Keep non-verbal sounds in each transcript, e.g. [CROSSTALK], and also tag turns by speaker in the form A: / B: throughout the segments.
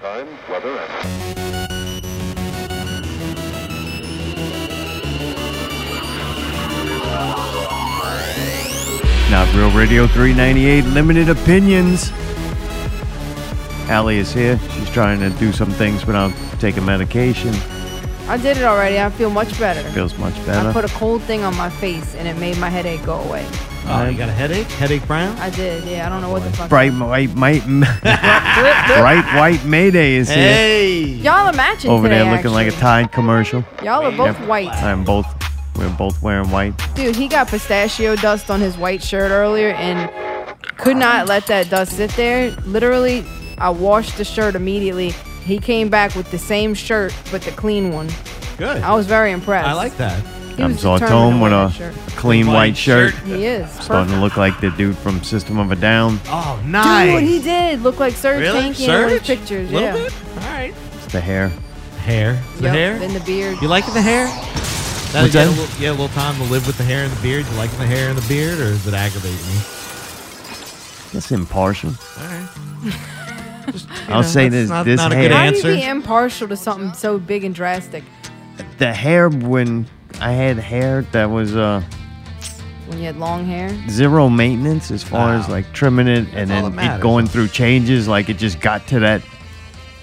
A: time, weather, and.
B: Not Real Radio 398 Limited Opinions. Allie is here. She's trying to do some things without taking medication.
C: I did it already. I feel much better.
B: Feels much
C: I put
B: better.
C: a cold thing on my face and it made my headache go away.
D: Oh, you got a headache? Headache Brown?
C: I did, yeah. I don't know what the fuck.
B: Bright white, might, [LAUGHS] bright white Mayday is here.
D: Hey!
C: Y'all are matching
B: Over
C: today,
B: there looking like a
C: actually.
B: Tide commercial.
C: Y'all are both
B: Yep.
C: white.
B: I'm both, we're both wearing white.
C: Dude, he got pistachio dust on his white shirt earlier and could not let that dust sit there. Literally, I washed the shirt immediately. He came back with the same shirt, but the clean one.
D: Good.
C: I was very impressed.
D: I like that.
C: He
B: I'm
C: was determined to
B: Zartome with
C: wear
B: a
C: that shirt.
B: clean
D: White
B: white shirt.
D: shirt.
C: He is.
B: uh, Starting to
C: perfect.
B: look like the dude from System of a Down.
D: Oh,
C: Dude,
D: nice.
C: he did look like Serge
D: really?
C: Tankian in those
D: Surge?
C: pictures.
D: Little
C: yeah.
D: bit? All right.
B: It's the hair.
D: Hair. The
C: Yep,
D: hair?
C: And the beard.
D: you liking the hair? That
B: What's
D: you had
B: that?
D: A little, you had a little time to live with the hair and the beard. You liking the hair and the beard, or is it aggravating me?
B: It's impartial.
D: All right. [LAUGHS] Just, you
B: I'll say
D: that's
B: this-
D: Not,
B: this
D: not a
B: hair-
D: good
C: How
D: answer.
C: do you be impartial to something so big and drastic
B: The hair when I had hair that was uh
C: when you had long hair?
B: zero maintenance as far as
D: Wow.
B: like trimming it and
D: That's all
B: then
D: that
B: it going
D: matters.
B: through changes like it just got to that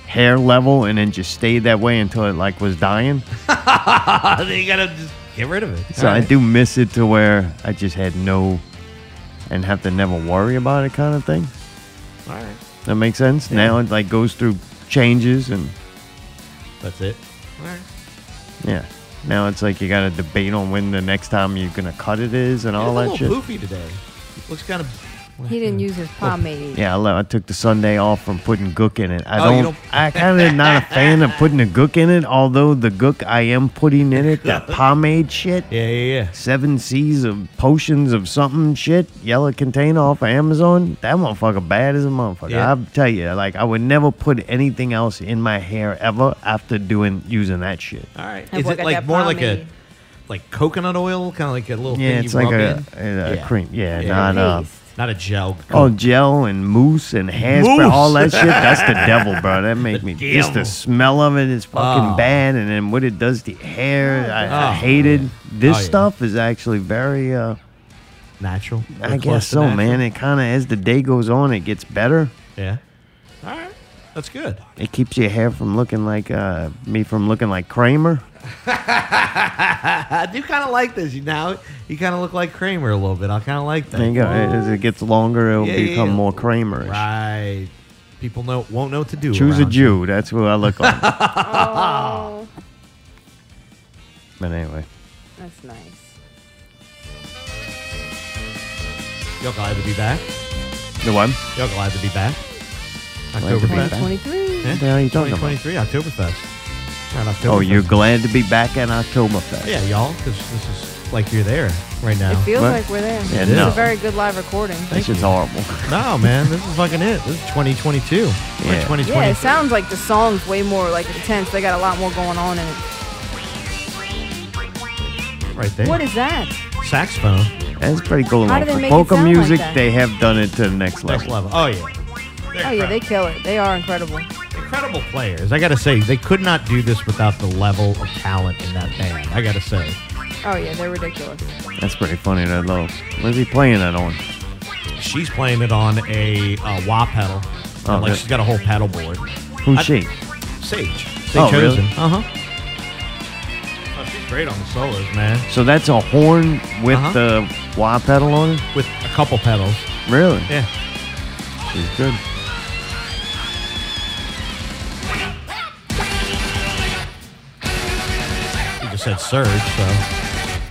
B: hair level and then just stayed that way until it like was dying
D: then [LAUGHS] you gotta just get rid of it.
B: so
D: All
B: i
D: right.
B: do miss it to where i just had no and have to never worry about it kind of thing
D: All right.
B: that makes sense now it like goes through changes and
D: That's it. All right.
B: yeah now it's like you gotta debate on when the next time you're gonna cut it is and all
D: All a
B: that shit
D: little poofy today. Looks kind of.
C: He didn't use his pomade.
B: Yeah, I, le- I took the Sunday off from putting gook in it. I
D: Oh, you
B: don't,
D: don't-
B: I kind
D: [LAUGHS]
B: of not a fan of putting the gook in it. Although the gook I am putting in it,
D: [LAUGHS]
B: that pomade shit,
D: Yeah, yeah, yeah.
B: seven C's of potions of something shit, yellow container off of Amazon. That motherfucker bad as a motherfucker.
D: Yeah.
B: I'll tell you, like I would never put anything else in my hair ever after doing using that shit.
D: All right.
C: Hey,
D: Is
C: boy,
D: it
C: got
D: like
C: that
D: more like a
C: pomade.
D: like coconut oil, kind of like a little
B: Yeah,
D: thing
B: it's
D: you
B: like
D: rub
B: a,
D: in?
B: a- a
D: Yeah.
B: cream. Yeah,
D: Yeah.
B: not uh,
C: Paste.
D: Not a gel.
B: Oh, gel and mousse and hairspray,
D: Mousse.
B: all that shit. That's the devil, bro.
D: [LAUGHS]
B: That made me just the
D: devil.
B: smell of it is fucking
D: Oh.
B: bad, and then what it does to your hair. I, I
D: Oh,
B: hated this
D: Oh, yeah.
B: stuff. Is actually very, uh,
D: natural.
B: I
D: Or close
B: guess
D: to
B: so,
D: natural.
B: man. It kind of as the day goes on, it gets better.
D: Yeah. All right. That's good.
B: It keeps your hair from looking like uh, me from looking like Kramer.
D: I do kind of like this. You now you kind of look like Kramer a little bit. I kind of like that.
B: There you go. As it gets longer, it'll
D: Yeah, yeah,
B: become
D: yeah.
B: more Kramerish.
D: Right. People know won't know what to do.
B: Choose a
D: around you.
B: Jew. That's who I look like.
D: [LAUGHS]
C: Oh,
B: but anyway,
C: that's nice.
D: You're glad to be back.
B: the one.
D: You're glad to be back.
B: to be back.
D: Oktoberfest.
C: 2023.
D: Yeah?
B: What the hell are you talking about?
D: 2023 Oktoberfest. Not Oktoberfest.
B: Oh, you're glad to be back at Oktoberfest.
D: Yeah, y'all, because this is like you're there right now.
C: It feels
B: What?
C: like we're there.
B: Yeah,
C: it's
B: no.
C: a very good live recording.
B: This is
D: you.
B: horrible. [LAUGHS]
D: no, man, this is fucking it. This is 2022. We're
B: Yeah.
D: 2023.
C: Yeah, it sounds like the song's way more like intense. They got a lot more going on in it.
D: right there.
C: What is that?
D: saxophone?
B: That's pretty cool.
C: How do they
B: For
C: make it
B: polka
C: sound like
B: music,
C: that?
B: they have done it to the next
D: Next
B: level.
D: level. Oh yeah. They're
C: Oh yeah, they
D: incredible.
C: kill it. They are incredible.
D: incredible players. I gotta say, they could not do this without the level of talent in that band. I gotta say,
C: Oh yeah, they're ridiculous.
B: That's pretty funny, that little. What's he playing that on?
D: she's playing it on a uh, wah pedal.
B: Oh,
D: And, like
B: good.
D: she's got a whole pedal board.
B: Who's
D: I-
B: she?
D: Sage. Sage
B: Oh, really?
D: Uh huh. Oh, she's great on the solos, man.
B: So that's a horn with
D: Uh-huh.
B: the wah pedal on it?
D: With a couple pedals.
B: Really?
D: Yeah.
B: She's good.
D: You just said Surge, so.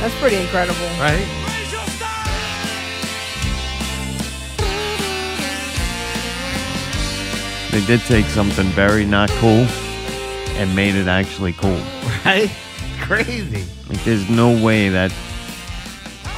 C: That's pretty incredible.
B: [LAUGHS]
D: Right?
B: They did take something very not cool and made it actually cool.
D: Right? Crazy.
B: Like, there's no way that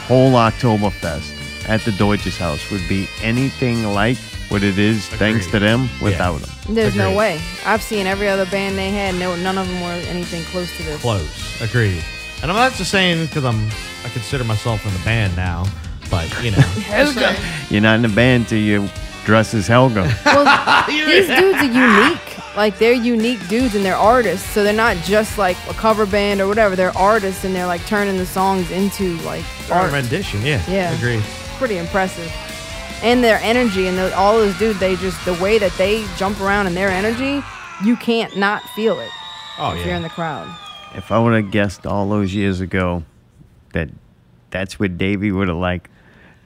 B: whole Oktoberfest at the Deutsches Haus would be anything like what it is, thanks
D: Agreed.
B: to them, without them.
C: There's no
D: Agreed.
C: way. I've seen every other band they had. No, none of them were anything close to this.
D: Close. Agreed. And I'm not just saying because I'm I consider myself in the band now, but
C: [LAUGHS]
D: you know,
B: You're not in a band till you dress as
D: [LAUGHS]
B: Helga.
C: Well, these dudes are unique. Like they're unique dudes and they're artists, so they're not just like a cover band or whatever. They're artists and they're like turning the songs into like
D: our
C: art.
D: rendition. Yeah.
C: Yeah.
D: Agreed.
C: Pretty impressive. And their energy and the, all those dudes, they just the way that they jump around and their energy, you can't not feel it
D: Oh
C: if
D: yeah.
C: you're in the crowd.
B: if I would have guessed all those years ago that that's what Davey would have like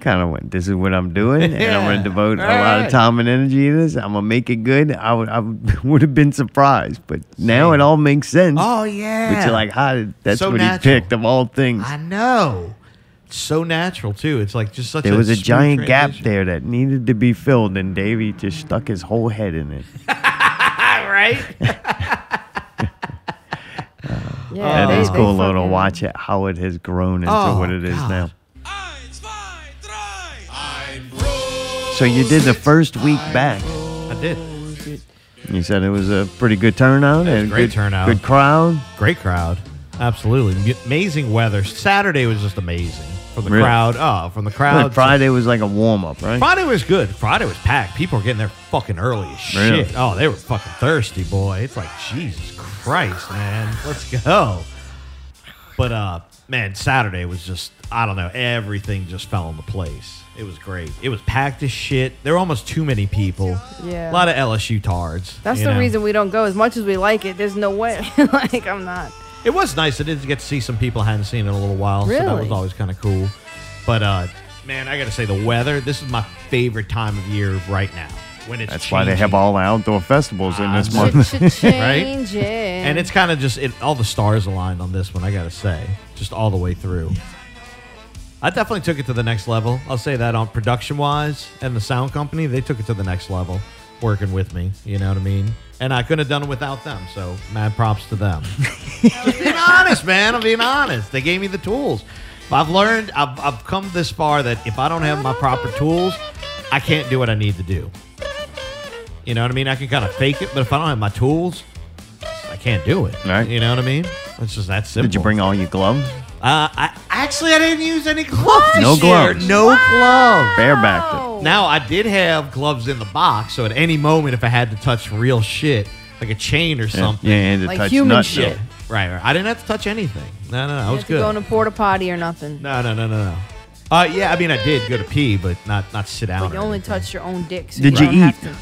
B: kind of went, this is what I'm doing, and I'm going
D: [LAUGHS]
B: to
D: Yeah.
B: devote a
D: All
B: lot
D: right.
B: of time and energy to this. I'm going to make it good. I would I would [LAUGHS] have been surprised, but now
D: Same.
B: it all makes sense.
D: oh yeah.
B: But you're like, how did, that's
D: So
B: what
D: natural.
B: he picked of all things.
D: I know. It's so natural too. It's like just such.
B: there
D: a
B: was a
D: smooth
B: giant gap
D: transition.
B: there that needed to be filled, and Davey just stuck his whole head in it. [LAUGHS]
D: right?
C: Yeah,
B: that
C: they-
B: is
C: they
B: cool though to
C: fucking-
B: watch it, how it has grown into
D: Oh,
B: what it is
D: God.
B: now.
A: Eins, zwei, drei. Ein Brot.
B: So you did the first week back.
D: I did.
B: You said it was a pretty good turnout and
D: great
B: good,
D: turnout.
B: good crowd.
D: Great crowd. Absolutely. M- amazing weather. Saturday was just amazing. From the
B: Really?
D: crowd. Oh, from the crowd.
B: But
D: to-
B: Friday was like a warm up, right?
D: Friday was good. Friday was packed. People were getting there fucking early as shit.
B: Really?
D: Oh, they were fucking thirsty, boy. It's like, Jesus Christ, man. Let's go. But uh man, Saturday was just I don't know, everything just fell into place. It was great. It was packed as shit. There were almost too many people.
C: Yeah.
D: A lot of LSU tards.
C: That's
D: you
C: the
D: know?
C: reason we don't go. As much as we like it, there's no way. [LAUGHS] like I'm not.
D: It was nice. I did get to see some people I hadn't seen in a little while, so that
C: Really?
D: was always kind of cool. But uh, man, I got to say the weather. This is my favorite time of year right now when it's
B: That's why they have
D: changing.
B: all the outdoor festivals in this
D: Ah,
B: month.
C: Change it.
D: And it's kind of just it, all the stars aligned on this one. I got to say, just all the way through. I definitely took it to the next level. I'll say that on production wise and the sound company, they took it to the next level working with me. You know what I mean? And I couldn't have done it without them. So mad props to them. [LAUGHS] Just being honest, man. I'm being honest. They gave me the tools. I've learned, I've, I've come this far that if I don't have my proper tools, I can't do what I need to do. You know what I mean? I can kind of fake it, but if I don't have my tools, I can't do it.
B: Right.
D: You know what I mean? It's just that
B: [LAUGHS]
D: simple.
B: Did you bring all your gloves?
D: Uh, I actually I didn't use any gloves.
B: No
D: this
B: gloves.
D: year. No gloves.
B: Barebacked
D: Now I did have gloves in the box, so at any moment if I had to touch real shit, like a chain or
B: it. Yeah,
D: something,
B: yeah, and it
C: Like
B: touched
C: human
B: nuts.
C: shit.
D: right, right. I didn't have to touch anything. No, no, no. I
C: You
D: was
C: have to go
D: good.
C: in a porta potty or nothing.
D: no, no, no, no, no. Uh, yeah, I mean I did go to pee, but not not sit down.
C: But
D: or
C: you only
D: anything.
C: touch your own dick. So
B: Did
C: you,
B: you
C: don't have
B: eat?
C: to-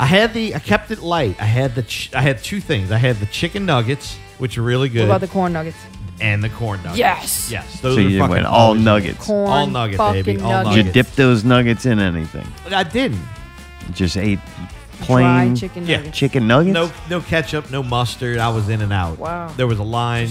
D: I had the I kept it light. I had the ch- I had two things. I had the chicken nuggets, which are really
C: What
D: good,
C: about the corn nuggets?
D: and the corn nuggets.
C: Yes.
D: yes. Those
B: So
D: are
B: you
D: fucking
B: went all
D: always-
B: nuggets.
C: Corn
D: All nugget,
C: fucking
D: baby. All
C: nuggets.
B: Did you
D: nuggets.
B: dip those nuggets in anything?
D: I didn't.
B: You Just ate
C: Fried
B: plain
C: chicken
D: Yeah.
C: nuggets.
B: chicken nuggets?
D: No, no ketchup, no mustard. I was in and out.
C: Wow.
D: There was a line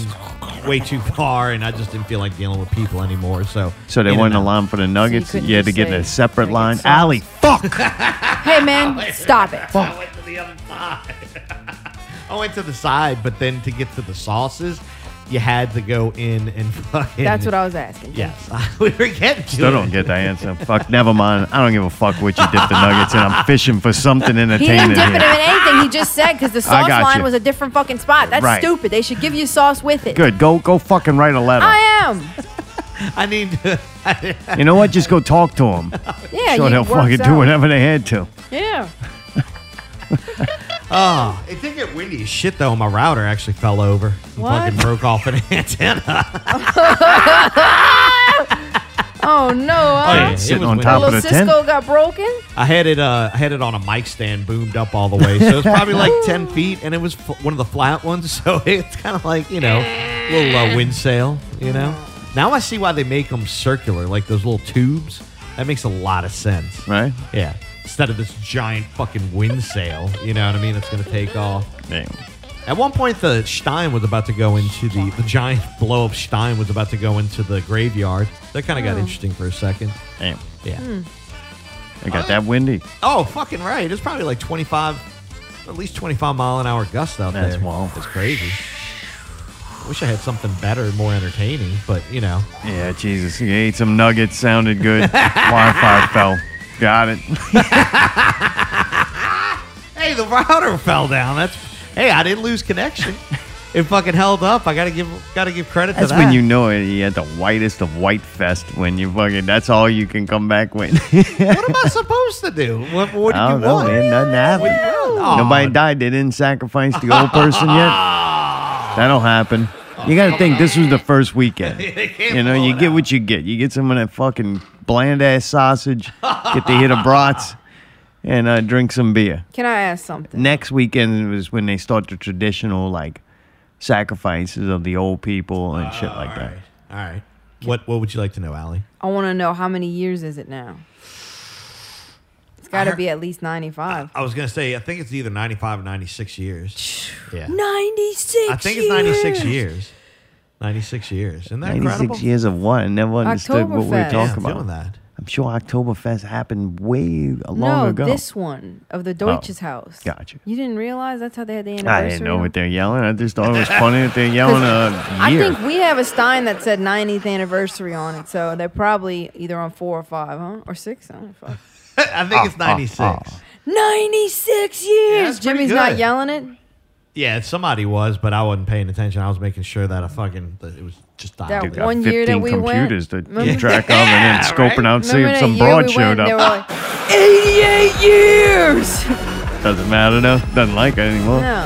D: way too far, and I just didn't feel like dealing with people anymore. So,
B: So they
D: in and
B: wanted a
D: out.
B: line for the nuggets.
C: couldn't
B: you had to
C: just
B: get
C: say
B: a separate
C: nuggets
B: line.
C: sauce.
B: Allie, fuck!
C: Hey man, stop it.
D: I went to the other side. [LAUGHS] I went to the side, but then to get to the sauces, you had to go in and fucking.
C: That's what I was asking.
D: Yes, [LAUGHS] we were getting to
B: Still
D: it.
B: don't get the answer.
C: [LAUGHS]
B: Fuck, never mind. I don't give a fuck what you dip the nuggets in. I'm fishing for something
C: He didn't
B: entertaining
C: dip it
B: here.
C: in anything. He just said because
B: [LAUGHS]
C: the sauce
B: got
C: line
B: you.
C: was a different fucking spot. That's
B: Right.
C: stupid. They should give you sauce with it.
B: Good, go go fucking write a letter.
C: I am.
D: I need. To,
B: You know what? Just go talk to
C: [LAUGHS]
B: him.
C: Yeah.
B: sure,
C: you
B: they'll fucking do whatever they had to.
C: Yeah.
D: oh, it did get windy as shit though. My router actually fell over. and
C: What?
D: Fucking broke off an [LAUGHS] antenna.
C: Oh
B: [LAUGHS]
C: no. huh?
D: yeah. It
B: Sitting
D: was
B: on
D: windy.
B: top of
C: Little
B: the tent.
C: Cisco got broken.
D: I had it. Uh, I had it on a mic stand, boomed up all the way, so it was probably like ten feet, and it was f- one of the flat ones. [LAUGHS] So it's kind of like you know, little uh, wind sail. You know. Now I see why they make them circular, like those little tubes. That makes a lot of sense.
B: Right?
D: Yeah. Instead of this giant fucking wind sail, you know what I mean? That's gonna take off.
B: Yeah.
D: At one point, the Stein was about to go into the the giant blow up Stein was about to go into the graveyard. That kind of got interesting for a second.
B: Damn.
D: Yeah.
B: I got that
C: [LAUGHS]
B: windy.
D: Oh, fucking right. It's probably like 25, at least 25 mile an hour gust out
B: That's
D: there.
B: wild.
D: It's crazy. Wish I had something better, more entertaining, but you know.
B: Yeah, Jesus. You ate some nuggets. Sounded good.
C: [LAUGHS]
B: Wi-Fi fell. Got it.
D: [LAUGHS]
B: [LAUGHS]
D: Hey, the router fell down. That's hey, I didn't lose connection. it fucking held up. I gotta give gotta give credit
B: That's
D: to that.
B: when you know it. You had the whitest of white fest when you fucking. That's all you can come back with.
D: [LAUGHS]
B: [LAUGHS]
D: what am I supposed to do? What, what did
B: I
D: you
B: don't know,
D: want?
B: man. Nothing
D: What do you
B: happened.
D: want? Aw,
B: Nobody died. They didn't sacrifice the old person
D: [LAUGHS]
B: yet.
D: Ah.
B: That'll happen. You got to think this was the first
D: [LAUGHS]
B: weekend. You know, you get what you get. You get some of that fucking bland ass sausage, get to hit a
D: [LAUGHS]
B: brats, and uh, drink some beer.
C: Can I ask something?
B: Next weekend was when they start the traditional like sacrifices of the old people and shit like that.
D: All right. What what would you like to know, Allie?
C: I want to know how many years is it now? It's got to be at least 95.
D: I was gonna say I think it's either ninety five or ninety six years. Yeah.
C: 96
D: I think it's ninety six years. Ninety six years. Isn't that
B: 96
D: incredible?
B: years of what? I never understood what we were
C: Oktoberfest.
D: Yeah,
B: talking
D: I'm
B: about.
D: doing that. [LAUGHS]
B: I'm sure Oktoberfest happened way long
C: no,
B: ago.
C: this one of the Deutsches Haus.
B: Oh, gotcha.
C: You didn't realize that's how they had the anniversary.
B: I didn't know
C: on?
B: what they're yelling. I just thought it was funny that
C: [LAUGHS]
B: they're yelling a
C: I
B: year.
C: think we have a Stein that said 90th anniversary on it, so they're probably either on four or five, huh? Or six? I don't know.
D: I think it's ninety six.
B: oh.
C: 96
D: that's
C: years!
D: pretty
C: Jimmy's
D: good.
C: not yelling it?
D: Yeah, somebody was, but I wasn't paying attention. I was making sure that I fucking that it was just dialed.
C: That
D: in.
B: Got
C: one year that
B: 15
C: we went-
B: computers to
C: Remember-
B: keep track of and then scoping out, see
C: Remember
B: if
C: that
B: some
C: year
B: broad
C: we
B: showed
C: went and they were
B: up.
C: like, 88
B: [LAUGHS]
C: years!
B: Doesn't matter though. Doesn't like it anymore.
C: No.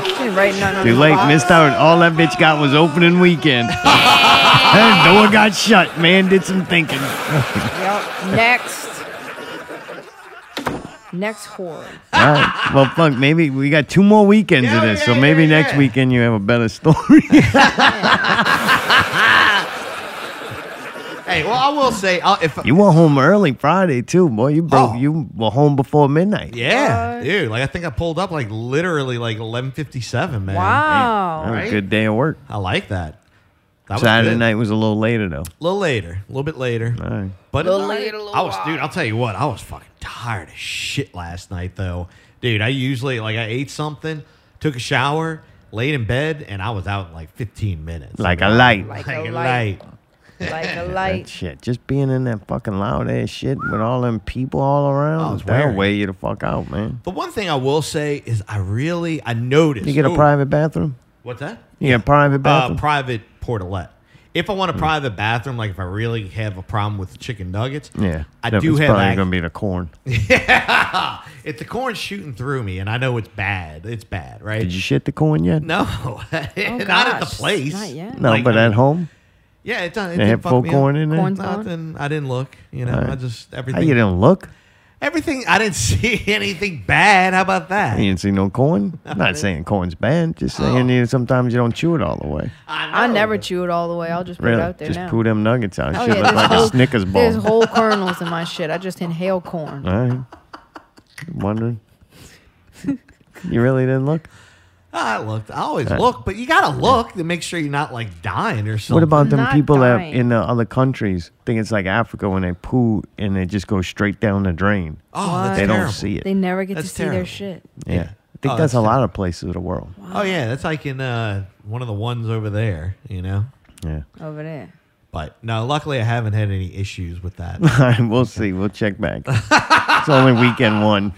C: Didn't write nothing on
B: Too
C: the
B: late,
C: box.
B: missed out. All that bitch got was opening weekend.
C: [LAUGHS]
B: and door got shut. Man did some thinking.
C: Yep. Next. Next horror.
B: All right. Well, fuck. Maybe we got two more weekends of this, so maybe next weekend you have a better [LAUGHS] story.
D: Hey, well, I will say, I'll, if
B: you were home early Friday too, boy. You broke.
D: Oh.
B: You were home before midnight.
D: yeah,
C: What?
D: dude, like I think I pulled up like literally like eleven fifty seven, man.
C: Wow.
B: That was
D: Oh. Right?
B: a good day of work.
D: I like that. that was
B: Saturday
D: good.
B: night was a little later though.
D: a little later, a little bit later,
B: All right.
D: but
C: Little later, little
D: I was, dude. I'll tell you what, I was fucking tired of shit last night, though, dude. I usually like I ate something, took a shower, laid in bed, and I was out in like fifteen minutes,
B: Like a light.
C: Like
D: Like
C: a
D: a
C: light.
D: light.
C: Like
D: [LAUGHS]
C: a
B: That
C: light.
B: shit. Just being in that fucking loud ass shit with all them people all
D: Oh,
B: around.
D: it's
B: that'll
D: weird.
B: weigh you the fuck out, man.
D: The one thing I will say is I really I noticed.
B: You get a
D: Ooh,
B: private bathroom?
D: What's that?
B: You get a private
D: uh,
B: bathroom? Hmm.
D: private portalette. If I want a private bathroom, like if I really have a problem with chicken nuggets,
B: yeah.
D: I
B: Except
D: do
B: it's
D: have
B: probably
D: ac-
B: gonna be the
D: [LAUGHS]
B: corn.
D: If the corn's shooting through me, and I know it's bad, it's bad, right?
B: Did you shit the corn yet?
D: [LAUGHS] no, not at the
C: Oh, gosh,
D: place.
C: not yet.
B: No,
D: Like, uh,
B: but
D: I
B: at
D: mean, [LAUGHS]
B: home?
D: yeah, it done. It
B: They
D: didn't
B: had
D: fuck
B: full
D: me
B: corn
D: up.
B: in
C: Corn's
B: there?
C: gone?
D: Nothing. I didn't look. You know, I
B: Alright.
D: just
B: How
D: everything.
B: you didn't look?
D: everything. I didn't [LAUGHS] see anything bad. How about that?
B: You didn't see no corn? I'm not saying corn's bad, just
D: Oh.
B: saying you, sometimes you don't chew it all the way.
C: I
D: know.
C: never chew it all the way. I'll just put it
B: Really?
C: out there
B: Just
C: now.
B: poo them nuggets out.
C: Oh,
B: shit look
C: yeah, there's
B: like
C: whole-
B: a Snickers bar.
C: There's
D: [LAUGHS]
C: whole kernels in my shit. I just inhale corn.
D: Oh,
B: All right.
C: [LAUGHS]
B: Wondering. you really didn't look?
D: I looked. I
B: Uh,
D: always look, but you gotta look to make sure you're not like dying or something.
B: What about them
C: Not
B: people
C: dying.
B: that in the other countries think it's like Africa when they poo and they just go straight down the drain?
D: Oh, that's
B: they
D: terrible.
B: don't see it.
C: They never get
D: That's
C: to see their
D: terrible.
C: shit.
B: yeah. I think
D: Oh,
B: that's,
D: that's
B: a lot of places of the world.
D: Oh yeah, that's like in uh, one of the ones over there, you know.
B: Yeah. [LAUGHS]
C: Over there.
D: But no, luckily I haven't had any issues
C: [LAUGHS]
D: with that.
B: All right, we'll see. We'll check back. it's only weekend one.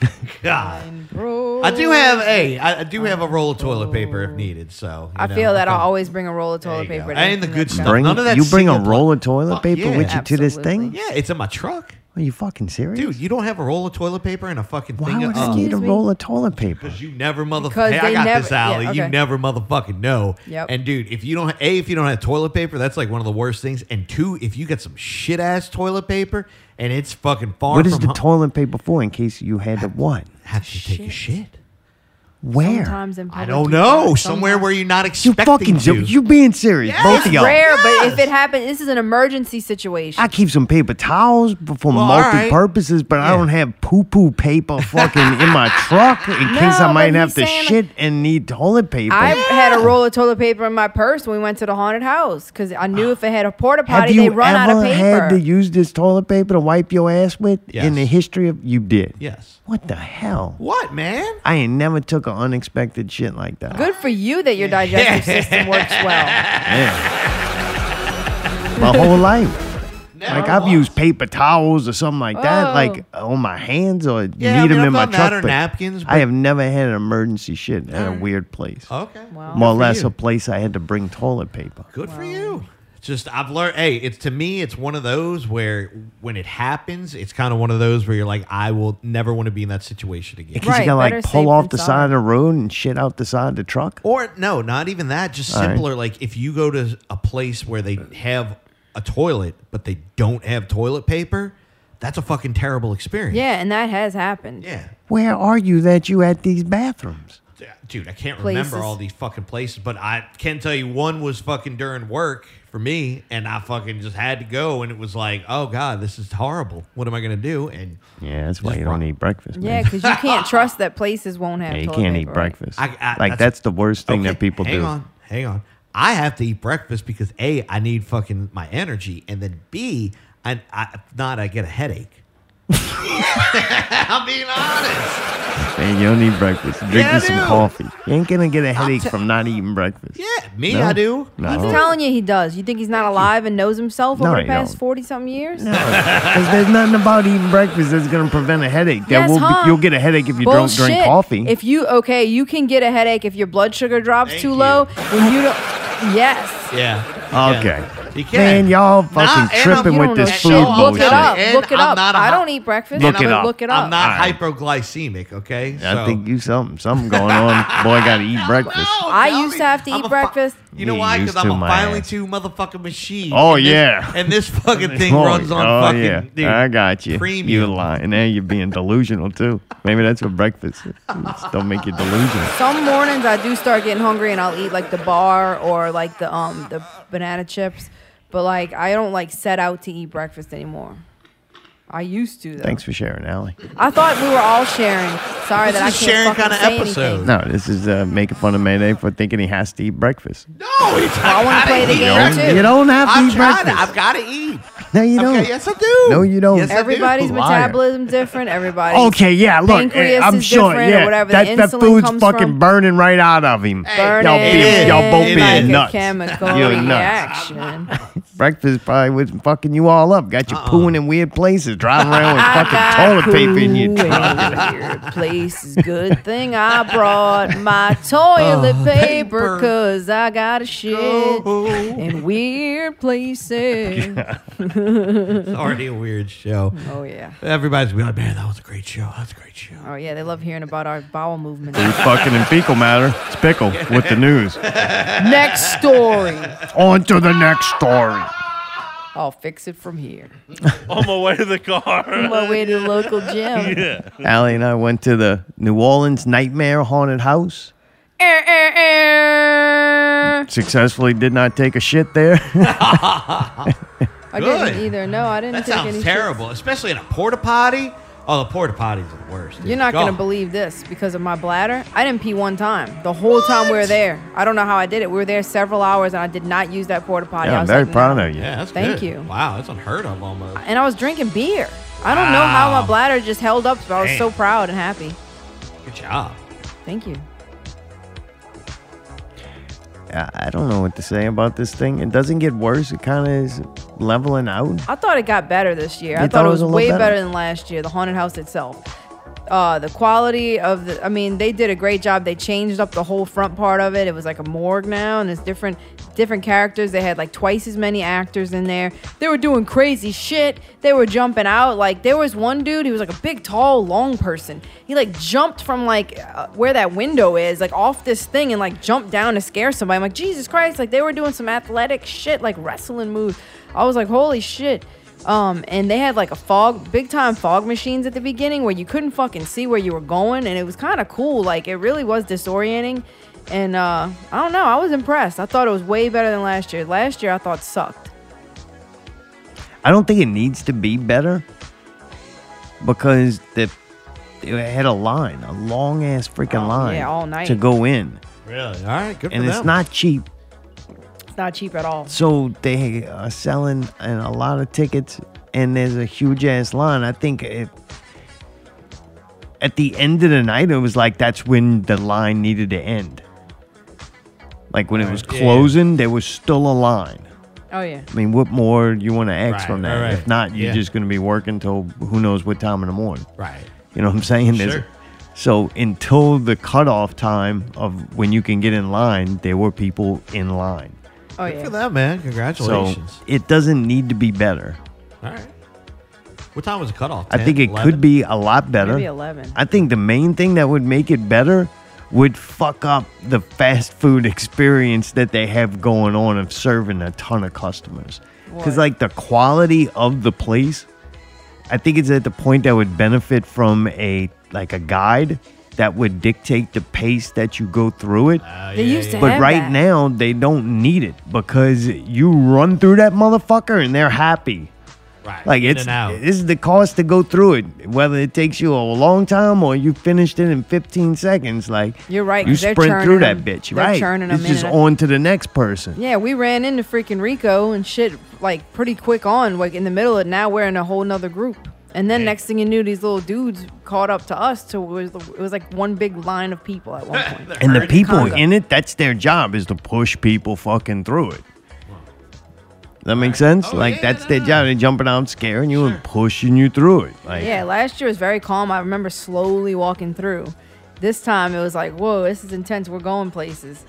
D: God.
C: Bro.
D: I do have a, I I do have a roll of toilet paper if needed. So you
C: I
D: know,
C: feel that I'll
D: can-
C: always bring a roll of
D: There
C: toilet
D: you go.
C: paper. to
D: And the
C: everything
D: good
C: that's
D: stuff.
C: done.
B: Bring,
D: None of that
B: you bring a
D: single
B: roll
D: pla-
B: of toilet
D: Fuck
B: paper
D: yeah.
B: with you to this thing?
C: Absolutely.
D: Yeah, it's in my truck,
B: Are you fucking serious?
D: dude. You don't have a roll of toilet paper and a fucking
B: Why
D: thing.
B: would
D: of,
B: I need a
C: um, Excuse me?
B: roll of toilet paper?
D: Because you never motherfucker.
C: Because
D: Hey, I
C: they
D: got
C: never-
D: this,
C: yeah,
D: Allie. You
C: okay.
D: never motherfucking know.
C: Yep.
D: And dude, if you don't, a, if you don't have toilet paper, that's like one of the worst things. And two, if you got some shit ass toilet paper and it's fucking far
B: What
D: from
B: is the
D: home-
B: toilet paper for in case you had to what?
D: have to take a shit.
B: Where?
C: Sometimes in
D: I
C: public
D: don't
C: you
D: know.
C: gotta-
D: Somewhere where you're not
B: you
D: expecting
B: fucking
D: to.
B: joke. You being serious, both of
C: It's
B: y'all.
C: rare, but if it happens, this is an emergency situation.
B: I keep some paper towels b- for
D: Well, all
B: multi
D: right.
B: purposes, but I
D: Yeah.
B: don't have poo poo paper fucking in
C: [LAUGHS]
B: my truck in case I
C: but
B: might have
C: he's
B: to
C: saying-
B: shit and need toilet paper.
C: I had a roll of toilet paper in my purse when we went to the haunted house because I knew
D: [GASPS]
C: if it had a porta
B: have
C: potty,
B: you
C: they run out
B: ever
C: of
B: had to
C: paper.
B: use this toilet paper to wipe your ass with in the
D: Yes.
B: history of you did?
D: Yes.
B: What the hell?
D: What man?
B: I ain't never took an unexpected shit like that.
C: Good for you that your
D: [LAUGHS]
C: digestive system works well.
B: Yeah. my whole life. Like
D: Oh.
B: I've used paper towels or something like that,
C: Oh.
B: like on my hands or
D: Yeah, I
B: need
D: mean,
B: them
D: I've
B: in my
D: done that
B: truck.
D: or
B: but
D: napkins,
B: I
D: but-
B: have never had an emergency shit at a weird place.
D: Okay.
C: Wow.
B: More or
D: for
B: less
D: you.
B: a place I had to bring toilet paper.
D: Good for you. Just I've learned. Hey, it's to me, it's one of those where when it happens, it's kind of one of those where you're like, I will never want to be in that situation again.
B: Because
C: Right,
B: you gotta
C: better
B: like
C: safe
B: pull off
C: than
B: the
C: sorry.
B: side of the road and shit out the side of the truck.
D: Or no, not even that. Just
B: right.
D: simpler. Like if you go to a place where they have a toilet, but they don't have toilet paper, that's a fucking terrible experience.
C: Yeah, and that has happened.
D: Yeah.
B: Where are you that you at these bathrooms?
D: Dude, I can't
C: Places.
D: remember all these fucking places, but I can tell you one was fucking during work for me, and I fucking just had to go, and it was like, oh god, this is horrible. What am I gonna do? And
B: Yeah, that's why
D: Just
B: you
D: run-
B: don't eat breakfast. man.
C: Yeah, because you can't trust that places won't have.
B: Yeah, you
C: toilet
B: can't eat
C: paper, right?
B: breakfast.
D: I- I-
B: like
D: that's-
B: that's, the worst thing
D: Okay,
B: that people
D: hang
B: do.
D: on, hang on. I have to eat breakfast because a I need fucking my energy, and then b I, I if not I get a headache. [LAUGHS] I'm being honest.
B: Man, you don't eat breakfast. Drink
D: Yeah, I
B: you some
D: do.
B: coffee. You ain't gonna get a headache from not eating breakfast.
D: Yeah, me
B: No.
D: I do.
B: No.
C: He's telling you he does. You think he's not alive and knows himself
B: No,
C: over
B: I
C: the past
B: don't.
C: forty something years?
B: Because there's nothing about eating breakfast that's going to prevent a headache. That
C: Yes,
B: will
C: huh?
B: be, you'll get a headache if you don't drink
C: Bullshit.
B: coffee.
C: If you okay, you can get a headache if your blood sugar drops
D: Thank
C: too
D: you.
C: low. When you don't, yes,
D: Yeah. you
B: okay.
D: can. You can.
B: Man, y'all
D: Nah, and
B: fucking
D: I'm-
B: tripping with
C: don't
B: this
C: know
B: food
C: shit.
D: No, I'm
B: bullshit.
C: Look it up.
D: And
C: look it
D: I'm
C: up.
D: not a
C: I
D: hy-
C: don't eat breakfast.
B: Look
C: but
B: it up.
C: Look it up.
D: I'm not
B: All right.
D: hypoglycemic, okay?
B: I
D: So-
B: think you something something going
D: [LAUGHS]
B: on. Boy, got to eat breakfast.
D: No,
C: I
D: tell
C: used
D: me.
C: to have to
D: I'm
C: eat
D: a fi-
C: breakfast.
D: you know
B: You
D: why? Because
B: used
D: I'm
B: to
D: a
B: my
D: finely
B: ass.
D: tuned motherfucking machine.
B: Oh,
D: and this-
B: yeah.
D: and this
B: [LAUGHS]
D: fucking thing
B: Boy,
D: runs on
B: oh,
D: fucking.
B: yeah.
D: Dude,
B: I got you.
D: Premium.
B: You lying. Now you're being delusional, too. Maybe that's what breakfast is. It's Don't make you delusional.
C: Some mornings I do start getting hungry and I'll eat like the bar or like the um the banana chips, but like I don't like set out to eat breakfast anymore. I used to though.
B: Thanks for sharing, Allie.
C: I thought we were all sharing. Sorry
D: This
C: that I
D: is
C: can't
D: sharing
C: fucking
D: kinda
C: say
D: episode.
C: anything.
B: No, this is uh, making fun of Mayday for thinking he has to eat breakfast.
D: No, it's not.
C: I wanna play the game,
B: too. You don't have to
D: I'm
B: eat
D: trying
B: breakfast.
D: I've got to eat.
B: No, you
D: Okay,
B: don't.
D: yes, I do.
B: No, you don't.
D: Yes, I do.
C: Everybody's
B: Liar.
C: metabolism different. Everybody's
B: Okay, yeah, look, eh,
C: pancreas
B: I'm
C: is
B: sure,
C: different or
B: yeah,
C: whatever the
B: that, that
C: insulin
B: food's
C: comes
B: fucking
C: from.
B: burning right out of him.
D: Burn
B: y'all,
D: it
B: be, y'all both
D: in
B: being
D: like a
B: nuts.
C: Chemical
B: You're nuts.
C: reaction.
B: Breakfast probably was fucking you all up. Got you
C: Uh-uh.
B: pooing in weird places, driving around
C: [LAUGHS]
B: with
C: I
B: fucking
C: got
B: toilet paper in your
C: poo
B: truck.
C: in weird places. Good thing I brought my toilet paper
D: Uh, paper.
C: because I got a shit
D: Go.
C: in weird
D: [LAUGHS]
C: places.
D: It's already a weird show.
C: Oh, yeah.
D: Everybody's gonna be like, man, that was a great show. That's a great show.
C: Oh, yeah. They love hearing about our bowel movement. [LAUGHS]
B: You fucking in fecal matter. It's pickle with the news.
C: Next story.
B: [LAUGHS] On to the next story.
C: I'll fix it from here.
E: [LAUGHS] on my way to the car.
C: On my way to the local
E: [LAUGHS]
C: gym.
B: Allie and I went to the New Orleans Nightmare Haunted House.
C: Eh, eh, eh.
B: Successfully did not take a shit there.
C: I
D: Good.
C: didn't either. No, I didn't
D: That
C: take
D: sounds
C: any
D: terrible, especially in a porta potty. Oh, the porta potties are the worst. dude.
C: shits. You're not
D: Go.
C: gonna believe this because of my bladder. I didn't pee one time the whole time we were there. I don't know how I did it. We were there several hours and I did not use that porta potty.
B: Yeah, [LAUGHS]
C: I
B: I'm
C: was
B: very
C: like,
B: proud
C: no.
B: of you.
D: Yeah, that's
C: Thank
D: good.
C: you.
D: Wow, that's unheard of almost.
C: And I was drinking beer. I don't know how
D: Wow.
C: my bladder just held up, but I was so
D: Damn.
C: proud and happy.
D: Good job.
C: Thank you.
B: I I don't know what to say about this thing. It doesn't get worse. It kind of is leveling out.
C: I thought it got better this year. I
B: You
C: thought it was
B: a little
C: way better.
B: better?
C: than last year. The haunted house itself, uh, the quality of the. I mean, they did a great job. They changed up the whole front part of it. It was like a morgue now, and it's different, different characters. They had like twice as many actors in there. They were doing crazy shit. They were jumping out. Like there was one dude. He was like a big, tall, long person. He like jumped from like uh, where that window is, like off this thing, and like jumped down to scare somebody. I'm like, Jesus Christ! Like they were doing some athletic shit, like wrestling moves. I was like, holy shit. Um, and they had like a fog, big time fog machines at the beginning where you couldn't fucking see where you were going, and it was kind of cool. Like it really was disorienting, and uh, I don't know. I was impressed. I thought it was way better than last year. Last year I thought sucked.
B: I don't think it needs to be better because the it had a line, a long ass freaking
C: Oh,
B: line
C: yeah, all night.
B: to go in,
D: Really? All right, good
B: and
D: for
B: it's
D: them.
B: not cheap.
C: It's not cheap at all.
B: So they are selling and a lot of tickets, and there's a huge ass line. I think it, at the end of the night, it was like that's when the line needed to end. Like when it was
D: Right, yeah.
B: closing, there was still a line.
C: Oh yeah.
B: I mean, what more you want to ask
D: Right,
B: from that?
D: right, right.
B: If not, you're
D: Yeah.
B: just going to be working till who knows what time in the morning.
D: Right.
B: You know what I'm saying? There's-
D: Sure.
B: So until the cutoff time of when you can get in line, there were people in line.
C: Oh
D: Look at
C: yeah.
D: that, man.
B: So
D: Congratulations.
B: it doesn't need to be better.
D: All right. What time was the cutoff?
B: I think it
D: 10,
B: could
D: 11?
B: be a lot better.
C: Maybe eleven.
B: I think the main thing that would make it better would fuck up the fast food [LAUGHS] experience that they have going on of serving a ton of customers. Because
C: What?
B: like the quality of the place, I think it's at the point that would benefit from a like a guide that would dictate the pace that you go through it.
D: Oh,
C: They used to
B: But
C: have
B: right
C: that.
B: now they don't need it because you run through that motherfucker and they're happy.
D: Right.
B: Like
D: In
B: it's
D: and out.
B: this is the cost to go through it, whether it takes you a long time or you finished it in 15 seconds. Like
C: You're right,
B: you
C: 'cause they're
B: sprint through
C: churning
B: that
C: 'em.
B: bitch,
C: They're
B: right?
C: churning 'em
B: it's
C: in
B: just
C: and-
B: on to the next person.
C: Yeah, we ran into freaking Rico and shit like pretty quick on, like in the middle of now we're in a whole nother group. And then next thing you knew, these little dudes caught up to us. To it was, it was like one big line of people
B: [LAUGHS]
C: at one point.
B: And the
D: Herd
B: people
C: conduct.
B: in it, that's their job is to push people fucking through it. That makes sense?
D: Oh,
B: like
D: yeah,
B: that's
D: no,
B: their
D: no.
B: job. They're jumping out and scaring you and pushing you through it. Like
C: yeah, last year was very calm. I remember slowly walking through. This time it was like, whoa, this is intense. We're going places.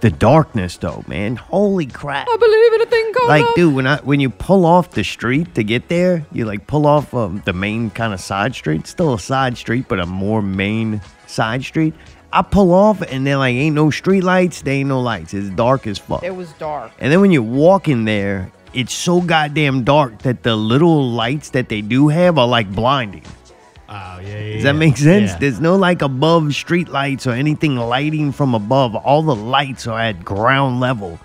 B: the darkness though, man. Holy crap.
C: I believe in a thing called
B: like
C: love.
B: dude when i when you pull off the street to get there you like pull off um, the main kind of side street It's still a side street but a more main side street i pull off and there like ain't no street lights there ain't no lights it's dark as fuck
C: It was dark.
B: and then when you walk in there it's so goddamn dark that the little lights that they do have are like blinding
D: Oh, yeah, yeah.
B: does that make sense? There's no like above street lights or anything lighting from above. All the lights are at ground level.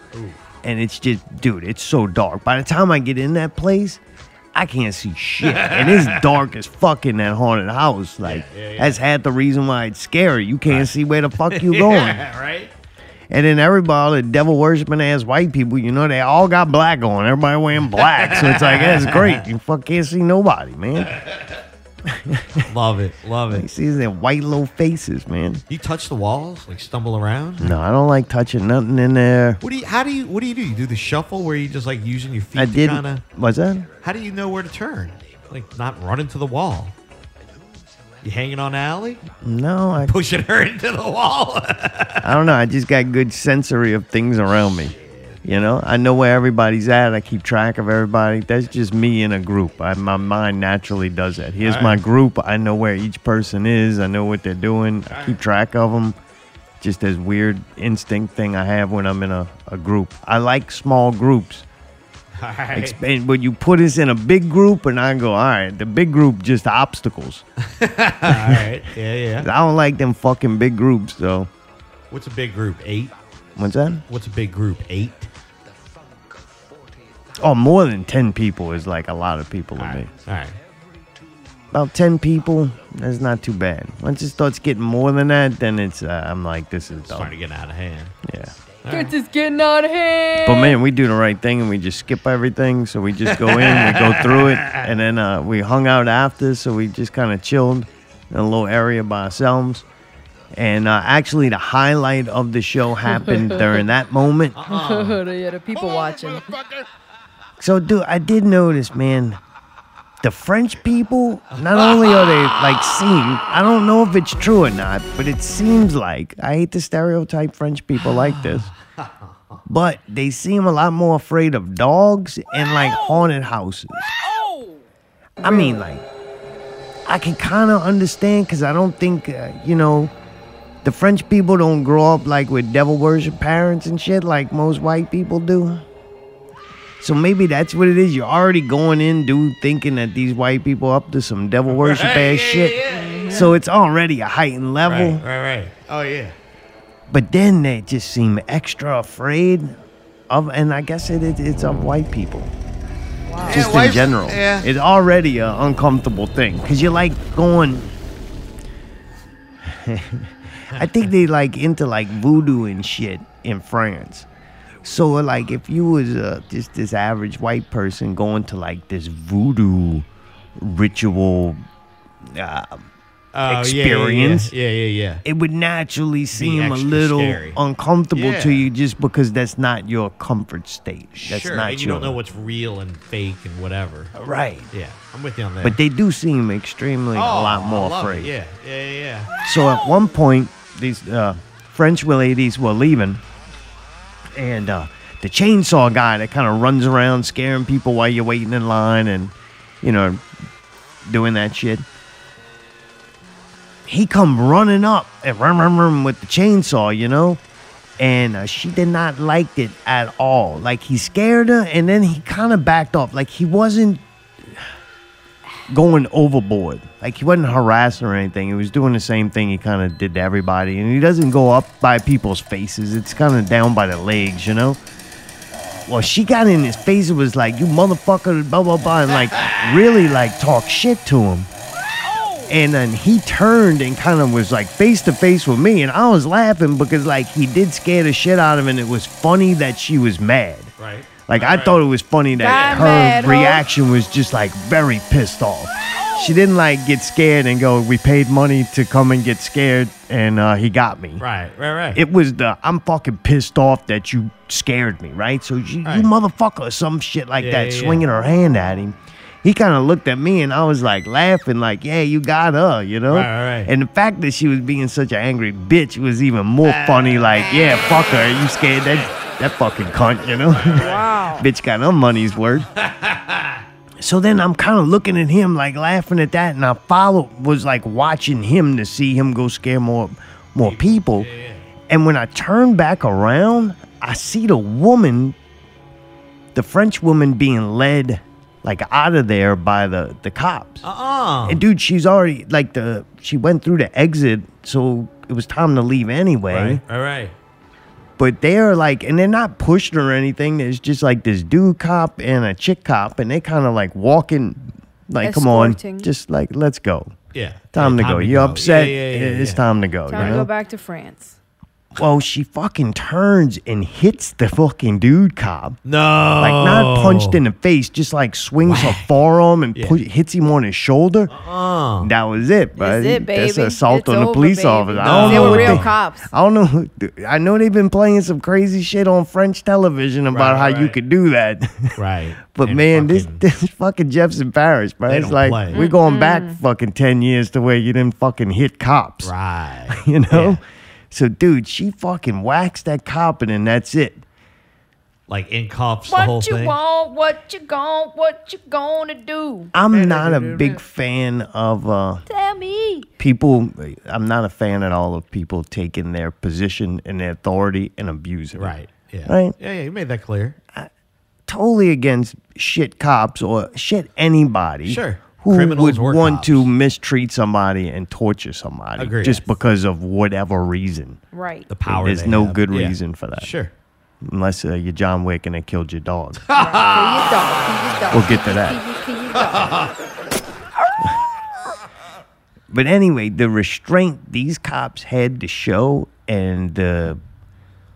B: And it's just, dude, it's so dark. By the time I get in that place, I can't see shit. and
D: [LAUGHS]
B: it's dark as fuck in that haunted house. Like, that's half the reason why it's scary. You can't see where the fuck you going.
D: [LAUGHS] Yeah, right?
B: And then everybody, all the devil worshiping ass white people, you know, they all got black on. Everybody wearing black. so it's like, that's great. You fuck can't see nobody, man.
D: Love it. Love
B: You
D: it.
B: see their white little faces, man.
D: You touch the walls, like stumble around.
B: No, I don't like touching nothing in there.
D: What do you, how do you, what do you do? You do the shuffle where you just like using your feet
B: I
D: to
B: did.
D: kind of,
B: What's that?
D: how do you know where to turn? Like not run into the wall. You hanging on Allie?
B: No, I,
D: [LAUGHS] Pushing her into the wall. [LAUGHS]
B: I don't know. I just got good sensory of things around me. You know, I know where everybody's at. I keep track of everybody. That's just me in a group. I, my mind naturally does that. Here's my group. I know where each person is. I know what they're doing. I keep track of them. Just this weird instinct thing I have when I'm in a, a group. I like small groups.
D: Alright.
B: Exp- and when you put us in a big group, and I go, all right, the big group just obstacles.
D: All right. Yeah, yeah.
B: I don't like them fucking big groups though.
D: What's a big group? Eight?
B: What's that?
D: What's a big group? Eight?
B: Oh, more than ten people is like a lot of people to
D: All right.
B: me.
D: All right.
B: About ten people, that's not too bad. Once it starts getting more than that, then it's uh, I'm like, this is
D: Starting
B: dumb.
D: to get out of hand.
B: Yeah.
C: It's just getting out of hand.
B: But man, we do the right thing and we just skip everything. So we just go in, we go through [LAUGHS] it, and then uh, we hung out after. So we just kind of chilled in a little area by ourselves. And uh, actually, the highlight of the show [LAUGHS] happened during that moment.
C: [LAUGHS] yeah, the people watching.
B: So, dude, I did notice, man, the French people, not only are they like seen, I don't know if it's true or not, but it seems like, I hate to stereotype French people like this, but they seem a lot more afraid of dogs and like haunted houses. I mean, like, I can kind of understand because I don't think, uh, you know, the French people don't grow up like with devil worship parents and shit like most white people do. So maybe that's what it is. You're already going in, dude, thinking that these white people up to some devil worship ass shit. So it's already a heightened level.
D: Right, right, right. Oh, yeah.
B: But then they just seem extra afraid of, and I guess it, it, it's of white people. Just
D: Yeah, white-
B: in general.
D: yeah.
B: It's already an uncomfortable thing because you're like going. [LAUGHS] I think they like into like voodoo and shit in France. So like if you was uh, just this average white person going to like this voodoo ritual uh,
D: Oh, yeah, yeah, yeah.
B: experience,
D: Yeah, yeah, yeah.
B: it would naturally seem a
D: extra
B: little
D: scary.
B: uncomfortable to
D: Yeah.
B: you just because that's not your comfort state. That's
D: sure,
B: not
D: and you
B: your,
D: don't know what's real and fake and whatever.
B: right.
D: Yeah, I'm with you on that.
B: But they do seem extremely
D: oh,
B: a lot
D: I
B: more
D: love it.
B: afraid.
D: Yeah, yeah, yeah. yeah.
B: So at one point, these uh, French ladies were leaving, and uh, the chainsaw guy that kind of runs around scaring people while you're waiting in line and, you know, doing that shit. He come running up and run, run, run with the chainsaw, you know? And uh, she did not like it at all. Like, he scared her, and then he kind of backed off. Like, he wasn't going overboard. Like he wasn't harassing or anything. He was doing the same thing he kind of did to everybody. And he doesn't go up by people's faces. It's kind of down by the legs, you know. Well, she got in his face and was like, "You motherfucker," blah blah blah, and like really like talk shit to him. And then he turned and kind of was like face to face with me, and I was laughing because like he did scare the shit out of him, and it was funny that she was mad.
D: Right.
B: Like I thought it was funny that
C: Got
B: her
C: mad, huh?
B: reaction was just like very pissed off. She didn't like get scared and go, "We paid money to come and get scared, and uh, he got me."
D: Right. Right. Right.
B: It was the I'm fucking pissed off that you scared me, right? So you,
D: Right.
B: you motherfucker, or some shit like
D: Yeah,
B: that,
D: yeah, yeah.
B: swinging her hand at him. He kind of looked at me and I was like laughing, like, yeah, you got her, you know?
D: Right, right, right.
B: And the fact that she was being such an angry bitch was even more funny,
D: Ah.
B: like, yeah, fuck her. You scared that, that fucking cunt, you know? [LAUGHS]
C: Wow.
B: bitch got her money's worth. [LAUGHS] so then I'm kind of looking at him, like laughing at that, and I follow was like watching him to see him go scare more, more people. And when I turn back around, I see the woman, the French woman, being led like out of there by the the cops.
D: uh-uh.
B: And dude, she's already like the she went through the exit, so it was time to leave anyway
D: right. All right.
B: but they're like, and they're not pushing or anything. There's just like this dude cop and a chick cop, and they kind of like walking, like, come
C: Escorting.
B: on, just like, let's go.
D: Yeah.
B: Time
D: Yeah,
B: to go. You're upset.
D: Yeah, yeah, yeah, yeah,
B: it's
D: yeah.
B: time to go.
C: Time
B: Oh, you
C: to
B: know?
C: go back to France.
B: Well, she fucking turns and hits the fucking dude cop.
D: No.
B: Like not
D: Oh.
B: punched in the face, just like swings her forearm and pu- hits him on his shoulder.
D: Uh,
B: That was it, bro.
C: That's it, baby.
B: That's assault
C: It's
B: on a
C: over,
B: police
C: baby.
B: officer. I
D: No.
B: don't
D: They
B: know
D: were
B: what
D: real
C: cops.
B: I don't know. who- I know they've been playing some crazy shit on French television about
D: Right,
B: how you
D: right.
B: could do that. [LAUGHS]
D: right.
B: But
D: And
B: man,
D: fucking-
B: this this fucking Jefferson Parish, bro.
D: They
B: It's
D: don't
B: like
D: play.
B: we're going back fucking ten years to where you didn't fucking hit cops.
D: Right.
B: [LAUGHS] You know?
D: Yeah.
B: So dude, she fucking waxed that cop and then that's it.
D: Like in cuffs, the whole
C: What you
D: thing.
C: want? What you gon' What you gonna do?
B: I'm not a big fan of uh
C: Tell me.
B: people I'm not a fan at all of people taking their position and their authority and abusing it.
D: Right. Yeah.
B: Right.
D: Yeah. Yeah. You made that clear.
B: totally against shit cops or shit anybody.
D: Sure.
B: Who would
D: Criminals or
B: want
D: cops.
B: to mistreat somebody and torture somebody
D: Agreed.
B: just because of whatever reason?
C: Right.
D: The power.
B: There's
D: they
B: no
D: have.
B: good
D: Yeah.
B: reason for that.
D: Sure.
B: Unless uh, you're John Wick and they killed your
D: [LAUGHS]
B: dog.
C: We'll
B: Ah. We'll get to that. But anyway, the restraint these cops had to show and the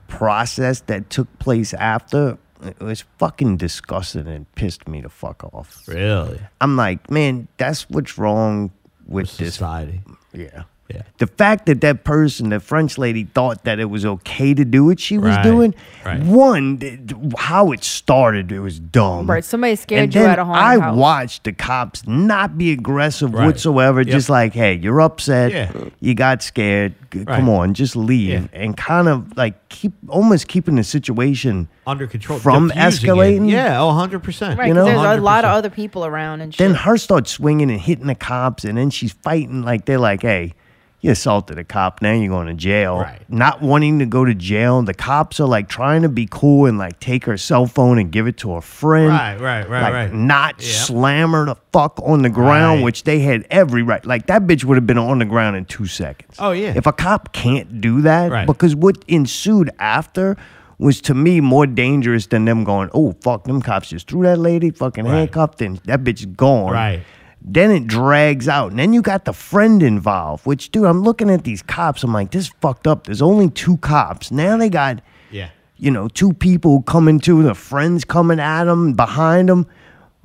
B: process that took place after it was fucking disgusting and pissed me the fuck off.
D: Really.
B: I'm like, man, that's what's wrong with this.
D: Society.
B: Yeah.
D: Yeah.
B: The fact that that person, the French lady, thought that it was okay to do what she was
D: Right,
B: doing,
D: right.
B: one, th- th- how it started, it was dumb.
C: Right, somebody scared
B: and
C: you
B: then
C: at a haunted
B: I
C: house.
B: watched the cops not be aggressive
D: Right.
B: whatsoever,
D: Yep.
B: just like, hey, you're upset,
D: Yeah.
B: you got scared, g-
D: Right.
B: come on, just leave. And kind of like keep almost keeping the situation
D: Under control.
B: From
D: diffusing it.
B: escalating?
D: Yeah. Oh, 100%.
C: Right,
B: You know?
C: 'cause there's a lot
D: 100%.
C: of other people around and shit.
B: Then her starts swinging and hitting the cops, and then she's fighting like they're like, "Hey, you assaulted a cop. Now you're going to jail."
D: Right.
B: Not wanting to go to jail, the cops are like trying to be cool and like take her cell phone and give it to her friend.
D: Right, right, right,
B: like,
D: right.
B: Not
D: Yep.
B: slam her the fuck on the ground,
D: Right.
B: which they had every right. Like that bitch would have been on the ground in two seconds.
D: Oh, yeah.
B: If a cop can't do that,
D: Right.
B: because what ensued after. Was to me more dangerous than them going, oh, fuck, them cops just threw that lady, fucking
D: Right.
B: handcuffed, and that bitch is gone.
D: Right.
B: Then it drags out. And then you got the friend involved, which, dude, I'm looking at these cops. I'm like, this is fucked up. There's only two cops. Now they got,
D: Yeah.
B: you know, two people coming to, the friends coming at them, [LAUGHS] behind them.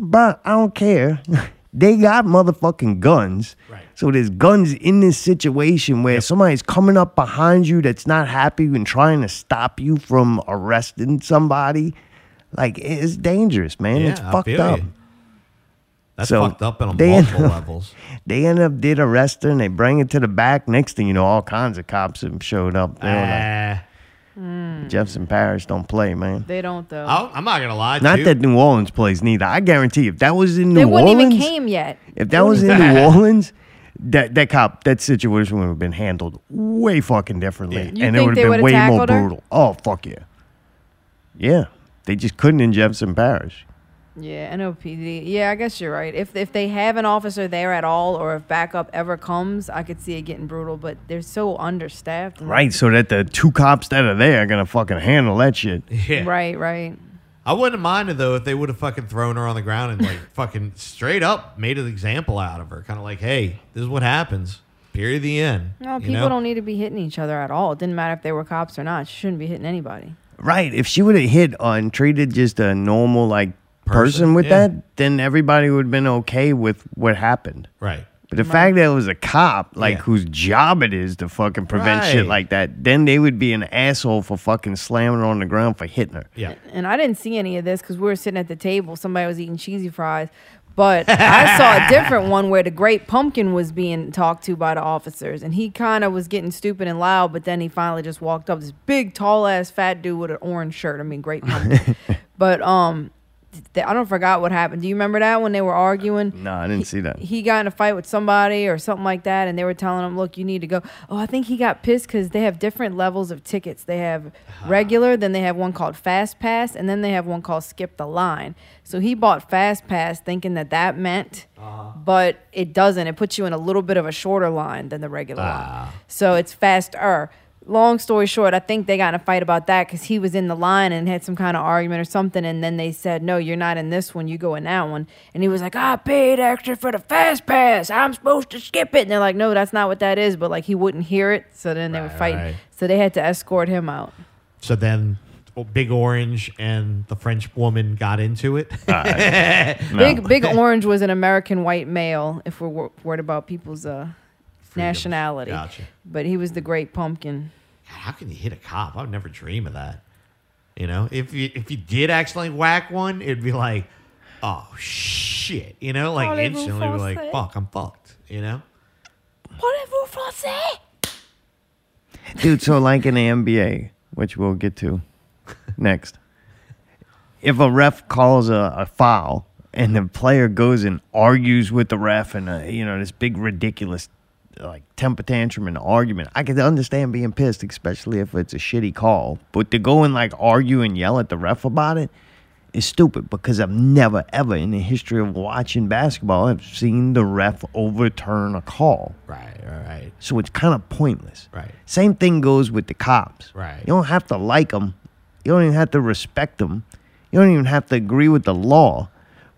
B: But I don't care. they got motherfucking guns.
D: Right.
B: So there's guns in this situation where somebody's coming up behind you that's not happy and trying to stop you from arresting somebody. Like it's dangerous, man. it's
D: I
B: fucked
D: feel
B: up.
D: you. That's
B: So,
D: fucked up on
B: they- [LAUGHS]
D: multiple levels.
B: They end up did arrest her and they bring it to the back. Next thing you know, all kinds of cops have showed up. They were like,
D: Eh,
B: Jefferson Parish don't play, man.
C: They don't though.
D: I'll- I'm not gonna lie.
B: Not
D: too.
B: that New Orleans plays neither. I guarantee if that was in
C: they
B: New
C: wouldn't
B: Orleans,
C: even came yet.
B: if that was in New
D: [LAUGHS]
B: Orleans, that that cop that situation would have been handled way fucking differently,
C: You
B: and it
C: think
B: would
C: they
B: have been
C: would've
B: way more
C: tackled her?
B: brutal. Oh fuck yeah, yeah. They just couldn't in Jefferson Parish.
C: Yeah, NOPD. Yeah, I guess you're right. If if they have an officer there at all, or if backup ever comes, I could see it getting brutal. But they're so understaffed. and-
B: Right, so that the two cops that are there are gonna fucking handle that shit.
D: [LAUGHS] Yeah.
C: Right. Right.
D: I wouldn't have minded though if they would have fucking thrown her on the ground and like fucking straight up made an example out of her. Kind of like, hey, this is what happens. Period. The end.
C: No,
D: You
C: people
D: know?
C: don't need to be hitting each other at all. It didn't matter if they were cops or not. She shouldn't be hitting anybody.
B: Right, if she would have hit and treated just a normal like person,
D: Person,
B: with
D: yeah.
B: that, then everybody would have been okay with what happened.
D: Right.
B: But the fact that it was a cop, like
D: Yeah.
B: whose job it is to fucking prevent
D: Right.
B: shit like that, then they would be an asshole for fucking slamming her on the ground for hitting her.
C: [LAUGHS]
D: Yeah.
C: And I didn't see any of this because we were sitting at the table. Somebody was eating cheesy fries. But I saw a different one where the great pumpkin was being talked to by the officers. And he kind of was getting stupid and loud. But then he finally just walked up. This big, tall ass fat dude with an orange shirt. I mean, great pumpkin. but um, th- I don't forgot what happened. Do you remember that when they were arguing?
B: No, I didn't see that.
C: he got in a fight with somebody or something like that, and they were telling him, "Look, you need to go." Oh, I think he got pissed because they have different levels of tickets. They have regular, then they have one called Fast Pass, and then they have one called Skip the Line. So he bought Fast Pass, thinking that that meant, but it doesn't. It puts you in a little bit of a shorter line than the regular line, so it's faster. Long story short, I think they got in a fight about that because he was in the line and had some kind of argument or something. And then they said, No, you're not in this one. You go in that one. And he was like, I paid extra for the fast pass. I'm supposed to skip it. And they're like, No, that's not what that is. But like, he wouldn't hear it. So then they were
D: Right,
C: fighting.
D: right.
C: So they had to escort him out.
D: So then, oh, Big Orange and the French woman got into it. [LAUGHS]
C: Big Big Orange was an American white male, if we're wor- worried about people's uh, nationality.
D: Gotcha.
C: But he was the great pumpkin.
D: How can you hit a cop? I would never dream of that. You know, if you if you did accidentally whack one, it'd be like, oh shit. You know, like
C: Parlez-vous
D: instantly, be
C: français?
D: like, fuck, I'm fucked. You know.
C: Parlez-vous français?
B: Dude, so like in the NBA, which we'll get to next, if a ref calls a, a foul and the player goes and argues with the ref and, uh, you know, this big ridiculous like temper tantrum and argument, I can understand being pissed, especially if it's a shitty call. But to go and like argue and yell at the ref about it is stupid because I've never, ever in the history of watching basketball, have seen the ref overturn a call.
D: Right. Right. Right.
B: So it's kind of pointless.
D: Right.
B: Same thing goes with the cops.
D: Right.
B: You don't have to like them. You don't even have to respect them. You don't even have to agree with the law.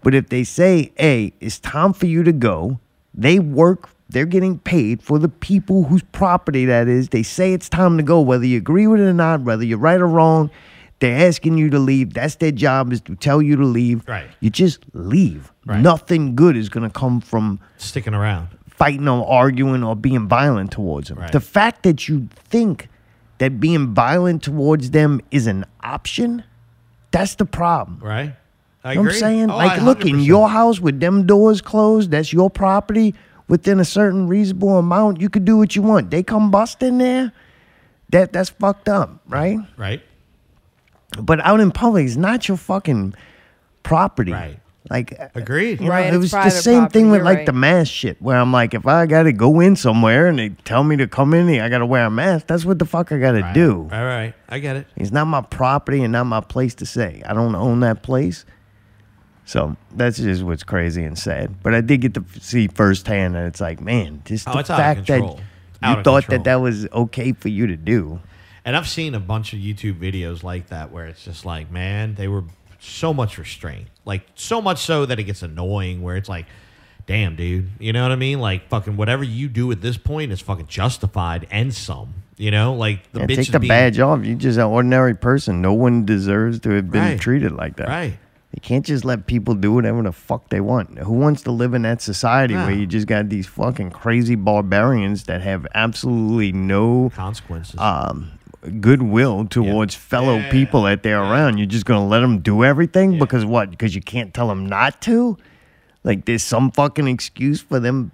B: But if they say, hey, it's time for you to go, they work, they're getting paid for the people whose property that is. They say it's time to go, whether you agree with it or not, whether you're right or wrong. They're asking you to leave. That's their job is to tell you to leave.
D: Right.
B: You just leave.
D: Right.
B: Nothing good is going to come from
D: Sticking around.
B: fighting or arguing or being violent towards them.
D: Right.
B: The fact that you think that being violent towards them is an option, that's the problem.
D: Right. I
B: You know what
D: agree.
B: I'm saying?
D: Oh,
B: like,
D: I
B: look, in
D: 100%.
B: your house with them doors closed, that's your property. Within a certain reasonable amount, you could do what you want. They come bust in there, that that's fucked up, right?
D: right.
B: But out in public, it's not your fucking property.
D: Right.
B: Like
D: Agreed.
B: you know,
C: Right,
B: it
C: it's
B: was the
C: private
B: same
C: property,
B: thing with
C: you're
B: like
C: right.
B: the mask shit, where I'm like, if I gotta go in somewhere and they tell me to come in, here, I gotta wear a mask. That's what the fuck I gotta
D: Right.
B: do.
D: Right, right. I get it.
B: It's not my property and not my place to say. I don't own that place. So that's just what's crazy and sad. But I did get to f- see firsthand that it's like, man, just
D: Oh,
B: the
D: it's out of
B: fact that
D: control. Out
B: you
D: of
B: thought
D: control.
B: that that was okay for you to do.
D: And I've seen a bunch of YouTube videos like that where it's just like, man, they were so much restraint. Like, so much so that it gets annoying where it's like, damn, dude. You know what I mean? Like, fucking whatever you do at this point is fucking justified and some. You know? Like, the
B: And
D: bitch
B: take
D: is
B: the
D: being-
B: badge off. You're just an ordinary person. No one deserves to have been
D: Right.
B: treated like that.
D: Right.
B: They can't just let people do whatever the fuck they want. Who wants to live in that society
D: No.
B: where you just got these fucking crazy barbarians that have absolutely no
D: Consequences.
B: um, goodwill towards fellow people that they're around. You're just gonna let them do everything because what? Because you can't tell them not to. Like there's some fucking excuse for them,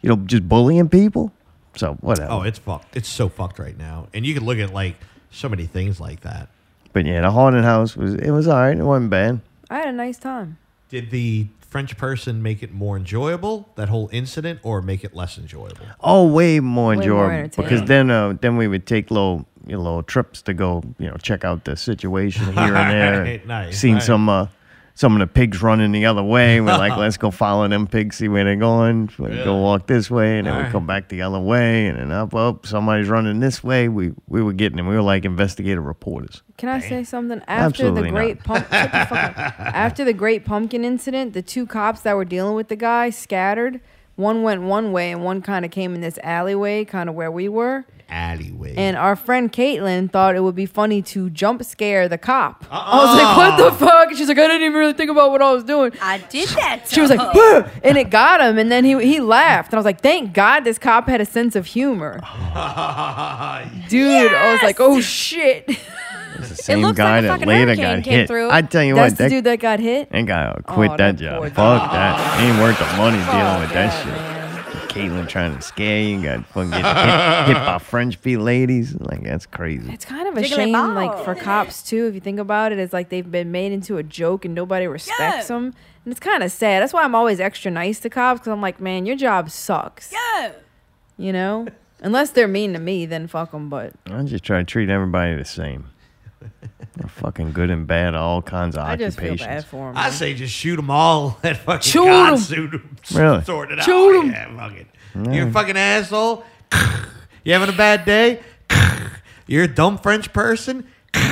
B: you know, just bullying people. So whatever.
D: oh, it's fucked. It's so fucked right now. And you can look at like so many things like that.
B: but yeah, the haunted house was it was all right. It wasn't bad.
C: I had a nice time.
D: Did the French person make it more enjoyable, that whole incident, or make it less enjoyable?
B: Oh, way more
C: more
B: enjoyable because
C: entertaining.
B: then uh, then we would take little you know, little trips to go you know check out the situation here and there.
D: Alright, nice,
B: Seen
D: alright.
B: some uh, some of the pigs running the other way. We're like, let's go follow them pigs, see where they're going. We Go walk this way, and then we
D: Alright.
B: come back the other way, and then up up. Somebody's running this way. We we were getting them. We were like investigative reporters.
C: Can I say something? After
B: Absolutely
C: the
B: not.
C: great pump, shut the
B: [LAUGHS]
C: fuck up. after the great pumpkin incident, the two cops that were dealing with the guy scattered. One went one way, and one kind of came in this alleyway, kind of where we were.
D: Alleyway.
C: And our friend Caitlin thought it would be funny to jump scare the cop. I was like, "What the
B: Uh-uh.
C: fuck?" She's like, "I didn't even really think about what I was doing."
F: I did that.
C: She was like,
F: dog.
C: "Bleh," and it got him. And then he he laughed, and I was like, "Thank God this cop had a sense
B: [LAUGHS]
C: of humor." Dude, I was like, "Oh shit!"
B: It's the same
F: looks like
B: guy
F: a
B: that
F: fucking
B: later
F: hurricane
B: got
F: came
B: hit.
F: through.
B: I tell you
C: That's
B: what,
C: the
B: that,
C: dude that got hit.
B: that guy quit
C: Oh,
B: that
C: that
B: job.
C: poor
B: Fuck that. Ain't worth the money dealing with that shit.
C: Man.
B: Caitlyn trying to scare you, got fucking get hit, hit
C: [LAUGHS]
B: by French feet ladies. Like that's crazy.
C: It's kind of a
F: Jiggly
C: shame,
F: ball.
C: like for cops too. If you think about it, it's like they've been made into a joke and nobody respects
F: Yeah.
C: them, and it's kind of sad. That's why I'm always extra nice to cops because I'm like, man, your job sucks.
F: Yo,
C: You know, unless they're mean to me, then fuck them. But
B: I just try to treat everybody the
C: [LAUGHS]
B: same. They're fucking good and bad, at all kinds of
C: I just feel
B: occupations.
C: bad for
D: I
C: them.
D: say just shoot them all [LAUGHS] at fucking
C: Shoot 'em.
D: God suit 'em.
B: Really?
D: [LAUGHS] Sort it out.
C: Shoot 'em.
D: Yeah, fuck it. You're a fucking asshole. [LAUGHS] you having a bad day? [LAUGHS] You're a dumb French person? [LAUGHS]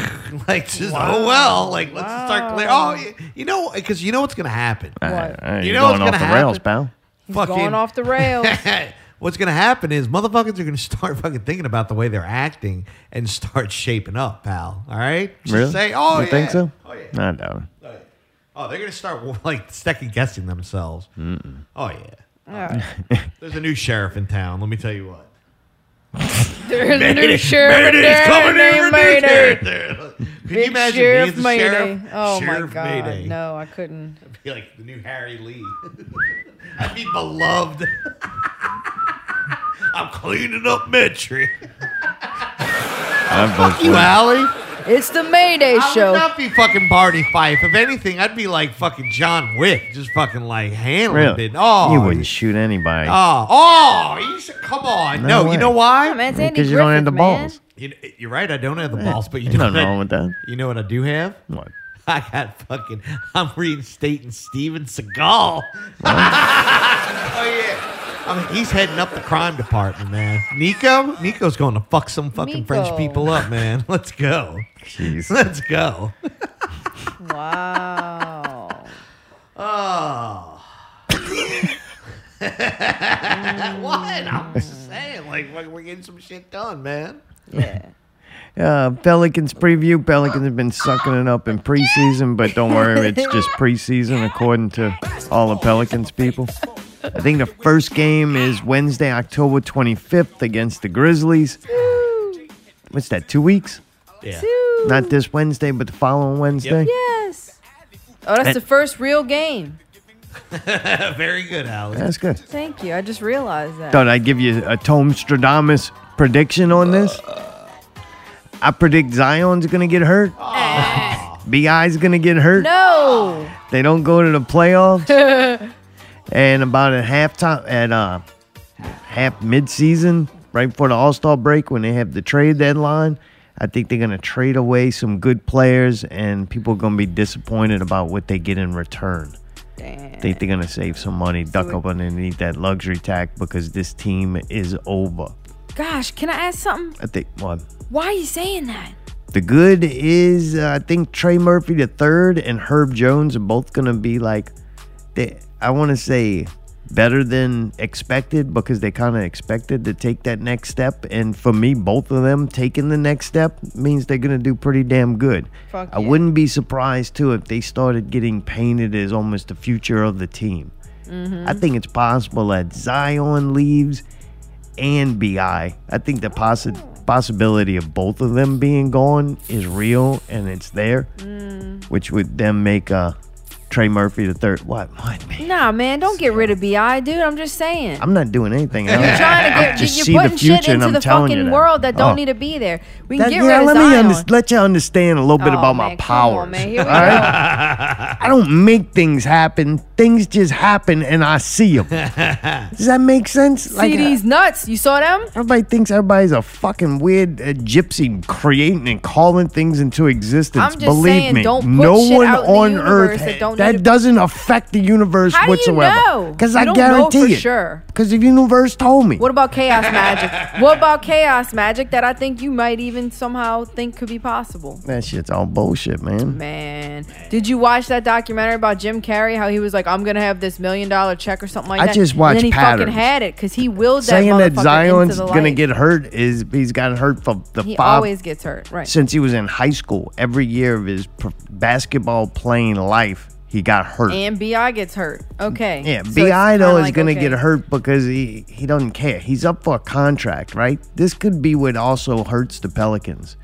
D: like, just, oh well. Like, let's just start clear. Oh, you, you know, because you know what's going to happen.
C: What?
B: All right,
D: You
B: you're
D: know what's
B: going off the
D: gonna
B: rails,
D: happen?
B: pal.
C: Going off the
D: [LAUGHS]
C: rails.
D: What's going to happen is motherfuckers are going to start [LAUGHS] fucking thinking about the way they're acting and start shaping up, pal. All right? Just
B: Really?
D: say, oh,
B: you
D: yeah.
B: think so?
D: Oh, yeah.
B: I doubt it.
D: Oh, they're gonna start [LAUGHS] like second guessing themselves. Oh yeah,
C: Alright.
D: there's a new sheriff in town. Let me tell you what.
C: There's a new sheriff
D: Mayday's
C: there
D: coming
C: named
D: in.
C: Mayday.
D: Mayday. Can you imagine
C: Sheriff
D: being the
C: Mayday.
D: sheriff?
C: Oh
D: sheriff
C: my god.
D: Mayday.
C: No, I couldn't.
D: Be like the new Harry Lee. [LAUGHS] I'd be beloved. [LAUGHS] I'm cleaning up
C: [LAUGHS]
D: Metry.
B: I vote for
D: You
B: it.
D: Allie?
C: It's the Mayday
D: I
C: show.
D: would not be fucking Barney Fife. If anything, I'd be like fucking John Wick, just fucking like handling
B: Really?
D: it. Oh,
B: you wouldn't shoot anybody.
D: Oh, oh, you should, come on.
B: No
D: No,
B: way.
D: you know
C: Yeah,
D: why?
C: man, it's Andy
B: Because you don't have the
C: Griffith, man.
B: balls.
D: You, you're right. I don't have
B: Eh.
D: the balls, but you
B: Ain't
D: know,
B: nothing
D: what I-
B: wrong with that.
D: you know what I do have? [LAUGHS]
B: What?
D: I got fucking. I'm reinstating Steven Seagal. [LAUGHS] oh yeah. I mean, he's heading up the crime department, man. Nico, Nico's going to fuck some fucking French
C: Nico.
D: people up, man. [LAUGHS] Let's go.
B: Jeez.
D: Let's go.
C: Wow. [LAUGHS]
D: Oh. [LAUGHS] what? I'm just saying, like, fucking we're getting some shit done, man.
C: Yeah.
B: Uh, Pelicans preview. Pelicans have been sucking it up in preseason, but don't worry, it's just preseason according to all the Pelicans people. I think the first game is Wednesday, October 25th against the Grizzlies. What's that, two weeks?
D: Yeah.
C: Woo.
B: Not this Wednesday, but the following Wednesday?
C: Yes. Oh, that's the first real game.
D: [LAUGHS] Very good, Alex.
B: That's good.
C: Thank you. I just realized that.
B: Thought I'd give you a Tom Stradamus prediction on this. I predict Zion's going to get hurt. B.I.'s going to get hurt.
C: No.
B: They don't go to the playoffs. and about at halftime, at uh, half mid-season, right before the All-Star break, when they have the trade deadline, I think they're gonna trade away some good players, and people are gonna be disappointed about what they get in return. I think they're gonna save some money, duck up underneath that luxury tax because this team is over.
C: Gosh, can I ask something?
B: I think one.
C: Why are you saying that?
B: The good is, uh, I think Trey Murphy the third and Herb Jones are both gonna be like, they, I want to say, better than expected because they kind of expected to take that next step. And for me, both of them taking the next step means they're going to do pretty damn good.
C: Fuck
B: I
C: yeah.
B: wouldn't be surprised, too, if they started getting painted as almost the future of the team.
C: Mm-hmm.
B: I think it's possible that Zion leaves and BI. I think the possi- possibility of both of them being gone is real and it's there, which would then make uh, Trey Murphy the third. What? What, man?
C: Nah, man, don't get rid of Bi, dude. I'm just saying.
B: I'm not doing anything. Else.
C: [LAUGHS] You're
B: [LAUGHS]
C: trying to get,
B: just
C: you're
B: see the
C: putting shit
B: future and
C: into
B: I'm
C: the
B: telling you
C: fucking
B: that.
C: world that don't
B: Oh.
C: need to be there. We
B: That-
C: can get
B: yeah,
C: rid
B: let
C: of
B: me
C: Zion.
B: underst- let you understand a little bit
C: Oh,
B: about my
C: man, come on,
B: powers.
C: man, here we
B: all right? I don't make things happen. Things just happen, and I see
C: [LAUGHS]
B: them. Does that make sense?
C: See these nuts? You saw them?
B: Everybody thinks everybody's a fucking weird uh, gypsy creating and calling things into existence.
C: I'm just
B: Believe
C: saying,
B: me,
C: don't put
B: no
C: shit
B: one
C: out in the
B: on
C: universe
B: earth
C: that don't need to-
B: doesn't affect the universe
C: How do you
B: whatsoever.
C: know? You
B: I
C: don't know
B: guarantee
C: for
B: it.
C: sure.
B: Because the universe told me.
C: What about chaos magic? what about chaos magic that I think you might even somehow think could be possible?
B: that shit's all bullshit, man.
C: Man, did you watch that documentary about Jim Carrey? How he was like, "I'm gonna have this million dollar check or something like
B: I
C: that."
B: just
C: And
B: watched
C: then he
B: Patterns.
C: fucking had it because he willed that
B: Saying that
C: motherfucker
B: Zion's
C: into the
B: gonna
C: light.
B: get hurt is he's gotten hurt for the
C: He
B: five
C: always gets hurt, right?
B: since he was in high school. Every year of his pro- basketball playing life, he got hurt.
C: and Bi gets hurt. Okay.
B: Yeah,
C: So it's
B: Bi
C: kinda
B: though is
C: like,
B: gonna
C: okay.
B: get hurt because he he doesn't care. He's up for a contract, right? This could be what also hurts the Pelicans.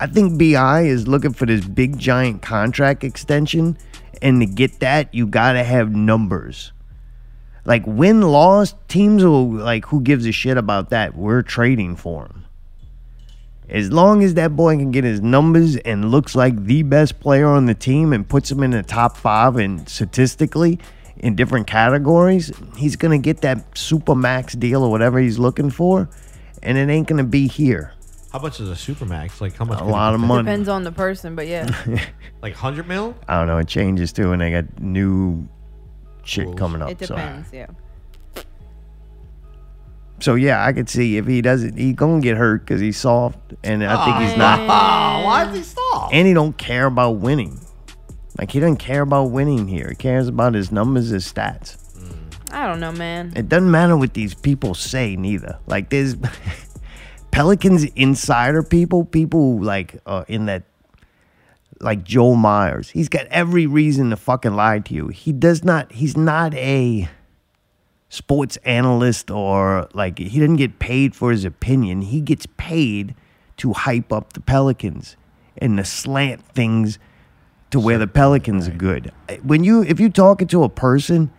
B: I think Bi is looking for this big giant contract extension, and to get that, you gotta have numbers. Like win loss, teams will like who gives a shit about that? We're trading for him. As long as that boy can get his numbers and looks like the best player on the team and puts him in the top five and statistically in different categories, he's gonna get that super max deal or whatever he's looking for, and it ain't gonna be here.
D: How much is a Supermax? Like how much?
B: A
D: could it
B: lot of
D: be?
B: money.
C: Depends on the person,
B: [LAUGHS]
C: but yeah.
D: Like hundred mil?
B: I don't know. It changes too, and they got new shit
D: Rules.
B: coming up.
C: It
B: so-
C: depends, yeah.
B: So, yeah, I could see if he doesn't, he gonna get hurt because he's soft, and I think he's not.
D: [LAUGHS] Ah, why did he stop?
B: and he don't care about winning. Like he doesn't care about winning here. He cares about his numbers, his stats.
C: I don't know, man.
B: It doesn't matter what these people say, neither. Like there's [LAUGHS] Pelicans insider people, people who like uh, in that, like Joel Myers. He's got every reason to fucking lie to you. He does not. He's not a sports analyst or like he didn't get paid for his opinion. He gets paid to hype up the Pelicans and to slant things to where the Pelicans are good. When you if you talking to a person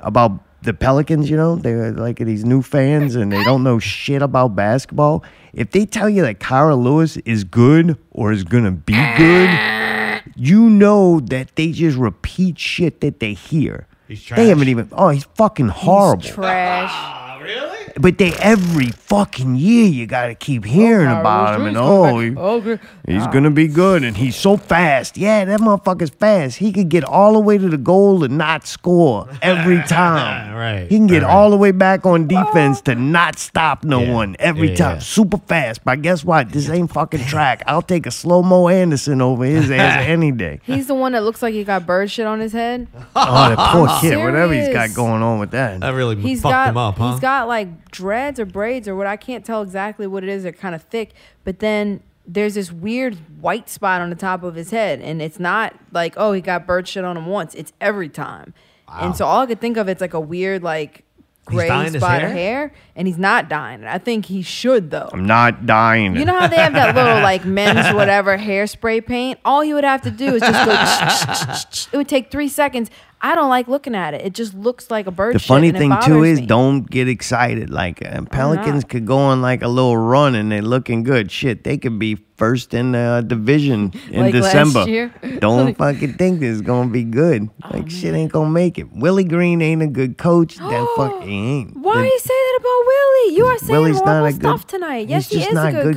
B: about the Pelicans, you know, they're like these new fans and they don't know shit about basketball. If they tell you that Kyra Lewis is good or is gonna be good, you know that they just repeat shit that they hear.
D: He's trash.
B: They haven't even. Oh, he's fucking horrible.
C: Trash.
D: Ah, really?
B: but they every fucking year you gotta keep hearing about him and oh, he- he's gonna be good and he's so fast. Yeah, that motherfucker's fast. He could get all the way to the goal and not score
D: [LAUGHS]
B: every time.
D: Right,
B: He can get
D: right.
B: all the way back on defense to not stop no
D: Yeah,
B: one every
D: yeah,
B: time.
D: yeah.
B: Super fast. But guess what? This ain't fucking track. I'll take a slow mo Anderson over
D: [LAUGHS]
B: his ass any day.
C: He's the one that looks like he got bird shit on his
D: [LAUGHS]
C: head.
B: Oh, that poor kid, whatever he's got
C: serious.
B: going on with that.
D: That really
C: He's
D: fucked
C: got
D: him up, huh?
C: he's got like dreads or braids or what I can't tell exactly what it is. They're kind of thick, but then there's this weird white spot on the top of his head, and it's not like oh he got bird shit on him once. It's every time, and so all I could think of it's like a weird like gray
D: dyeing his
C: spot of
D: hair?
C: hair, and he's not dying. it. I think he should though.
B: I'm not dying.
C: You know how they have that little like men's whatever hairspray paint? All you would have to do is just go. it would take three seconds. I don't like looking at it. It just looks like a bird.
B: the
C: shit,
B: funny
C: and it
B: thing too
C: bothers
B: is
C: me. [GASPS]
B: don't get excited like uh, pelicans could go on like a little run and they're looking good shit they could be first in the uh,
C: [LAUGHS]
B: division in
C: Like last
B: december
C: year?
B: [LAUGHS]
C: Oh,
B: don't fucking think this is gonna be good like shit ain't gonna make it willie green ain't a good coach
C: [GASPS]
B: that fuck he ain't
C: Why do
B: That-
C: you say that about Willie? You are saying
B: Willie's not
C: horrible
B: a good-
C: stuff tonight. Yes,
B: he's
C: he
B: just
C: is
B: not
C: a
B: a good
C: good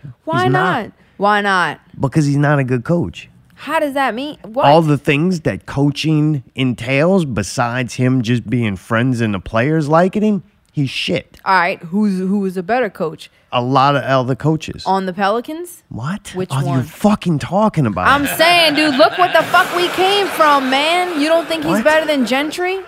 B: coach. He's
C: Why not?
B: not.
C: Why not?
B: because he's not a good coach
C: How does that mean? What?
B: all the things that coaching entails besides him just being friends and the players liking him he's shit
C: All right, who's who was a better coach
B: a lot of other coaches
C: on the Pelicans?
B: what
C: which
B: are
C: one?
B: you fucking talking about
C: I'm saying, dude, look what the fuck we came from, man. You don't think he's
B: What?
C: better than Gentry?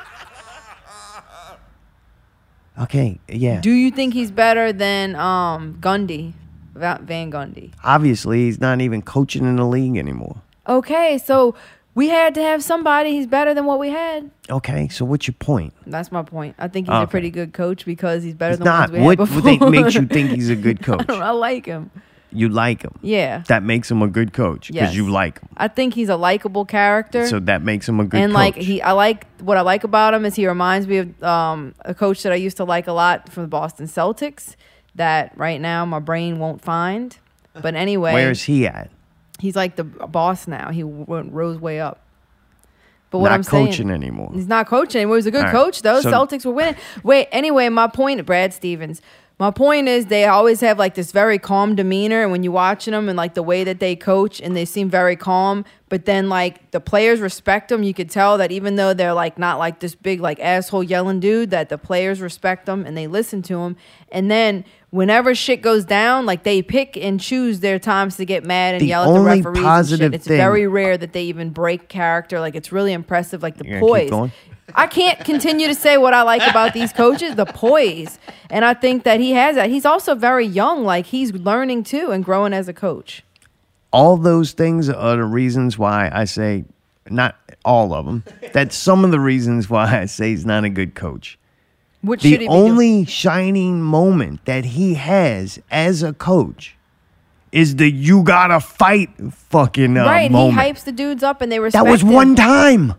B: Okay, yeah.
C: Do you think he's better than um Gundy, Va- Van Gundy?
B: Obviously, he's not even coaching in the league anymore.
C: Okay, so we had to have somebody. He's better than what we had.
B: Okay, so what's your point?
C: That's my point. I think he's a
B: Okay.
C: pretty good coach because he's better
B: He's
C: than the ones
B: not.
C: we had
B: What,
C: before.
B: what they- makes
C: [LAUGHS]
B: you think he's a good
C: I,
B: coach?
C: don't know, I like him.
B: You like him.
C: Yeah,
B: That makes him a good coach because
C: Yes.
B: you like him.
C: I think he's a likable character.
B: So that makes him a good
C: and
B: coach.
C: like he, I like what I like about him is he reminds me of um, a coach that I used to like a lot from the Boston Celtics. That right now my brain won't find. But anyway,
B: Where is he at?
C: he's like the boss now. He went rose way up. But what
B: Not
C: I'm saying,
B: coaching anymore.
C: he's not coaching anymore. He's a good
B: All right,
C: coach though.
B: so-
C: Celtics were winning. Wait, anyway, my point, Brad Stevens. My point is they always have like this very calm demeanor, and when you watching them and like the way that they coach, and they seem very calm. But then like the players respect them. You could tell that even though they're like not like this big like asshole yelling dude, that the players respect them and they listen to him. And then whenever shit goes down, like they pick and choose their times to get mad and
B: The
C: yell at the
B: only
C: referees. and shit.
B: positive
C: It's
B: thing-
C: very rare that they even break character. Like it's really impressive. Like the
B: You're gonna keep
C: poise.
B: going?
C: I can't continue to say what I like about these coaches, the poise. And I think that he has that. He's also very young, like he's learning too and growing as a coach.
B: all those things are the reasons why I say, not all of [LAUGHS] them, that's some of the reasons why I say he's not a good coach.
C: What should
B: The
C: he be doing?
B: only shining moment that he has as a coach is the you gotta fight fucking uh,
C: right?
B: moment.
C: He hypes the dudes up and they respect.
B: that was
C: him.
B: one time.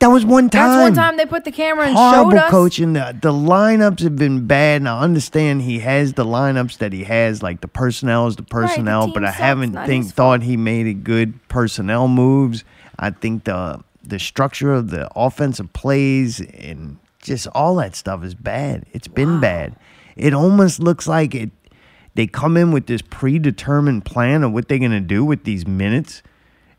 B: That was one time.
C: That's one time they put the camera and
B: Horrible
C: showed us.
B: coaching. The, the lineups have been bad, and I understand he has the lineups that he has. Like the personnel is the
C: the
B: personnel,
C: team
B: but I
C: sucks,
B: haven't
C: not
B: think
C: his
B: thought he made a good personnel moves. I think the the structure of the offensive plays and just all that stuff is bad. It's been bad. It almost looks like it. They come in with this predetermined plan of what they're gonna do with these minutes,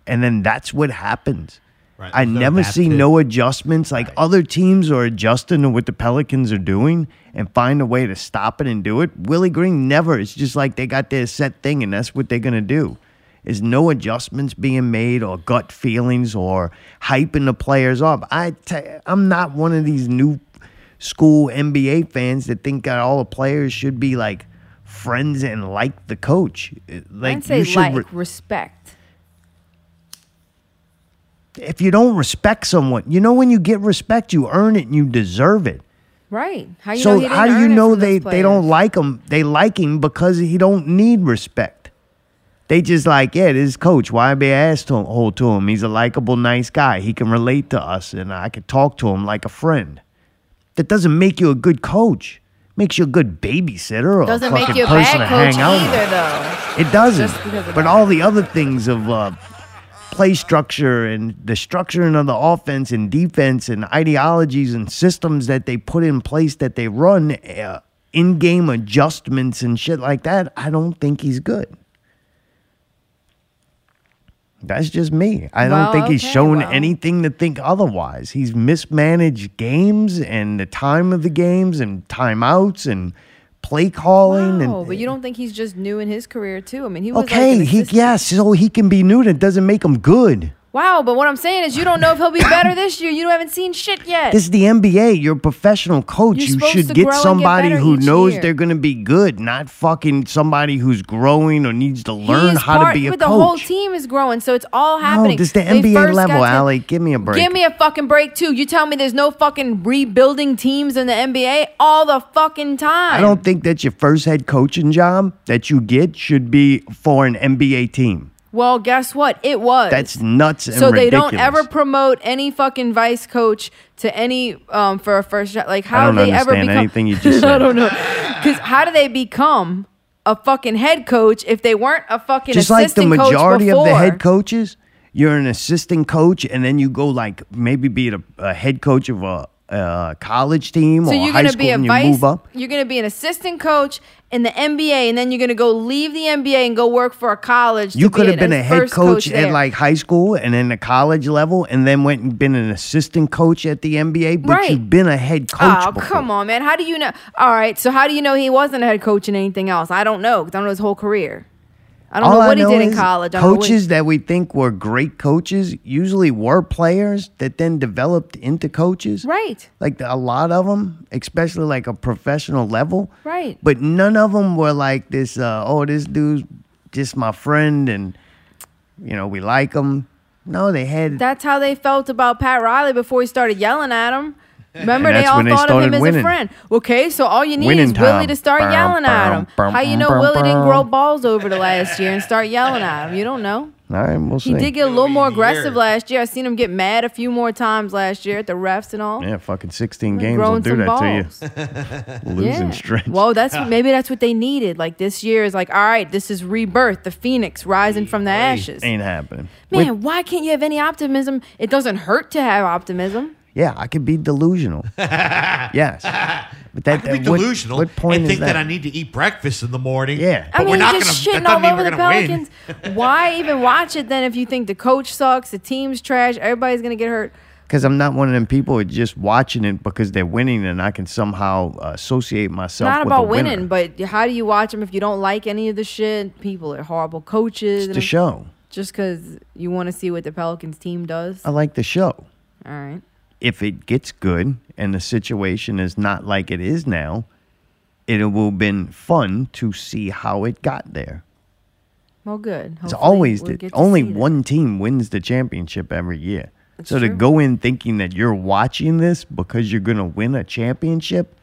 B: and then that's what happens.
D: Right,
B: I
D: there's no
B: never see
D: adaptive-
B: no adjustments. Like other teams are adjusting to what the Pelicans are doing and find a way to stop it and do it. Willie Green never. It's just like they got their set thing and that's what they're gonna do. Is no adjustments being made or gut feelings or hyping the players up. I t- I'm not one of these new school NBA fans that think that all the players should be like friends and like the coach. Like
C: I'd say
B: you should
C: like
B: re-
C: respect.
B: if you don't respect someone, you know when you get respect, you earn it and you deserve it.
C: Right? How you know
B: so
C: he didn't
B: how do you
C: earn it
B: know
C: from those
B: they, they don't
C: players?
B: like him? They like him because he don't need respect. They just like, yeah, this coach, why be asshole to him? He's a likable, nice guy. He can relate to us and I could talk to him like a friend. That doesn't make you a good coach. Makes you a good babysitter or a
C: Doesn't make
B: fucking
C: you a
B: person
C: bad
B: to hang
C: coach
B: out with.
C: either, though.
B: It doesn't.
C: Just because of
B: But
C: that.
B: all the other things of uh, play structure and the structuring of the offense and defense and ideologies and systems that they put in place that they run, uh, in game adjustments and shit like that, I don't think he's good. That's just me. I don't
C: Well,
B: think he's
C: okay,
B: shown
C: well.
B: anything to think otherwise. He's mismanaged games and the time of the games and timeouts and play calling
C: Wow,
B: and
C: but you don't think he's just new in his career too? I mean, he was
B: Okay,
C: Like an
B: he
C: assistant.
B: yes, so he can be new. That doesn't make him good.
C: Wow, but what I'm saying is, you don't know if he'll [COUGHS] be better this year. You haven't seen shit yet.
B: This is the NBA. You're a professional coach.
C: You're
B: you
C: supposed
B: should
C: to
B: get
C: grow and get
B: somebody
C: better
B: who
C: each
B: knows
C: year.
B: they're going to be good, not fucking somebody who's growing or needs to learn
C: He is
B: how
C: part-
B: to be a
C: but
B: coach.
C: The whole team is growing, so it's all happening.
B: this is the
C: They
B: NBA
C: first
B: level,
C: got to-
B: Allie. Give me a break.
C: Give me a fucking break too. You tell me there's no fucking rebuilding teams in the NBA all the fucking time.
B: I don't think that your first head coaching job that you get should be for an NBA team.
C: Well, guess what? It was.
B: That's nuts and
C: so they don't
B: ridiculous.
C: ever promote any fucking vice coach to any um for a first shot. Like how
B: don't
C: they ever
B: understand
C: become
B: anything you
C: [LAUGHS]
B: just
C: I
B: said.
C: don't know because how do they become a fucking head coach if they weren't a fucking
B: just like the
C: assistant coach
B: majority of the
C: before?
B: head coaches you're an assistant coach and then you go like maybe be a, a head coach of a, a college team
C: So
B: or
C: you're
B: high
C: gonna
B: school
C: be a
B: and you
C: vice.
B: move up
C: You're gonna be an assistant coach in the NBA, and then you're gonna go leave the NBA and go work for a college.
B: you
C: to be
B: could have
C: an
B: been a
C: ass-
B: head
C: first
B: coach,
C: there.
B: at like high school and then the college level and then went and been an assistant coach at the nba but
C: Right.
B: you've been a head coach
C: Oh
B: before.
C: come on, man! How do you know? All right, so how do you know he wasn't a head coach in anything else? I don't know. 'cause I don't know his whole career. I don't
B: All
C: know what he
B: know
C: did in
B: is
C: college. I don't know what-
B: Coaches that we think were great coaches usually were players that then developed into coaches.
C: right?
B: Like a lot of them, especially like a professional level.
C: Right.
B: But none of them were like this. Uh, oh, this dude's just my friend, and you know we like him. No, they had.
C: That's how they felt about Pat Riley before he started yelling at him. Remember,
B: And
C: they
B: that's
C: all
B: when they
C: thought of
B: started
C: him as
B: winning.
C: a friend. Okay, so all you need
B: Winning
C: is Willie
B: time.
C: to start
B: Bum,
C: yelling at him.
B: bum,
C: How you know
B: bum,
C: Willie didn't
B: bum.
C: grow balls over the last year and start yelling at him? You don't know.
B: all right, we'll
C: He
B: see.
C: did get a little more aggressive
D: Weird.
C: last year. I seen him get mad a few more times last year at the refs and all.
B: yeah, fucking sixteen games will
C: Growing
B: do
C: some
B: that
C: balls.
B: to you. Losing
C: Yeah.
B: stretch.
C: Well,
D: [LAUGHS]
C: that's maybe that's what they needed. Like this year is like, all right, this is rebirth, the phoenix rising from the
B: [LAUGHS]
C: ashes.
B: ain't happening. With-
C: Man, why can't you have any optimism? It doesn't hurt to have optimism.
B: Yeah, I could be
D: [LAUGHS]
B: delusional. yes, but that,
D: I could be
B: that- what-
D: delusional
B: What, point
D: and
B: is
D: think that?
B: that?
D: I need to eat breakfast in the morning.
B: Yeah.
D: but
C: I mean,
D: we're not
C: you're just
D: gonna.
C: shitting
D: That doesn't
C: all
D: mean
C: over
D: we're
C: the
D: gonna win.
C: Pelicans.
D: [LAUGHS]
C: why even watch it then if you think the coach sucks, the team's trash, everybody's gonna get hurt?
B: Because I'm not one of them people who just watching it because they're winning and I can somehow uh, associate myself.
C: Not
B: with
C: about
B: the winner.
C: winning, but how do you watch them if you don't like any of the shit? People are horrible coaches.
B: it's
C: and
B: the
C: I'm-
B: show.
C: Just because you want to see what the Pelicans team does.
B: I like the show.
C: All right.
B: If it gets good and the situation is not like it is now, it will have been fun to see how it got there.
C: Well, good.
B: It's
C: Hopefully
B: always
C: we'll
B: the,
C: get to
B: only
C: see that.
B: one team wins the championship every year.
C: That's
B: so to
C: true.
B: go in thinking that you're watching this because you're going to win a championship,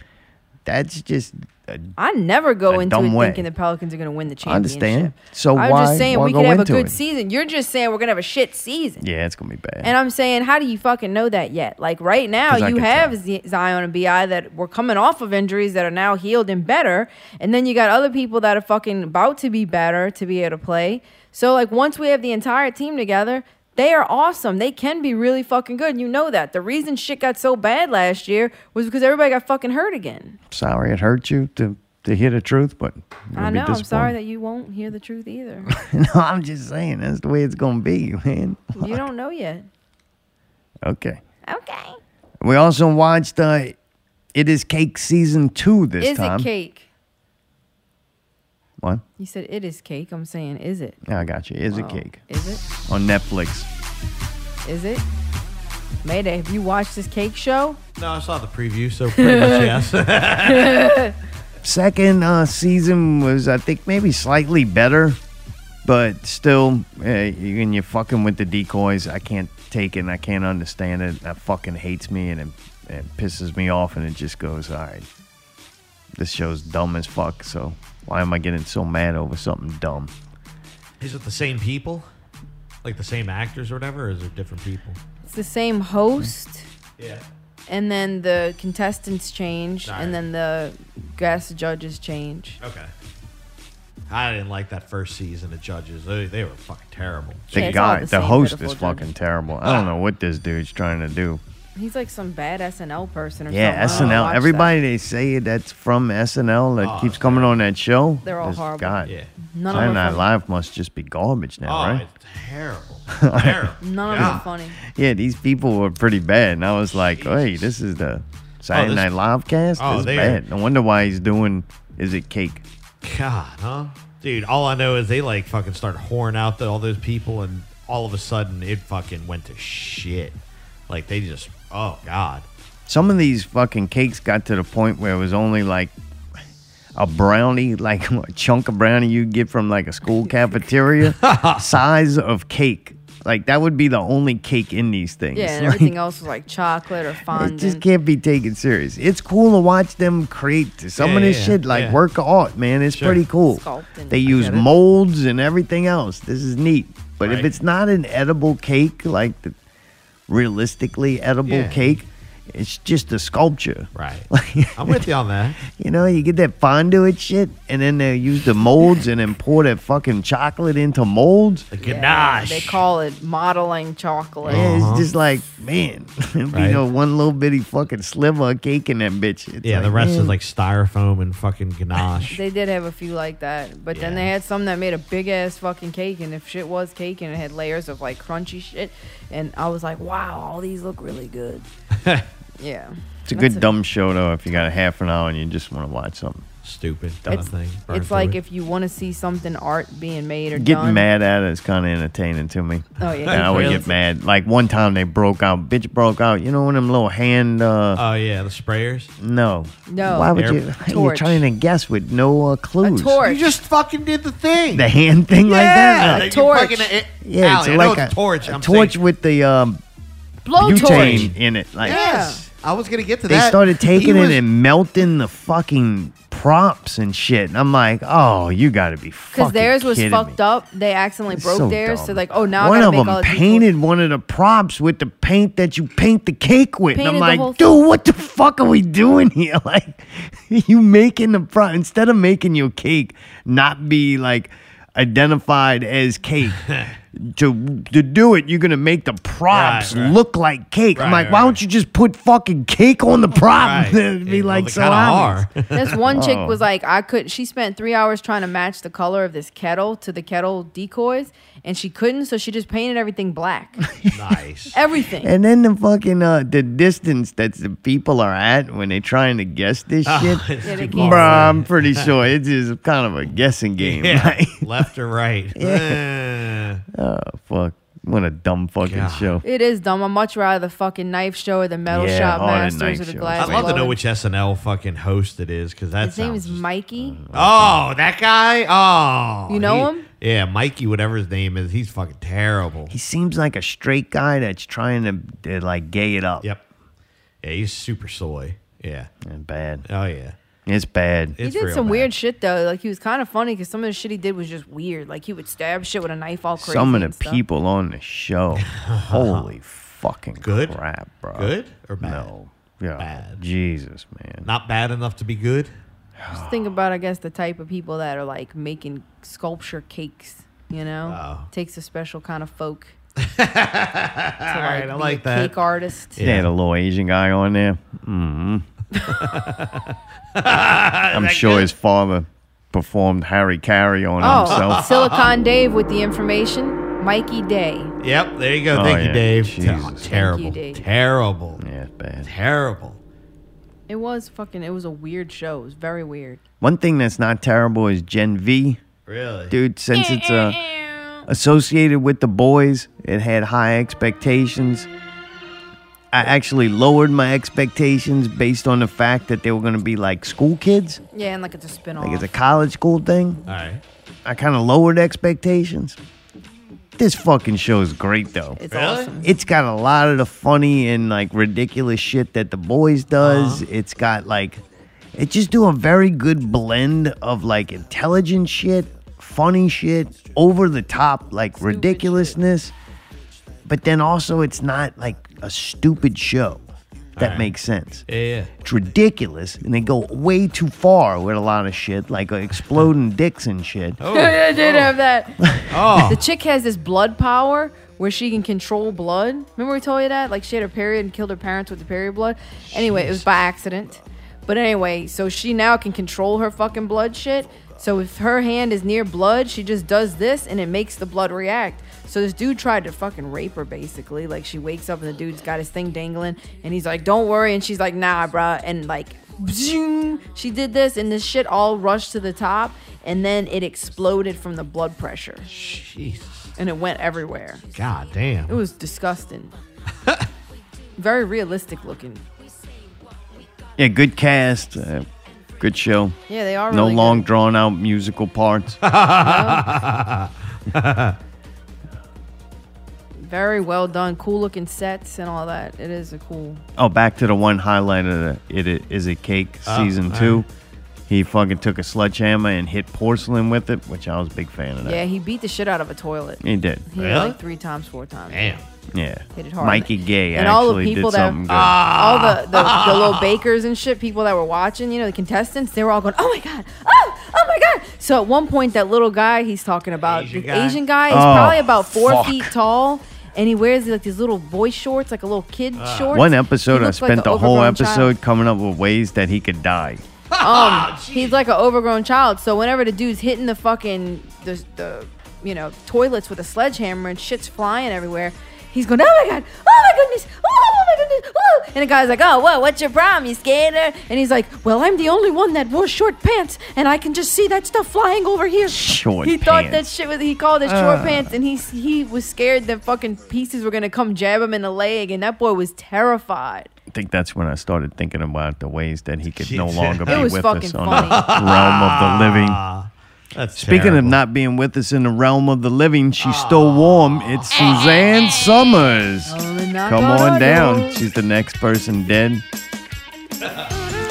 B: that's just uh, a
C: I never go
B: a
C: into
B: dumb
C: it
B: way.
C: thinking the Pelicans are going to win the
B: I
C: championship.
B: understand. So
C: I'm
B: why-
C: just saying
B: why
C: we
B: go
C: could have a
B: into
C: good
B: it?
C: season. You're just saying we're going to have a shit season.
B: yeah, it's going to be bad.
C: And I'm saying, how do you fucking know that yet? Like right now,
B: 'Cause I
C: you
B: can
C: have
B: tell.
C: Z- Zion and Bi that were coming off of injuries that are now healed and better, and then you got other people that are fucking about to be better to be able to play. So like once we have the entire team together, they are awesome. They can be really fucking good. And you know that. The reason shit got so bad last year was because everybody got fucking hurt again.
B: sorry it hurt you to to hear the truth, but you'll
C: I
B: be
C: know. I'm sorry
B: disappointed.
C: that you won't hear the truth either.
B: [LAUGHS] no, I'm just saying that's the way it's gonna be, man.
C: you don't
B: [LAUGHS]
C: know yet.
B: Okay.
C: Okay.
B: We also watched uh, It Is Cake season two this
C: Is
B: time.
C: it cake?
B: What?
C: You said it is cake. I'm saying, is it?
B: Yeah, I got you. Is
C: Oh,
B: it cake
C: Is it?
B: on Netflix?
C: Is it? Mayday, have you watched this cake show?
D: No, I saw the preview,
C: [LAUGHS]
D: so pretty much yes.
B: Second uh, season was, I think, maybe slightly better, but still, uh, and you're fucking with the decoys. I can't take it. and I can't understand it. That fucking hates me, and it, it pisses me off. And it just goes, all right, this show's dumb as fuck. So why am I getting so mad over something dumb?
D: is it the same people, like the same actors or whatever? Or is it different people?
C: It's the same host,
D: Yeah.
C: and then the contestants change,
D: Alright.
C: and then the guest judges change.
D: Okay. I didn't like that first season of Judges. They, they were fucking terrible.
B: The
C: Yeah, it's all
B: guy,
C: the
B: the,
C: same
B: host is
C: pitiful judge.
B: fucking terrible. I don't know what this dude's trying to do.
C: He's like some bad SNL person or
B: Yeah,
C: something. I don't watch
B: SNL.
C: that.
B: Everybody they say that's from SNL that keeps coming on that show.
C: They're all
B: is-
C: horrible.
B: God,
D: Oh, Yeah.
C: None of
B: Saturday
C: them are
B: Night
C: funny.
B: Live must just be garbage
D: Oh,
B: now, right?
D: it's terrible.
B: [LAUGHS]
D: terrible.
C: None of them are
D: God.
C: funny.
B: Yeah, these people were pretty bad, and I was like, "Hey, this is the Saturday
D: Oh, this-
B: Night Live cast.
D: Oh,
B: this is
D: they-
B: bad. No wonder why he's doing. Is it cake?
D: God, huh? Dude, all I know is they like fucking start whoring out the, all those people, and all of a sudden it fucking went to shit. Like they just, oh God.
B: Some of these fucking cakes got to the point where it was only like a brownie, [LAUGHS] like a chunk of brownie you get from like a school cafeteria size of cake. Like that would be the only cake in these things.
C: Yeah, and
B: Like,
C: everything else was like chocolate
B: [LAUGHS]
C: or
B: It
C: fondant.
B: just can't be taken serious. It's cool to watch them create some
D: Yeah,
B: of
D: yeah,
B: this
D: yeah.
B: shit, like
D: Yeah.
B: work of art, man. It's
D: Sure.
B: pretty cool.
C: Sculpting,
B: They
C: I
B: use
C: get it.
B: molds and everything else. This is neat. But if
D: Right.
B: it's not an edible cake, like the realistically edible
D: Yeah.
B: cake, it's just a sculpture.
D: Right.
B: [LAUGHS] Like,
D: I'm with you
B: [LAUGHS]
D: on that.
B: you know, you get that fondue and shit, and then they use the molds and then pour that fucking chocolate into molds.
D: The
C: Yeah,
D: ganache.
C: They call it modeling chocolate.
B: Yeah, it's just like, man, [LAUGHS]
D: Uh-huh. Right.
B: you know, one little bitty fucking sliver of cake in that bitch. It's
D: yeah, the rest
B: man.
D: is like styrofoam and fucking
B: [LAUGHS]
D: ganache.
C: They did have a few like that, but then
D: Yeah.
C: they had some that made a big ass fucking cake, and if shit was cake and it
D: [LAUGHS]
C: had layers of like crunchy shit, and I was like, wow, all these look really good. Yeah.
B: It's a good dumb show though if you got a half an hour and you just want to watch something.
D: Stupid dumb
C: It's,
D: thing. Burn
C: it's
D: through
C: like
D: it.
C: if you want to see something art being made or
B: Getting
C: done.
B: mad at it is kind of entertaining to me.
C: Oh yeah.
B: And I would
D: Really?
B: get mad. Like one time they broke out, bitch broke out. You know when them little hand? Uh,
D: Oh yeah, the sprayers.
B: no,
C: No.
B: Why would
D: Air-
B: you? You're
C: Torch.
B: trying to guess with no uh, clues.
C: torch.
D: You just fucking did the thing.
B: The hand thing like that.
C: Yeah, a
B: Uh,
D: You
C: torch.
D: fucking- it-
B: yeah,
D: Allie, I
B: it's
D: know
B: like
D: it's
B: a
D: torch.
B: a
D: I'm
B: torch
D: saying-
B: with the um,
C: Blowtorch.
B: butane in it. Like
D: Yes, I was gonna get to
B: they
D: that.
B: started taking
D: He
B: it
D: was-
B: and melting the fucking props and shit. And I'm like, oh, you got to be fucking
C: Because theirs was
B: kidding
C: fucked
B: me.
C: up. They accidentally
B: It's
C: broke
B: so
C: theirs.
B: dumb.
C: So like, oh now
B: one
C: I gotta
B: of
C: make
B: them
C: all these
B: [LAUGHS]
C: people-
B: painted one of the props with the paint that you paint the cake with. and
C: Painted the
B: I'm
C: whole
B: like, dude, what the fuck are we doing here? [LAUGHS] Like, you making the prop instead of making your cake not be like identified as
C: [LAUGHS]
B: cake. To, to do it, you're gonna make the props
D: Right, right.
B: look like cake. I'm
D: Right,
B: like,
D: right,
B: why
D: right.
B: don't you just put fucking cake on the prop?
D: Right.
B: It'd [LAUGHS] be
D: Yeah, well,
B: like
D: they
B: so
D: kinda
B: obvious.
D: are.
C: This one
B: Oh.
C: chick was like, I could. She spent three hours trying to match the color of this kettle to the kettle decoys, and she couldn't. So she just painted everything black. [LAUGHS]
B: [LAUGHS]
D: nice.
C: everything.
B: And then the fucking uh, the distance that the people are at when they're trying to guess
C: [LAUGHS]
B: this
C: Oh,
B: shit.
C: Yeah, they
B: Bruh, Um,
C: can't
B: I'm pretty sure it's just kind of a guessing game. [LAUGHS]
D: Yeah,
B: Like,
D: left or right. Eh.
B: oh, fuck. What a dumb fucking
D: God.
B: show.
C: see. It is dumb. I'd much rather the fucking knife show or the metal
B: Yeah,
C: shop
B: all that
C: masters
B: knife
C: or the
B: show.
C: glass.
D: I'd love to know
C: blowing.
D: which SNL fucking host it is because that
C: His name
D: sounds
C: is
D: just-
C: Mikey.
D: Oh, that guy. Oh,
C: You know
D: he-
C: him?
D: Yeah, Mikey, whatever his name is, he's fucking terrible.
B: He seems like a straight guy that's trying to, uh like gay it up.
D: Yep. Yeah, he's super soy. Yeah.
B: And bad.
D: Oh yeah.
B: It's bad.
C: He
D: It's
C: did
D: real
C: some
D: bad.
C: weird shit though. Like he was kind of funny because some of the shit he did was just weird. Like he would stab shit with a knife all crazy.
B: Some of the
C: and stuff.
B: people on the
D: [LAUGHS]
B: show. Holy fucking
D: Good?
B: crap, bro.
D: Good or bad?
B: No. Yeah.
D: Bad.
B: Jesus, man.
D: Not bad enough to be good.
C: Just think about, I guess, the type of people that are like making sculpture cakes. You know,
D: Oh.
C: takes a special kind of
D: [LAUGHS]
C: folk. to,
D: All right, I
C: be
D: like
C: a
D: that.
C: Cake artist.
B: They had a little Asian guy on there. hmm
D: [LAUGHS]
B: I'm sure his father performed Harry Carey on
C: Oh,
D: [LAUGHS]
B: himself.
C: Silicon Dave with the information. Mikey Day.
D: Yep. There you go.
B: Oh,
D: Thank
B: yeah.
D: you, Dave.
B: Jesus.
D: Ter-
B: Thank you,
D: terrible.
C: Dave.
D: Terrible.
B: Yeah, it's bad.
D: Terrible.
C: It was fucking. It was a weird show. It was very weird.
B: One thing that's not terrible is Gen V,
D: Really.
B: dude. Since it's uh, associated with the boys, it had high expectations. I actually lowered my expectations based on the fact that they were going to be like school kids,
C: Yeah, and like it's a spin off.
B: like it's a college school thing.
D: All right.
B: I kind of lowered expectations. This fucking show is great though.
C: It's
D: Really?
C: awesome.
B: Mm-hmm. It's got a lot of the funny and like ridiculous shit that the boys does.
C: Uh-huh.
B: It's got like it just do a very good blend of like intelligent shit, funny shit, over the top like ridiculousness. But then also it's not like a stupid show. if That
D: Alright.
B: makes sense.
D: Yeah. yeah.
B: It's ridiculous and they go way too far with a lot of shit like uh, exploding dicks and shit.
C: [LAUGHS]
D: Oh.
C: I did have that.
D: oh.
C: The chick has this blood power where she can control blood. Remember we told you that? Like she had her period and killed her parents with the period blood. Anyway, it was by accident. But anyway, so she now can control her fucking blood shit. So if her hand is near blood, she just does this and it makes the blood react. So this dude tried to fucking rape her basically. Like she wakes up and the dude's got his thing dangling and he's like, "Don't worry," and she's like, "Nah, bruh," and like Zoom. She did this, and this shit all rushed to the top, and then it exploded from the blood pressure,
D: Jesus.
C: and it went everywhere.
D: God
C: It
D: damn.
C: was [LAUGHS] disgusting. Very realistic looking.
B: Yeah, good cast, uh, good show.
C: Yeah, they are.
B: no
C: really
B: long
C: Good.
B: drawn out musical parts.
C: Very well done. Cool looking sets and all that. It is a cool.
B: oh, back to the one highlight of the it I- is it cake season
D: Ah, all
B: two. He fucking took a sledgehammer and hit porcelain with it, which I was a big fan of that.
C: Yeah, he beat the shit out of a toilet.
B: He did.
C: He hit it
D: Really?
C: like three times, four times.
D: Damn.
B: Yeah.
C: Hit it hard.
B: Mikey Gay
C: And all the
B: actually did
C: people that- Ah.
B: something good.
C: all the,
B: [LAUGHS]
C: the, the little bakers and shit, people that were watching, you know, the contestants, they were all going, oh my God, oh, oh my God. So at one point, that little guy he's talking about,
D: Asian
C: the
D: guy?
C: Asian guy, is
B: Oh,
C: probably about four
B: fuck.
C: feet tall. And he wears like these little boy shorts, like a little kid shorts.
B: Ah. one
C: He
B: episode, I
C: looks like
B: spent
C: a
B: the whole
C: overgrown
B: episode
C: child.
B: coming up with ways that he could die.
C: He's like an overgrown child. So whenever the dude's hitting the fucking the, the you know toilets with a sledgehammer and shit's flying everywhere, He's going, oh my god, oh my goodness, oh, oh my goodness, oh. And the guy's like, oh, whoa, what's your problem, you skater? And he's like, well, I'm the only one that wore short pants, and I can just see that stuff flying over here.
B: Short
C: He thought that
B: pants.
C: shit was. He called it short pants, and he he was scared that fucking pieces were gonna come jab him in the leg, and that boy was terrified.
B: I think that's when I started thinking about the ways that he could no
D: Shit.
B: longer
D: It
B: be
C: was
B: with
C: fucking
B: us on
C: funny.
B: the realm of the living.
D: Ah, That's
B: Speaking of
D: terrible.
B: not being with us in the realm of the living, she's
C: Ah.
B: still warm. It's Suzanne Summers.
C: and I
B: Come
C: got
B: on down.
C: audio.
B: She's the next person dead.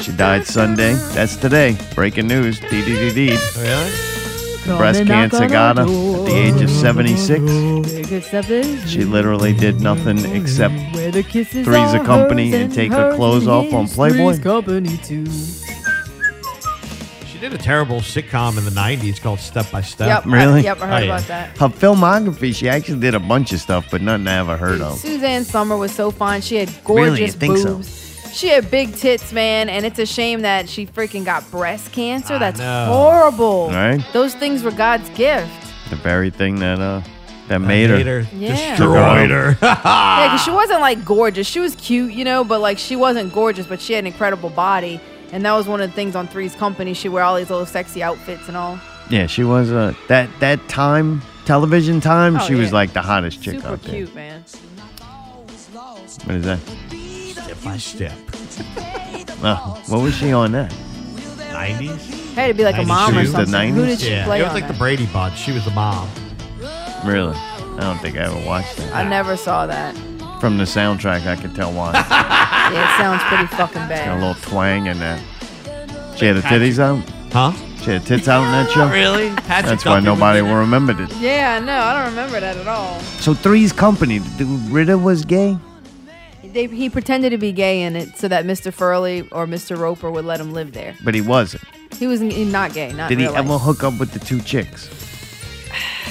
B: She died Sunday. That's today. Breaking news. DDDD.
D: Really?
B: Breast cancer got her at the age of 76.
C: Good stuff is
B: She literally did nothing except
C: where the kisses
B: Three's
C: are
B: a company
C: hers
B: and take her
C: hers
B: clothes
C: and
B: off
C: his,
B: on Playboy.
C: Three's company too.
D: She did a terrible sitcom in the 90s called Step by Step.
C: Yep. I-
B: Really?
C: yep. I heard
D: Oh, yeah.
C: about that.
B: her filmography. She actually did a bunch of stuff, but nothing I ever heard of.
C: Suzanne Summer was so fine. She had
B: Really?
C: gorgeous
B: You think so?
C: boobs. She had big tits, man, and it's a shame that she freaking got breast cancer.
D: I
C: That's
D: know.
C: horrible.
B: Right?
C: Those things were God's gift.
B: The very thing that uh that
D: I
B: made her.
C: Yeah.
D: Destroyed her.
C: Yeah, 'cause
B: Ah.
C: she wasn't like gorgeous. She was cute, you know, but like she wasn't gorgeous, but she had an incredible body. And that was one of the things on Three's Company. She wore all these little sexy outfits and all.
B: Yeah, she was uh that that time television time.
C: Oh,
B: she was
C: yeah.
B: like the hottest chick
C: Super
B: out there.
C: cute, man.
B: What is that?
D: [LAUGHS] step by Step.
B: Oh, what was she on that?
D: 90s?
C: Had to be like a
D: 92?
C: mom or
B: The
C: something. Who
B: 90s?
C: did she
D: Yeah.
C: play
D: it was
C: on
D: like the
C: that?
D: Brady Bunch. She was the mom.
B: Really? I don't think I ever watched that.
C: I never saw
D: [LAUGHS]
C: that.
B: From the soundtrack, I could tell why.
C: Yeah, it sounds pretty fucking
B: Got a
C: bad.
B: little twang in that. She had her titties out.
D: Huh?
B: She had tits out in that show.
D: Really? Patrick
B: That's why
D: Duffy was
B: nobody
D: in it.
B: will remember it.
C: Yeah, no, I don't remember that at all.
B: So Three's Company, the Ritter was gay.
C: They, he pretended to be gay in it so that Mr. Furley or Mr. Roper would let him live there.
B: But he wasn't.
C: He was n- not gay. Not
B: Did he
C: real life.
B: ever hook up with the two chicks?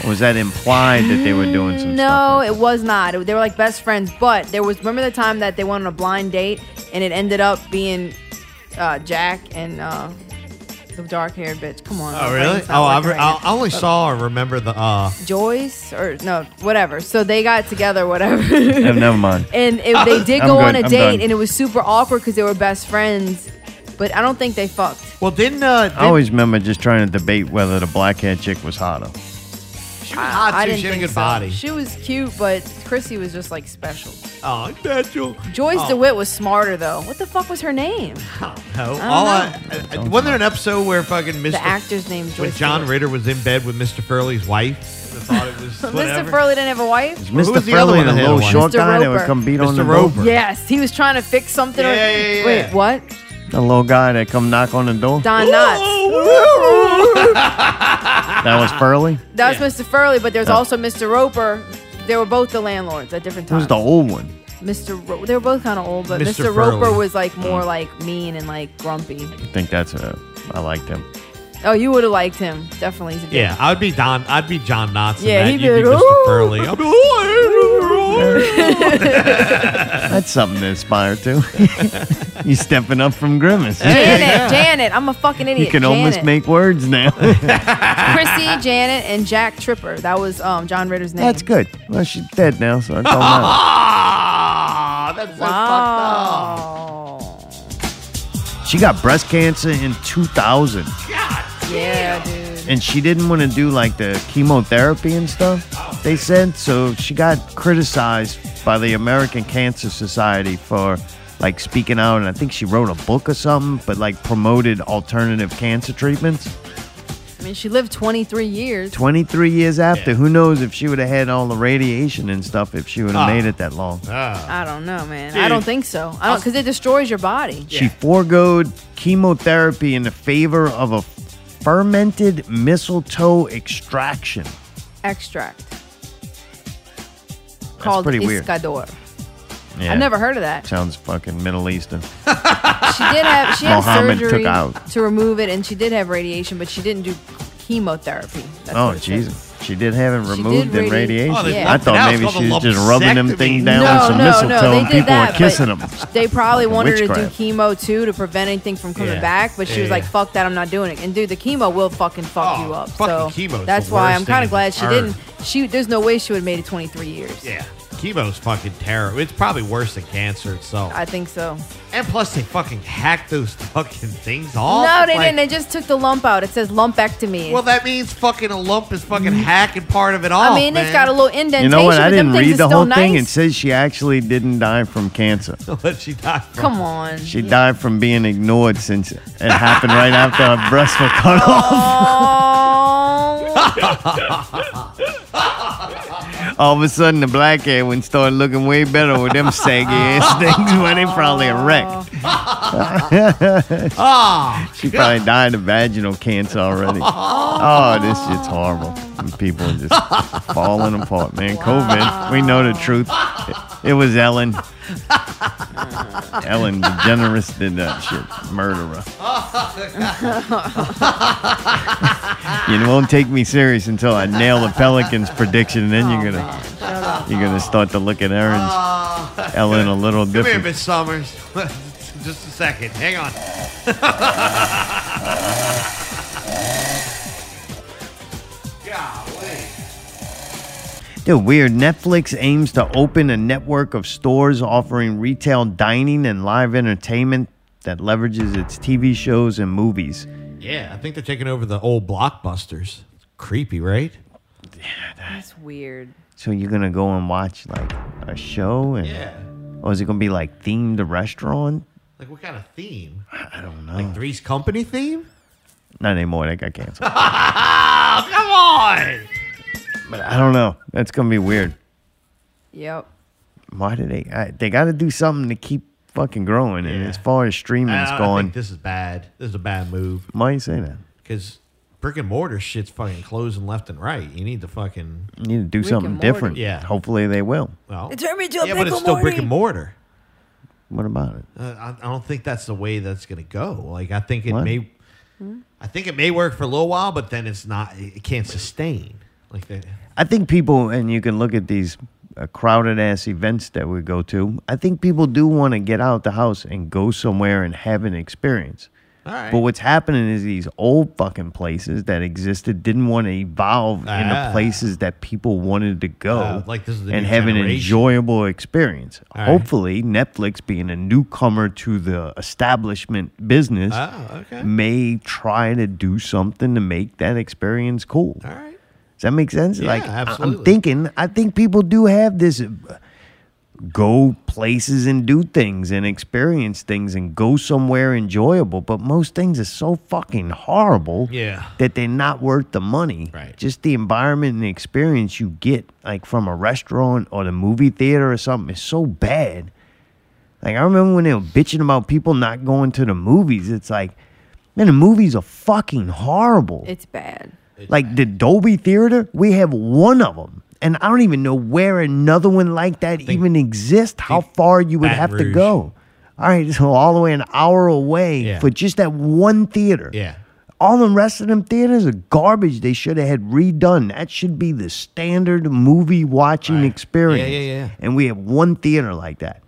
B: Or was that implied that they were doing some
C: [SIGHS] No,
B: stuff?
C: it was not. It- They were like best friends, but there was remember the time that they went on a blind date and it ended up being uh, Jack and uh, the dark-haired bitch. Come on.
D: Oh,
C: my
D: really?
C: brain's not
D: Oh, I,
C: working
D: re-
C: right now.
D: I I only saw or remember the. uh
C: Joyce or no, whatever. So they got together, whatever. [LAUGHS]
B: No, never mind.
C: and
B: [LAUGHS]
C: it, they did
B: I'm
C: go
B: good,
C: on a
B: I'm
C: date,
B: done.
C: and it was super awkward because they were best friends. But I don't think they fucked.
D: Well, didn't. Uh, didn't
B: I always remember just trying to debate whether the black haired chick was hotter.
D: Ah, she was hot, too.
C: I didn't
D: she had a
C: think
D: good
C: so.
D: body.
C: She was cute, but Chrissy was just like special.
D: oh, Daniel.
C: Joyce
D: Oh.
C: DeWitt was smarter though. What the fuck was her name?
D: I don't know. All I, I- I- wasn't there an episode where fucking Mr.
C: The actor's name Joyce.
D: when John
C: DeWitt.
D: Ritter was in bed with Mr. Furley's wife? I
C: [LAUGHS]
D: thought it was
C: Mr.
D: whatever.
C: Furley didn't have a wife.
B: Mr.
D: was the other
B: Furley,
D: one
B: the
D: that had
B: little
D: one?
B: short
C: Mr.
B: guy that would
C: Roper.
B: come beat on the
D: Mr.
B: door.
D: Roper.
C: Yes, he was trying to fix something.
D: Yeah, yeah, yeah,
C: Wait,
D: yeah.
C: what?
B: The little guy that come knock on the door.
C: Don Knotts.
B: That was Furley.
C: That was Mr. Furley, but there's
B: Oh.
C: also Mr. Roper. They were both the landlords at different
B: It was
C: times.
B: the old one.
C: Mr. Ro- they were both kind of old, but
D: Mr.
C: Mr. Roper
D: Furley. Mm.
C: was like more like mean and like grumpy.
B: I think that's a. I liked him.
C: Oh, you would have liked him. Definitely. He's a good-
D: Yeah, I would be Don. I'd be John Knotts.
C: Yeah,
D: Yeah,
C: he'd
D: he'd
C: be
D: You'd be,
C: like,
D: Mr.
C: "Ooh."
D: Furley. I'd be, "Ooh, I-
B: That's something to aspire to. [LAUGHS] you stepping up from Grimace.
C: Janet, Janet, I'm a fucking idiot.
B: You can
C: Janet.
B: almost make words now.
C: Chrissy, Janet, and Jack Tripper. That was um, John Ritter's name.
B: That's good. Well, she's dead now, so I don't
D: [LAUGHS]
B: know.
D: Ah, that's so fucked up.
C: Wow.
B: She got breast cancer in 2000,
C: Yeah, dude.
B: and she didn't want to do like the chemotherapy and stuff. They said so. She got criticized by the American Cancer Society for like speaking out, and I think she wrote a book or something, but like promoted alternative cancer treatments.
C: I mean, she lived 23 years.
B: 23 years after,
D: Yeah.
B: who knows if she would have had all the radiation and stuff if she would have
D: Ah.
B: made it that long.
D: Ah.
C: I don't know, man. I
D: Dude.
C: don't think so. I don't because it destroys your body.
B: She foregoed chemotherapy in the favor of a fermented mistletoe extraction.
C: Extract
B: That's
C: called
B: pretty weird.
C: Iscador.
B: Yeah.
C: I never heard of that.
B: Sounds fucking Middle Eastern.
C: She did have she had
B: Mohammed took
C: surgery
B: out.
C: to remove it, and she did have radiation, but she didn't do chemotherapy. That's
B: oh,
C: what it says.
B: Jesus. She did have it
C: She
B: removed
C: did
B: in
C: radi-
B: radiation.
C: Oh, there's
B: I
D: nothing
B: thought
D: else
B: maybe
D: called
B: she
D: a
B: was just rubbing them
D: lumpectomy.
B: thing down
C: No,
B: with some
C: no, no,
B: mistletoe
C: they
B: and
C: did
B: people
C: that,
B: were
C: but-
B: kissing them.
C: They probably
B: Fucking
C: wanted her to do
B: witchcraft.
C: chemo too to prevent anything from coming
D: Yeah.
C: back, but she was
D: Yeah,
C: like,
D: yeah.
C: "Fuck that, I'm not doing it." And dude, the chemo will fucking fuck
D: Oh,
C: you up.
D: fucking
C: So
D: chemo is the
C: that's why
D: worst
C: I'm kind
D: thing
C: of glad
D: on
C: she
D: earth.
C: didn't. She there's no way she would have made it 23 years.
D: Yeah. Chemo's fucking terrible. It's probably worse than cancer itself.
C: I think so.
D: and plus, they fucking hacked those fucking things off.
C: no, they
D: Like,
C: didn't. They just took the lump out. It says lumpectomy.
D: Well, that means fucking a lump is fucking hacking part of it off.
C: Mm-hmm. I mean,
D: man.
C: it's got a little indentation.
B: You know what? I
C: but them
B: didn't
C: things
B: read
C: are
B: the
C: still
B: whole
C: nice.
B: thing. It says she actually didn't die from cancer.
D: [LAUGHS] But she died from.
C: Come on.
B: [LAUGHS] She died from being ignored since it happened right after her breasts were cut off. [LAUGHS]
C: Oh.
B: All of a sudden, the black hair went started looking way better with them saggy ass [LAUGHS] things when they probably a wreck.
D: Ah,
B: She probably died of vaginal cancer already. Oh, this shit's horrible. And people are just falling apart, man. COVID, we know the truth. It, it was Ellen. Ellen DeGeneres did that shit. Murderer. you won't take me serious until I nail the Pelicans prediction, and then you're gonna you're gonna start to look at Aaron's Ellen a little
D: come here,
B: different.
D: Miss Summers. [LAUGHS] Just a second. Hang on. [LAUGHS] Golly.
B: Dude, weird. Netflix aims to open a network of stores offering retail dining and live entertainment that leverages its TV shows and movies.
D: Yeah, I think they're taking over the old blockbusters. Creepy, right?
C: That's weird.
B: So you're gonna go and watch like a show, and or is it gonna be like themed restaurant?
D: Like what kind of theme?
B: I don't know.
D: Like Three's Company theme?
B: Not anymore. That got canceled.
D: Oh, come
B: Mm,
D: on!
B: but I don't know. That's gonna be weird.
C: Yep.
B: Why do they? I, they got to do something to keep fucking growing. And
D: Yeah.
B: as far as streaming's
D: Uh, I, I
B: going,
D: think this is bad. This is a bad move
B: why you say that?
D: because brick and mortar shit's fucking closing left and right. You need to fucking
B: You need to do
C: Rick
B: something
C: and Morty.
B: different.
D: Yeah.
B: Hopefully they will.
D: well.
C: It turned me into a
D: yeah, but it's
C: Brick
D: still
C: and
D: brick and mortar.
B: What about it?
D: Uh, I, I don't think that's the way that's gonna go. Like I think it
B: What?
D: may,
C: Hmm?
D: I think it may work for a little while, but then it's not. It it can't sustain. Like they,
B: I think people, and you can look at these uh, crowded ass events that we go to. I think people do want to get out the house and go somewhere and have an experience.
D: all right.
B: But what's happening is these old fucking places that existed didn't want to evolve
D: Ah.
B: into places that people wanted to go
D: Ah, like this is the
B: and
D: new
B: have an
D: generation.
B: enjoyable experience.
D: All right.
B: Hopefully, Netflix, being a newcomer to the establishment business,
D: oh, okay.
B: may try to do something to make that experience cool.
D: All right.
B: Does that make sense?
D: Yeah,
B: like I-
D: absolutely.
B: I'm thinking, I think people do have this uh, go places and do things and experience things and go somewhere enjoyable, but most things are so fucking horrible
D: Yeah.
B: that they're not worth the money.
D: Right.
B: Just the environment and the experience you get like from a restaurant or the movie theater or something is so bad. Like I remember when they were bitching about people not going to the movies, it's like Man, the movies are fucking horrible.
C: It's bad.
B: Like the Dolby Theater, we have one of them. And I don't even know where another one like that even exists, how
D: think
B: far you would
D: Baton
B: have to
D: Rouge.
B: go. All right, [LAUGHS] so all the way an hour away
D: Yeah.
B: for just that one theater.
D: Yeah.
B: All the rest of them theaters are garbage. They should have had redone. That should be the standard movie watching
D: Right.
B: experience.
D: Yeah, yeah, yeah.
B: And we have one theater like that.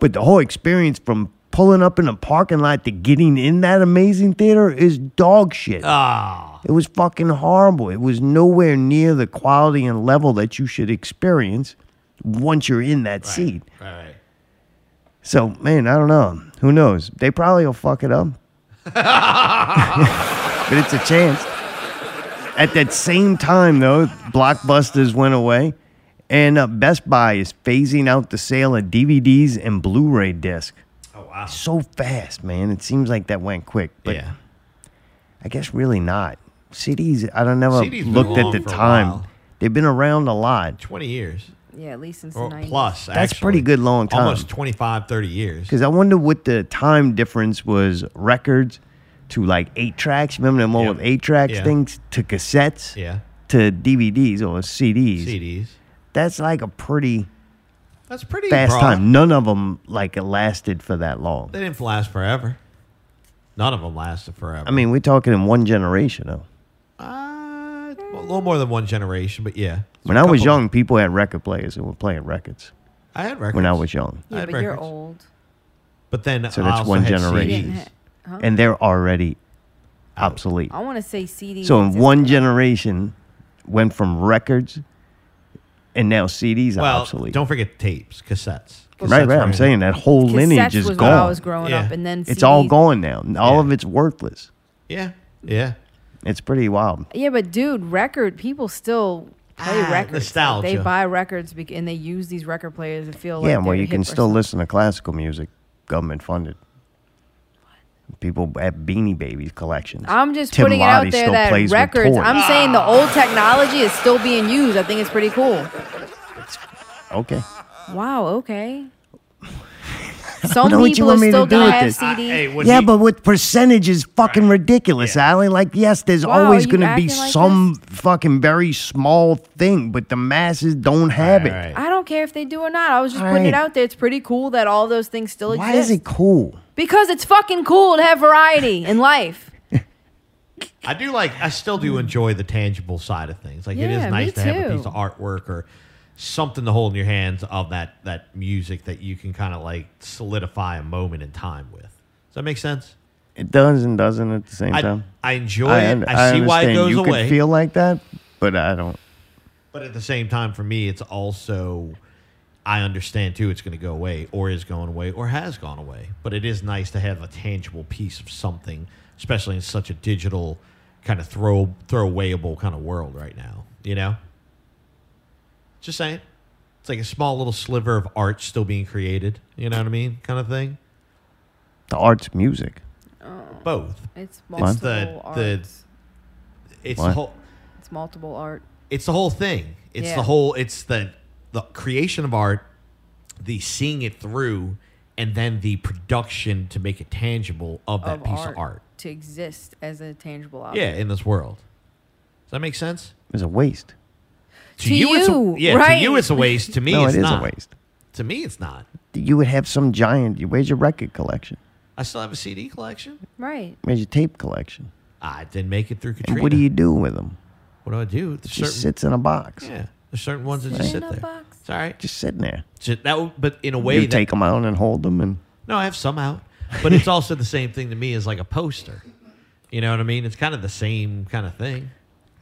B: But the whole experience from pulling up in a parking lot to getting in that amazing theater is dog shit.
D: Ah.
B: It was fucking horrible. It was nowhere near the quality and level that you should experience once you're in that seat.
D: All right.
B: So, man, I don't know. Who knows? They probably will fuck it
D: [LAUGHS]
B: up. but it's a chance. At that same time, though, Blockbusters went away, and uh, Best Buy is phasing out the sale of DVDs and Blu ray discs.
D: Oh wow.
B: So fast, man. It seems like that went quick. But
D: yeah.
B: I guess really not. CDs, I don't never
D: CDs been
B: looked at
D: along
B: the
D: for a
B: time.
D: while.
B: They've been around a lot
D: Twenty years
C: Yeah, at least since
D: or
C: the 90s.
D: plus.
B: That's
D: actually.
B: pretty good long time.
D: Almost 25, 30 years.
B: because I wonder what the time difference was records to like eight tracks. Remember them
D: Yeah.
B: old eight tracks
D: Yeah.
B: things to cassettes
D: Yeah.
B: to DVDs or CDs.
D: CDs.
B: That's like a pretty
D: That's pretty
B: fast
D: broad.
B: time. None of them like lasted for that long.
D: They didn't last forever. None of them lasted forever.
B: I mean, we're talking in one generation though.
D: uh, well, a little more than one generation, but yeah.
B: When I was
D: Couple-
B: young, people had record players and were playing records.
D: I had records
B: When I was young,
D: I
C: Yeah,
D: had
C: but you're
D: records.
C: old.
D: But then
B: So
D: I
B: that's
D: also
B: one
D: had
B: generation.
D: CDs.
C: Didn't ha- huh? Oh,
B: and they're already obsolete.
C: I want to say CD.
B: So in one generation, went from records and now CDs are
D: Well,
B: obsolete.
D: don't forget tapes, cassettes.
B: right,
D: Cassettes
B: right.
D: were
B: I'm
D: in.
B: saying that whole lineage
C: Cassettes
B: is
C: was
B: gone.
C: When I was growing
D: Yeah.
C: up, and then
B: it's all
C: CDs
B: gone now. All
D: Yeah.
B: of it's worthless.
D: Yeah, yeah.
B: It's pretty wild.
C: Yeah, but dude, record people still play
D: Ah,
C: records.
D: nostalgia.
C: They buy records bec- and they use these record players and feel like
B: yeah, well,
C: they're
B: you
C: hip
B: can
C: or
B: still
C: something.
B: listen to classical music, government funded. People at Beanie Babies collections.
C: I'm just
B: Tim
C: putting it
B: Lottie
C: out there
B: still
C: that
B: plays with
C: records.
B: toys.
C: I'm saying the old technology is still being used. I think it's pretty cool.
B: okay.
C: Wow.
B: [LAUGHS]
C: Okay. Some
B: know what you
C: people are
B: want me to
C: still
B: do
C: gonna
B: with
C: have
B: this.
C: CD.
B: I-
D: Hey, when
B: Yeah,
D: he-
B: but with percentage is fucking ridiculous, Allie. Like, yes, there's
C: Wow,
B: always
C: you
B: going to be
C: acting like
B: some fucking very small thing, but the masses don't have it.
D: All right.
C: I don't care if they do or not. I was just putting
B: Right.
C: it out there. It's pretty cool that all those things still
B: Why
C: exist.
B: is it cool?
C: Because it's fucking cool to have variety in life.
D: I do like. I still do enjoy the tangible side of things. Like it
C: Yeah,
D: is
C: me
D: nice to have a
C: too.
D: piece of artwork or something to hold in your hands of that that music that you can kind of like solidify a moment in time with. Does that make sense?
B: It does and doesn't at the same
D: I,
B: time.
D: I enjoy
B: I,
D: it.
B: un-
D: I, see why it
B: understand
D: goes
B: you
D: away.
B: could feel like that, but I don't.
D: but at the same time, for me, it's also I understand too. It's going to go away, or is going away, or has gone away. But it is nice to have a tangible piece of something, especially in such a digital kind of throw throwawayable kind of world right now. You know, just saying, it's like a small little sliver of art still being created. You know what I mean, kind of thing.
B: The art's music.
D: Both.
C: It's multiple
B: What?
D: the-
C: arts.
D: It's the
B: What?
D: whole.
C: it's multiple art.
D: it's the whole thing. It's
C: Yeah.
D: the whole. It's the the creation of art, the seeing it through, and then the production to make it tangible of that
C: of
D: piece of art.
C: to exist as a tangible object.
D: Yeah, in this world. Does that make sense?
B: It's a waste.
C: To
D: it's
C: you,
D: a, yeah.
C: right.
D: To you, it's a waste. To
B: [LAUGHS]
D: me,
B: no,
D: it's
B: it is
D: not.
B: a waste.
D: To me, it's not.
B: You would have some giant. Where's your record collection?
D: I still have a CD collection.
C: Right.
B: Where's your tape collection?
D: I didn't make it through Katrina.
B: And what do you do with them?
D: What do I do? There's
B: It
D: certain,
B: just sits in a box.
D: Yeah, there's certain ones that just
C: in
D: sit
C: a
D: there.
C: box.
D: It's all right.
B: Just sitting there.
D: Just, that, would- but in a way,
B: you
D: that,
B: take them out and hold them, and
D: No, I have some out, but it's also the same thing to me as like a poster. You know what I mean? It's kind of the same kind of thing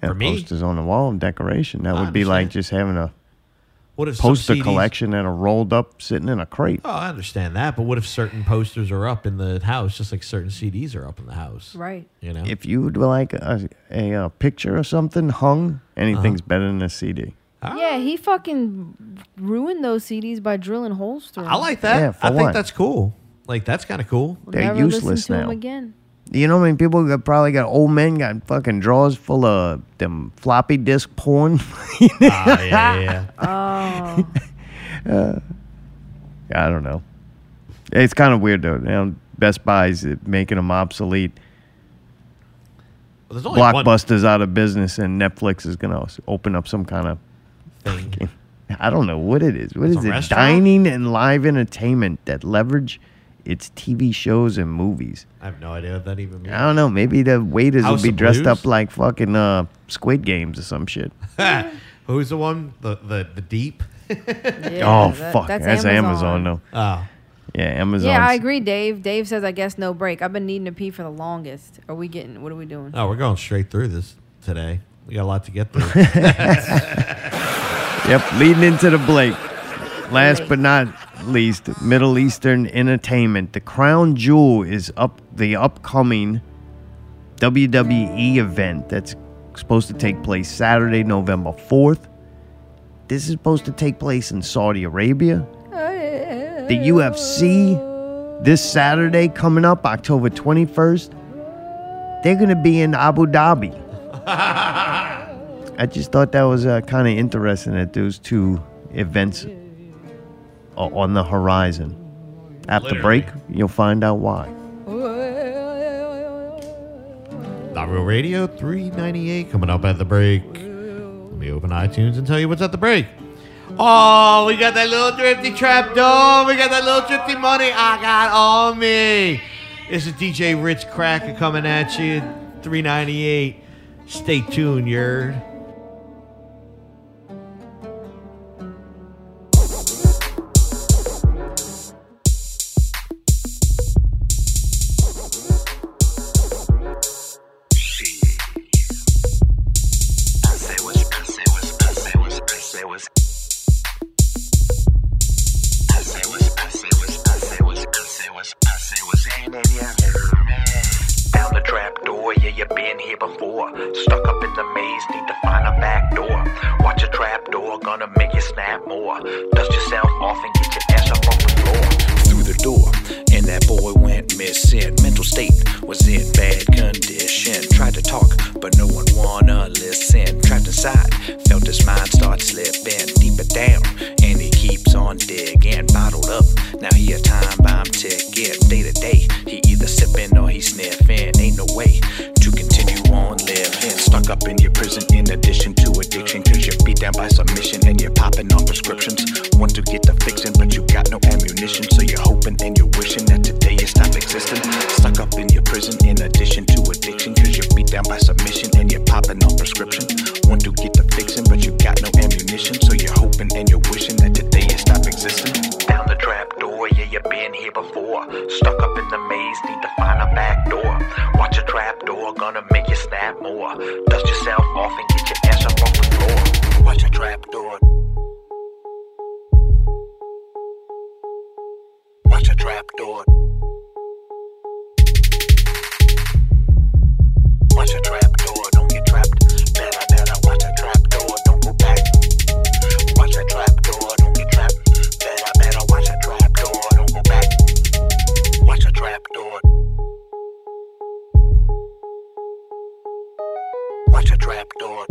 B: yeah,
D: for me.
B: posters on the wall and decoration. That
D: I
B: would be like
D: understand.
B: just having a
D: What if some
B: poster
D: CDs
B: collection and a rolled up sitting in a crate.
D: Oh, I understand that, but what if certain posters are up in the house, just like certain CDs are up in the house?
C: Right.
D: You know,
B: If you would like a, a, uh picture or something hung, anything's
D: Uh-huh.
B: better than a CD.
C: Yeah, he fucking ruined those CDs by drilling holes through.
D: I like that.
B: Yeah, for
D: I think
B: what?
D: that's cool. Like that's kind of
B: [LAUGHS]
D: cool.
B: They're useless
C: listen to 'em
B: now.
C: again.
B: You know how many people got, probably got old men got fucking drawers full of them floppy disk porn? [LAUGHS]
D: Ah, yeah, yeah, yeah.
B: I don't know. It's kind of weird though. You know, Best Buy's making them obsolete.
D: Well, there's only one
B: Blockbuster's out of business, and Netflix is gonna s- open up some kind of
D: thing.
B: I don't know what it is. What
D: It's
B: is
D: a
B: it?
D: restaurant?
B: Dining and live entertainment that leverage its TV shows and movies.
D: I have no idea what that even means.
B: I don't know. Maybe the waiters
D: House
B: will be
D: of
B: dressed
D: Blues?
B: up like fucking uh, Squid Games or some
D: [LAUGHS]
B: shit.
D: Who's the one? The the the deep.
C: Yeah,
B: oh
C: that-
B: fuck, that's, Amazon. though.
D: Oh,
B: Yeah, Amazon.
C: Yeah, I agree, Dave. Dave says, I guess no break. I've been needing to pee for the longest. Are we getting, what are we doing?
D: oh, we're going straight through this today. We got a lot to get through.
B: Yep, leading into the Blake. Last
C: Blake.
B: but not least, Middle Eastern entertainment. The crown jewel is up the upcoming WWE E event that's supposed to take place Saturday, November 4th. This is supposed to take place in Saudi Arabia. The UFC this Saturday coming up, October 21st. They're going to be in Abu Dhabi. I just thought that was uh, kind of interesting that those two events are on the horizon. At the
D: Literally.
B: break, you'll find out why.
D: Oh. Not Real Radio 398 coming up at the break. Let me open iTunes and tell you what's at the break. Oh, we got that little drifty trap door. We got that little drifty money I got on me. This is DJ Rich Cracker coming at you. 398. Stay tuned, you
F: I say was, I say was, I say was, I say was. been here before. Stuck up in the maze, need to find a back door. Watch a trap door, gonna make you snap more. Dust yourself off and get your ass up off the floor. Through the door, and that boy went missing. Mental state was in bad condition. Tried to talk, but no one wanna listen. Trapped inside, felt his mind start slipping deeper down, and he keeps on digging. Bottled up, now he a time bomb ticket. Day to day, he either sipping or he sniffing. Ain't no way to continue on living. Stuck up in your prison, in addition to addiction, cause you're beat down by submission and you're popping on prescriptions. Want to get the fixing, but you got no ammunition, so you're hoping and you're wishing that today you stop existing. Stuck up in your prison, in addition to addiction, cause you're beat down by submission and you're popping on prescription. Want to get the fixing, but you got no ammunition, so you're hoping and you're wishing that today you stop existing. Down the trap door, yeah, you've been here before. Stuck up in the maze, need to find a back door. Watch a trap door, gonna make you snap more. Dust yourself off and get your ass up off the floor. Watch a trap door. Watch a trap door. Watch a trap door, don't get trapped. Better, better, watch a trap door, don't go back. Watch a trap door, don't get trapped. Better, better, watch a trap door, don't go back. Watch a trap door. Watch a trap door.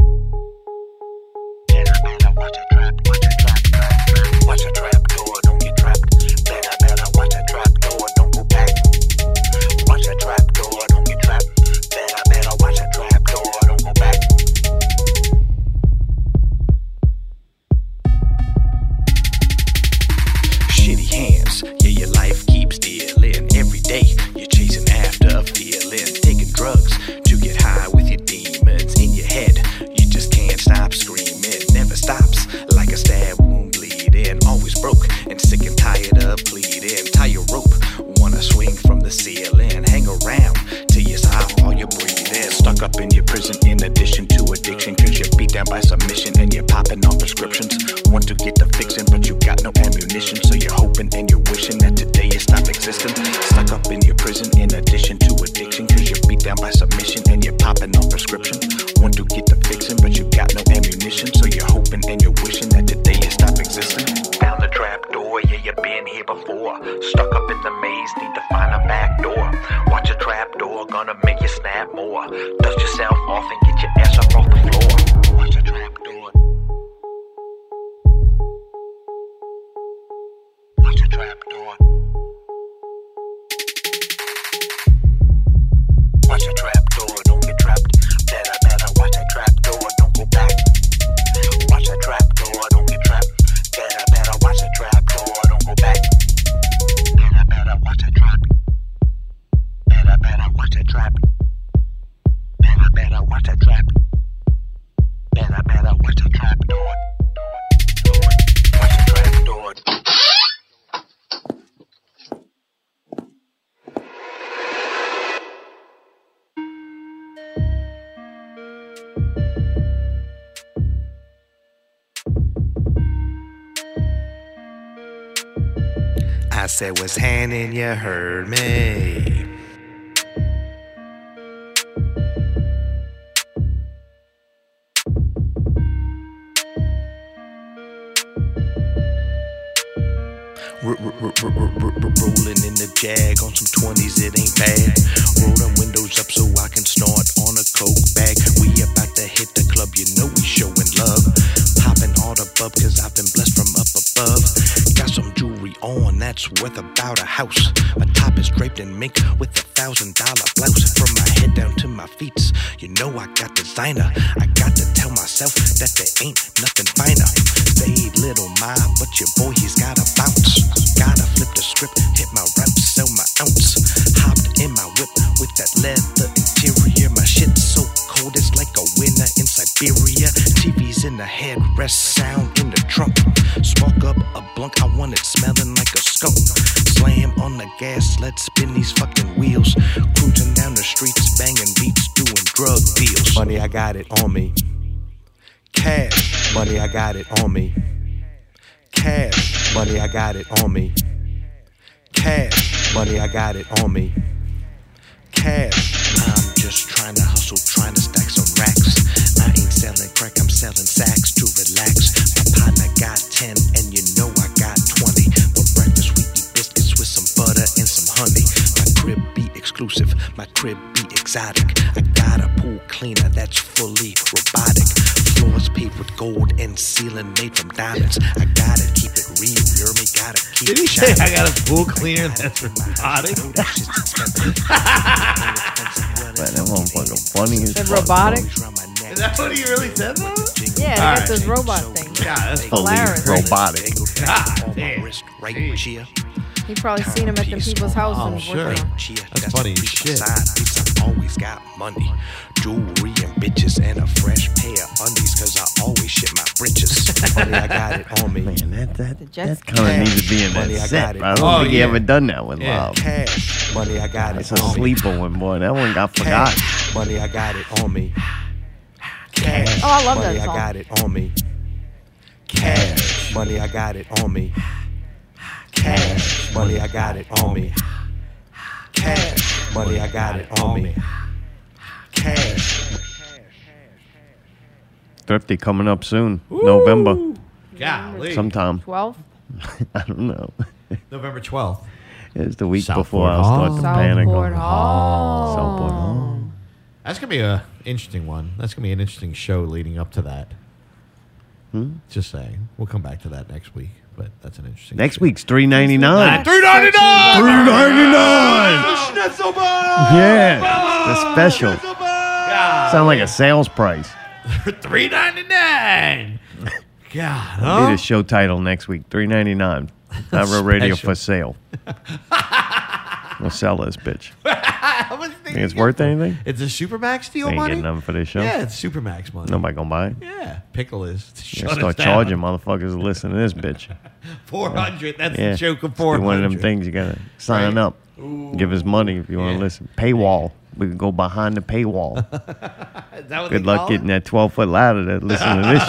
F: Better, better, watch a trap, watch a trap, trap, trap. Watch a trap door, don't get trapped. Better, better, watch a trap door, don't go back. Watch a trap door, don't get trapped. Better, better, watch a trap door, don't go back. shitty hands. Yeah, your life keeps dealing. Every day you're chasing after a feeling. Taking drugs to get high with your demons in your head. You just can't stop screaming. Never stops like a stab wound bleeding. Always broke and sick and tired of pleading. Tie your rope, wanna swing from the ceiling. Hang around till you sigh while you're breathing. Stuck up in your prison in addition to addiction. Cause you're beat down by submission and you're popping off prescriptions. Want to get the fixing, but you got no ammunition. So you're hoping and you're wishing that today you stop existing. Stuck up in your prison in addition to addiction. Cause you're beat down by submission and you're popping off prescription. Want to get the fixing, but you got no ammunition. So you're hoping and you're wishing that today you stop existing. Down the trap door, yeah, you've been here before. Stuck up in the maze, need to find a back door. Watch a trap door, gonna make you snap more. Dust yourself off and get your ass up off the floor. Watch a trap door. Watch a trap door. Watch a trap door, don't get trapped. Better, better, watch a trap door, don't go back. Watch a trap door, don't get trapped. Better, better, watch a trap door, don't go back. Better, better, watch a trap. Better, better, watch a trap. Better, better, watch a trap. Better, better, watch a trap door. Door. Watch a trap door. I said, was hanging, you heard me. R- r- r- r- r- r- r- Rolling in the jag on some 20s, it ain't bad. Roll them windows up so I can snort on a coke bag. We about to hit the club, you know we showing love. Popping all the bub, cause I've been blessed from up above. Got some jewelry on that's worth about a house. My top is draped in mink with a thousand dollar blouse. From my head down to my feet, you know I got designer. I got to tell myself that there ain't nothing finer. Fade little my, but your boy he's gotta bounce. Gotta flip the script, hit my reps, sell my ounce. Hopped in my whip with that leather interior. My shit's so cold, it's like a winter in Siberia. TV's in the headrest, sound in the trunk. Spark up a blunt, I want it smelling like a skunk. Slam on the gas, let's spin these fucking wheels. Cruising down the streets, banging beats, doing drug deals. Money, I got it on me. Cash, money, I got it on me. Cash, money, I got it on me. Cash, money, I got it on me. cash. I'm just trying to hustle, trying to stack some racks. I ain't selling crack, I'm selling sacks to relax. My partner got 10, and you know I got 20. For breakfast, we eat biscuits with some butter and some honey. My crib be exclusive, my crib be exotic. I got a pool cleaner that's fully robotic. Floors paved with gold and ceiling made from diamonds. I gotta keep it real, you me? Gotta
D: [LAUGHS]
F: keep
D: Did he
F: it
D: say
F: shining.
D: I got a pool cleaner that's
F: [LAUGHS]
D: robotic?
B: Man, that motherfucker funny as
C: Said
B: fuck.
C: robotic.
D: [LAUGHS] Is that what he really said though?
C: Yeah, they
D: All
C: got
D: right.
C: those robot things.
D: Yeah, that's
B: Holy
C: Hilarious.
B: robotic.
D: God damn.
F: Right
D: Jeez.
F: here.
C: You probably seen them at them people's houses.
D: Oh,
C: and
D: sure.
C: working.
F: Cheer,
D: That's funny as
F: the
D: shit.
F: Side piece. I always got money, jewelry and bitches, and a fresh pair of undies. Cause I always shit my britches. Funny, I got it
D: [LAUGHS]
F: on me.
B: Man, that that,
C: Jets
B: that kind of
F: game.
B: needs to be in
F: Buddy, I
B: that
F: got
B: set.
F: it.
B: bro. I don't
D: Oh,
B: think he
D: yeah.
B: ever done that one
D: Yeah.
B: live.
F: Cash, money, I got
B: It's
F: it
B: a
F: on me.
B: sleeper one, boy. That one got forgot.
F: Cash, [SIGHS] money, I got it on me. [SIGHS] Cash,
C: Oh, I love
F: money,
C: that song.
F: I got it on me. Cash, money, I got it on me. [SIGHS] Cash, money, I got it on me. [SIGHS] Cash, money, I got it on me. [SIGHS] Cash.
B: Thrifty coming up soon, November
D: Golly.
B: sometime. [LAUGHS]
C: 12?
B: I don't know.
D: November 12th.
B: It's the week
D: Southport
B: before I'll start
D: Hall.
B: to panic.
C: Southport Hall.
B: Southport Hall.
D: That's gonna be a interesting one. That's gonna be an interesting show leading up to that.
B: Hmm?
D: Just saying, we'll come back to that next week. But that's an interesting.
B: Next week's three ninety nine.
D: three ninety nine.
B: Three ninety nine. Yeah, the special. Sound like a sales price.
D: Three ninety nine. God,
B: Need
D: huh?
B: a show title next week. Three ninety nine. Ira Radio
D: Special.
B: for
D: [LAUGHS]
B: sale. we'll sell this bitch.
D: I was thinking
B: Think it's worth anything?
D: It's a supermax deal
B: Ain't
D: money.
B: getting nothing for this show.
D: Yeah, it's supermax money.
B: Nobody gonna buy it.
D: Yeah, pickle is.
B: Yeah,
D: Shut us
B: start
D: down.
B: charging motherfuckers to listen to this bitch.
D: four hundred. That's
B: Yeah.
D: the joke of
B: It's one
D: four
B: of
D: hundred.
B: them things you gotta sign
D: Right.
B: up. Give us money if you want to
D: Yeah.
B: listen. Paywall. We can go behind the paywall.
D: [LAUGHS] Is that what
B: Good
D: they
B: luck
D: call
B: getting
D: it?
B: that 12 foot ladder to listen to this shit.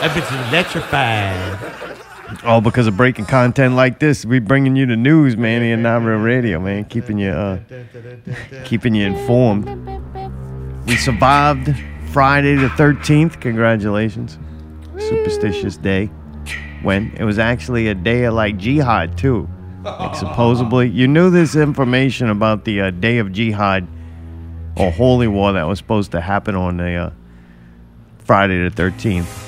D: That bitch is electrified.
B: All because of breaking content like this. We bringing you the news, man, here in Namra Radio, man. Keeping you, uh, keeping you informed. We survived Friday the 13th. Congratulations. Superstitious day. When it was actually a day of like jihad, too. Like supposedly, you knew this information about the uh, day of jihad or holy war that was supposed to happen on the uh, Friday the 13th.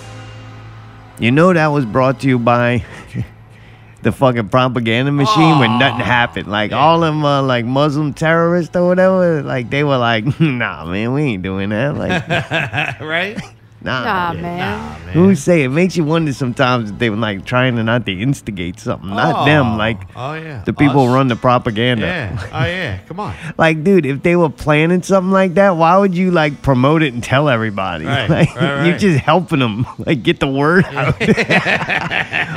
B: You know that was brought to you by the fucking propaganda machine when nothing happened. Like all them uh, like Muslim terrorists or whatever, like they were like, [LAUGHS] nah, man, we ain't doing that. Like,
D: [LAUGHS] right?
B: nah.
C: Nah,
B: man.
C: Ah, man.
D: man.
B: Who say it makes you wonder sometimes if they were like trying to not to instigate something, not them,
D: Oh.
B: like
D: oh yeah,
B: the people
D: Us.
B: who run the propaganda.
D: Yeah. Oh yeah. Come on.
B: Like, dude, if they were planning something like that, why would you like promote it and tell everybody?
D: Right,
B: [LAUGHS] Like,
D: right, right.
B: You're just helping them [LAUGHS] like get the word out.
D: [LAUGHS]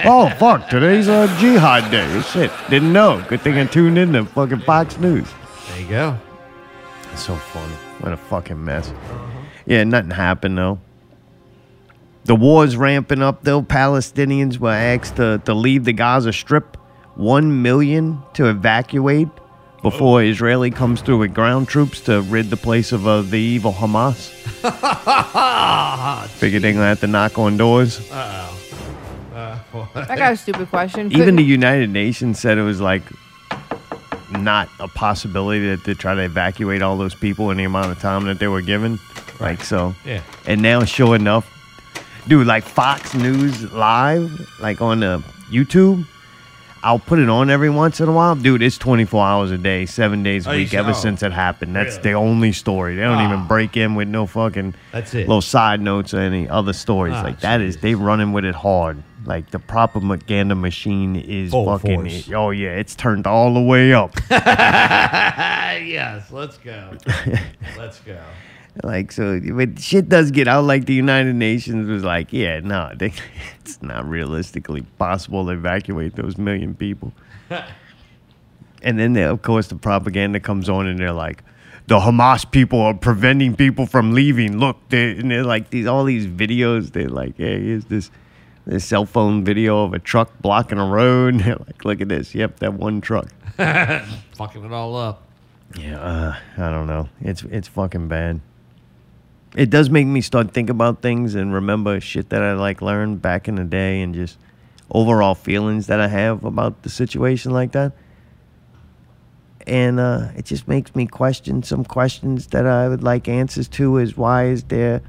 B: oh fuck! Today's a uh, jihad day. Shit, didn't know. Good thing I tuned in to fucking Fox News.
D: There you go.
B: It's so funny. What a fucking mess. Yeah, nothing happened though. The war's ramping up though. Palestinians were asked to, to leave the Gaza Strip. One million to evacuate before Israeli comes through with ground troops to rid the place of uh, the evil Hamas.
D: Ah,
B: Figured they're gonna have to knock on doors.
C: I got a stupid question.
B: Even
C: Couldn't-
B: the United Nations said it was like not a possibility that to try to evacuate all those people in the amount of time that they were given. Like so.
D: [LAUGHS] Yeah. [LAUGHS]
B: And now sure enough, dude, like Fox News live, like on uh, YouTube. I'll put it on every once in a while. Dude, it's 24 hours a day, seven days a
D: Oh, you
B: week,
D: see-
B: ever
D: oh. Ah.
B: since it happened. That's the only story. They don't even break in with no fucking
D: That's it.
B: little side notes or any other stories.
D: Ah,
B: like, that is,
D: jeez.
B: they running with it hard. Like, the propaganda machine is
D: Full
B: fucking,
D: force.
B: oh yeah, it's turned all the way up.
D: yes.
B: [LAUGHS]
D: Let's go. let's go.
B: Like so, but shit does get out. Like the United Nations was like, yeah, no, [LAUGHS] they, it's not realistically possible to evacuate those million people. and then, they, of course, the propaganda comes on, and they're like, the Hamas people are preventing people from leaving. Look, they and they're like these all these videos. They're like, hey, here's this. This cell phone video of a truck [LAUGHS] blocking a road. They're like, look at this. Yep, that one truck.
D: Fucking it all up.
B: Yeah, uh, I don't know. It's it's fucking bad. It does make me start think about things and remember shit that I like learned back in the day and just overall feelings that I have about the situation like that. And uh, it just makes me question some questions that I would like answers to is why is there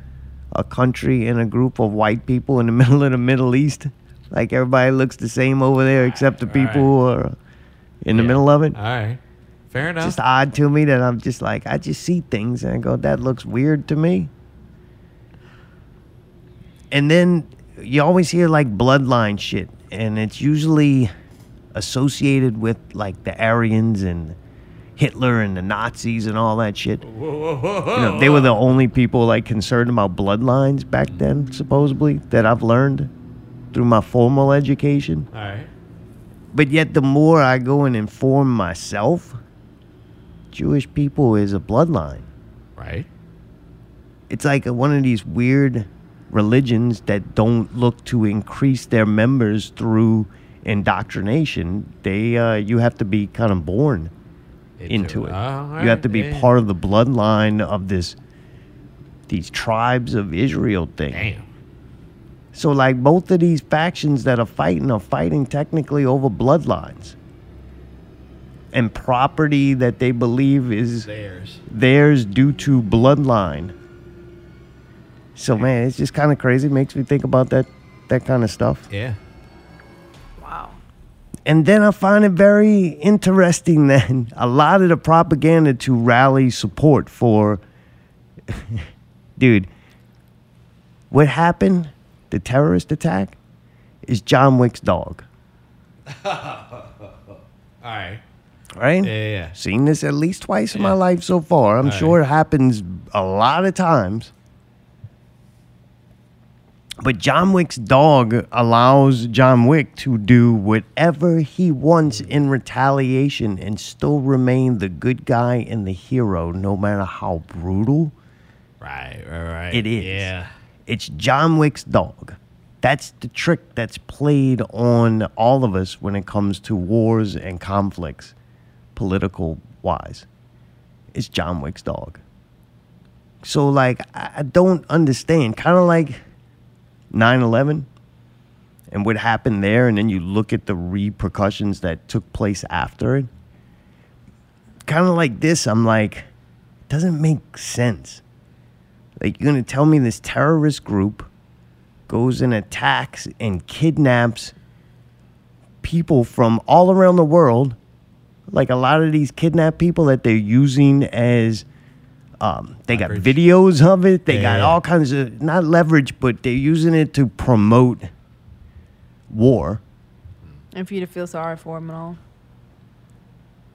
B: a country and a group of white people in the [LAUGHS] middle of the Middle East? Like everybody looks the same over there except the people who are in the middle of it
D: All right. Fair enough.
B: just odd to me that I'm just like I just see things and I go that looks weird to me. And then you always hear like bloodline shit and it's usually associated with like the Aryans and Hitler and the Nazis and all that shit. You know, they were the only people like concerned about bloodlines back then supposedly that I've learned through my formal education.
D: All right.
B: But yet, the more I go and inform myself, Jewish people is a bloodline.
D: Right.
B: It's like one of these weird religions that don't look to increase their members through indoctrination. They, uh, you have to be kind of born into it.
D: All
B: You have to be
D: right. Yeah.
B: part of the bloodline of this, these tribes of Israel thing.
D: Damn.
B: So like both of these factions that are fighting are fighting technically over bloodlines and property that they believe is
D: Theirs.
B: theirs due to bloodline. So man, it's just kind of crazy. Makes me think about that that kind of stuff.
D: Yeah.
C: Wow.
B: And then I find it very interesting [LAUGHS] that a lot of the propaganda to rally support for, [LAUGHS] dude, what happened, the terrorist attack, is John Wick's dog,
D: All right.
B: right?
D: Yeah, yeah, yeah.
B: Seen this at least twice in my life so far. I'm sure it happens a lot of times. But John Wick's dog allows John Wick to do whatever he wants in retaliation and still remain the good guy and the hero, no matter how brutal
D: Right, right, right.
B: it is.
D: Yeah.
B: It's John Wick's dog. That's the trick that's played on all of us when it comes to wars and conflicts, political wise. It's John Wick's dog. So, like, I I don't understand. Kind of like 9 11 and what happened there, and then you look at the repercussions that took place after it. Kind of like this, I'm like, it doesn't make sense. Like, you're going to tell me this terrorist group goes and attacks and kidnaps people from all around the world. Like, a lot of these kidnapped people that they're using as, um, they got
D: Leverage.
B: videos of it. They got
D: Yeah.
B: all kinds of, not leverage, but they're using it to promote war.
C: And for you to feel sorry for him and all.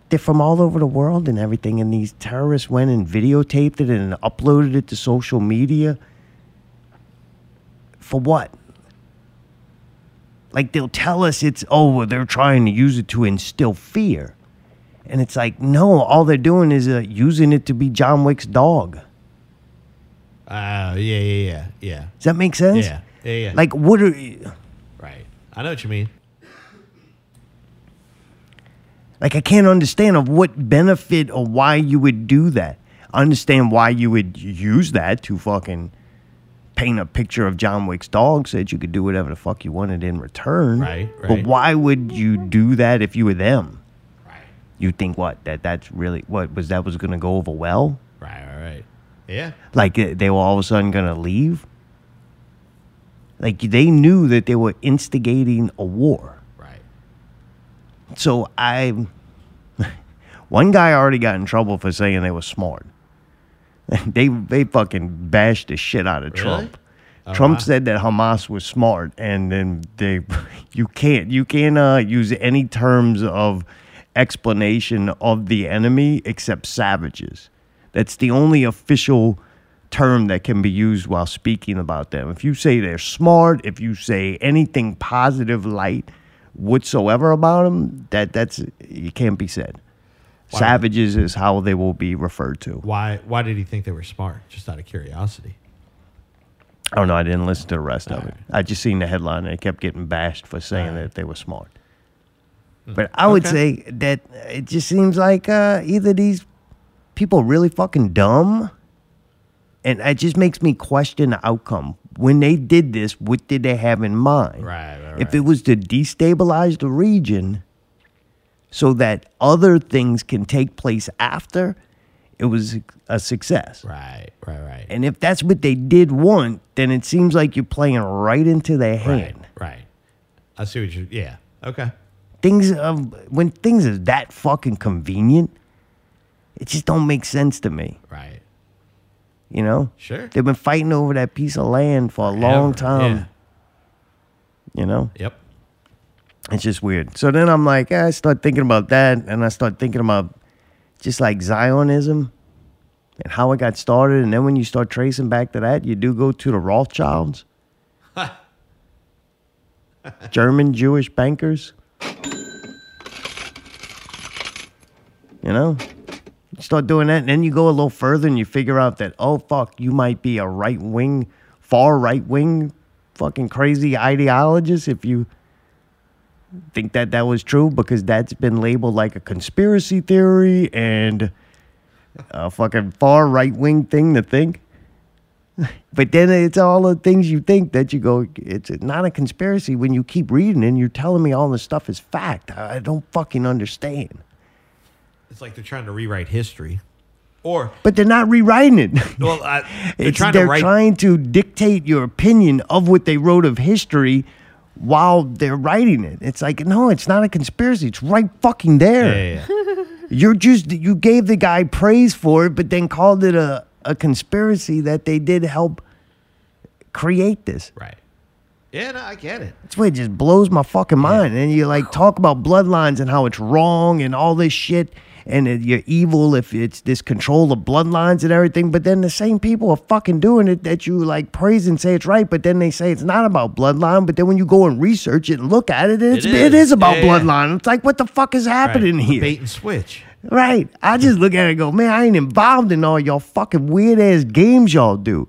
B: they're from all over the world and everything. And these terrorists went and videotaped it and uploaded it to social media. For what? Like they'll tell us it's oh well, they're trying to use it to instill fear, and it's like no, all they're doing is uh, using it to be John Wick's dog.
D: Oh, yeah, yeah, yeah,
B: Does that make sense?
D: Yeah, yeah, yeah.
B: Like what are
D: yeah. Right. I know what you mean.
B: Like I can't understand of what benefit or why you would do that. I understand why you would use that to fucking paint a picture of John Wick's dog so that you could do whatever the fuck you wanted in return.
D: Right,
B: But
D: right.
B: why would you do that if you were them?
D: Right.
B: You think what? That that's really what was that was going to go over well?
D: Right, right, right. Yeah.
B: Like uh, they were all of a sudden going to leave? Like they knew that they were instigating a war.
D: Right.
B: so I, [LAUGHS] one guy already got in trouble for saying they were smart. [LAUGHS] they they fucking bashed the shit out of
D: Really?
B: Trump.
D: Oh,
B: Trump
D: wow.
B: said that Hamas was smart, and then they, [LAUGHS] you can't you can't uh, use any terms of explanation of the enemy except savages. That's the only official term that can be used while speaking about them. If you say they're smart, if you say anything positive, light whatsoever about them, that that's it can't be said. Savages is how they will be referred to.
D: Why why did he think they were smart? Just out of curiosity.
B: I don't know. Oh, I didn't listen to the rest of it. I just seen the headline and it kept getting bashed for saying that they were smart.
D: Hmm.
B: But I would say that it just seems like uh, either these people are really fucking dumb. And it just makes me question the outcome. When they did this, what did they have in mind?
D: Right, right, right.
B: If it was to destabilize the region so that other things can take place after, it was a success.
D: Right, right, right.
B: And if that's what they did want, then it seems like you're playing right into their
D: right,
B: hand.
D: right. I see what you. Yeah. Okay.
B: Things um, when things is that fucking convenient, it just don't make sense to me.
D: Right.
B: You know?
D: Sure.
B: They've been fighting over that piece of land for a
D: Ever,
B: long time. You know?
D: Yeah. Yep.
B: It's just weird. So then I'm like, eh, I start thinking about that, and I start thinking about just like Zionism and how it got started. And then when you start tracing back to that, you do go to the Rothschilds, German Jewish bankers. You know, you start doing that, and then you go a little further and you figure out that, oh, fuck, you might be a right wing, far right wing, fucking crazy ideologist if you think that that was true because that's been labeled like a conspiracy theory and a fucking far right wing thing to think. [LAUGHS] But then it's all the things you think that you go, it's not a conspiracy when you keep reading and you're telling me all this stuff is fact. I I don't fucking understand.
D: It's like they're trying to rewrite history, or
B: But they're not rewriting it. [LAUGHS]
D: well, I, they're
B: It's-
D: trying to write.
B: trying to dictate your opinion of what they wrote of history while they're writing it. It's like, no, it's not a conspiracy. It's right fucking there.
D: yeah, yeah, yeah.
B: You're just you gave the guy praise for it, but then called it a, a conspiracy that they did help create this.
D: [LAUGHS] right. Yeah, no, I get it.
B: That's what it just blows my fucking mind. And you like talk about bloodlines and how it's wrong and all this shit, and that you're evil if it's this control of bloodlines and everything. But then the same people are fucking doing it that you like praise and say it's right, but then they say it's not about bloodline. But then when you go and research it and look at it, it's, it, is.
D: is.
B: about
D: Yeah, yeah.
B: bloodline. It's like what the fuck is happening
D: Right.
B: here?
D: Bait and switch.
B: Right. I just look at it and go, man, I ain't involved in all y'all fucking weird ass games y'all do.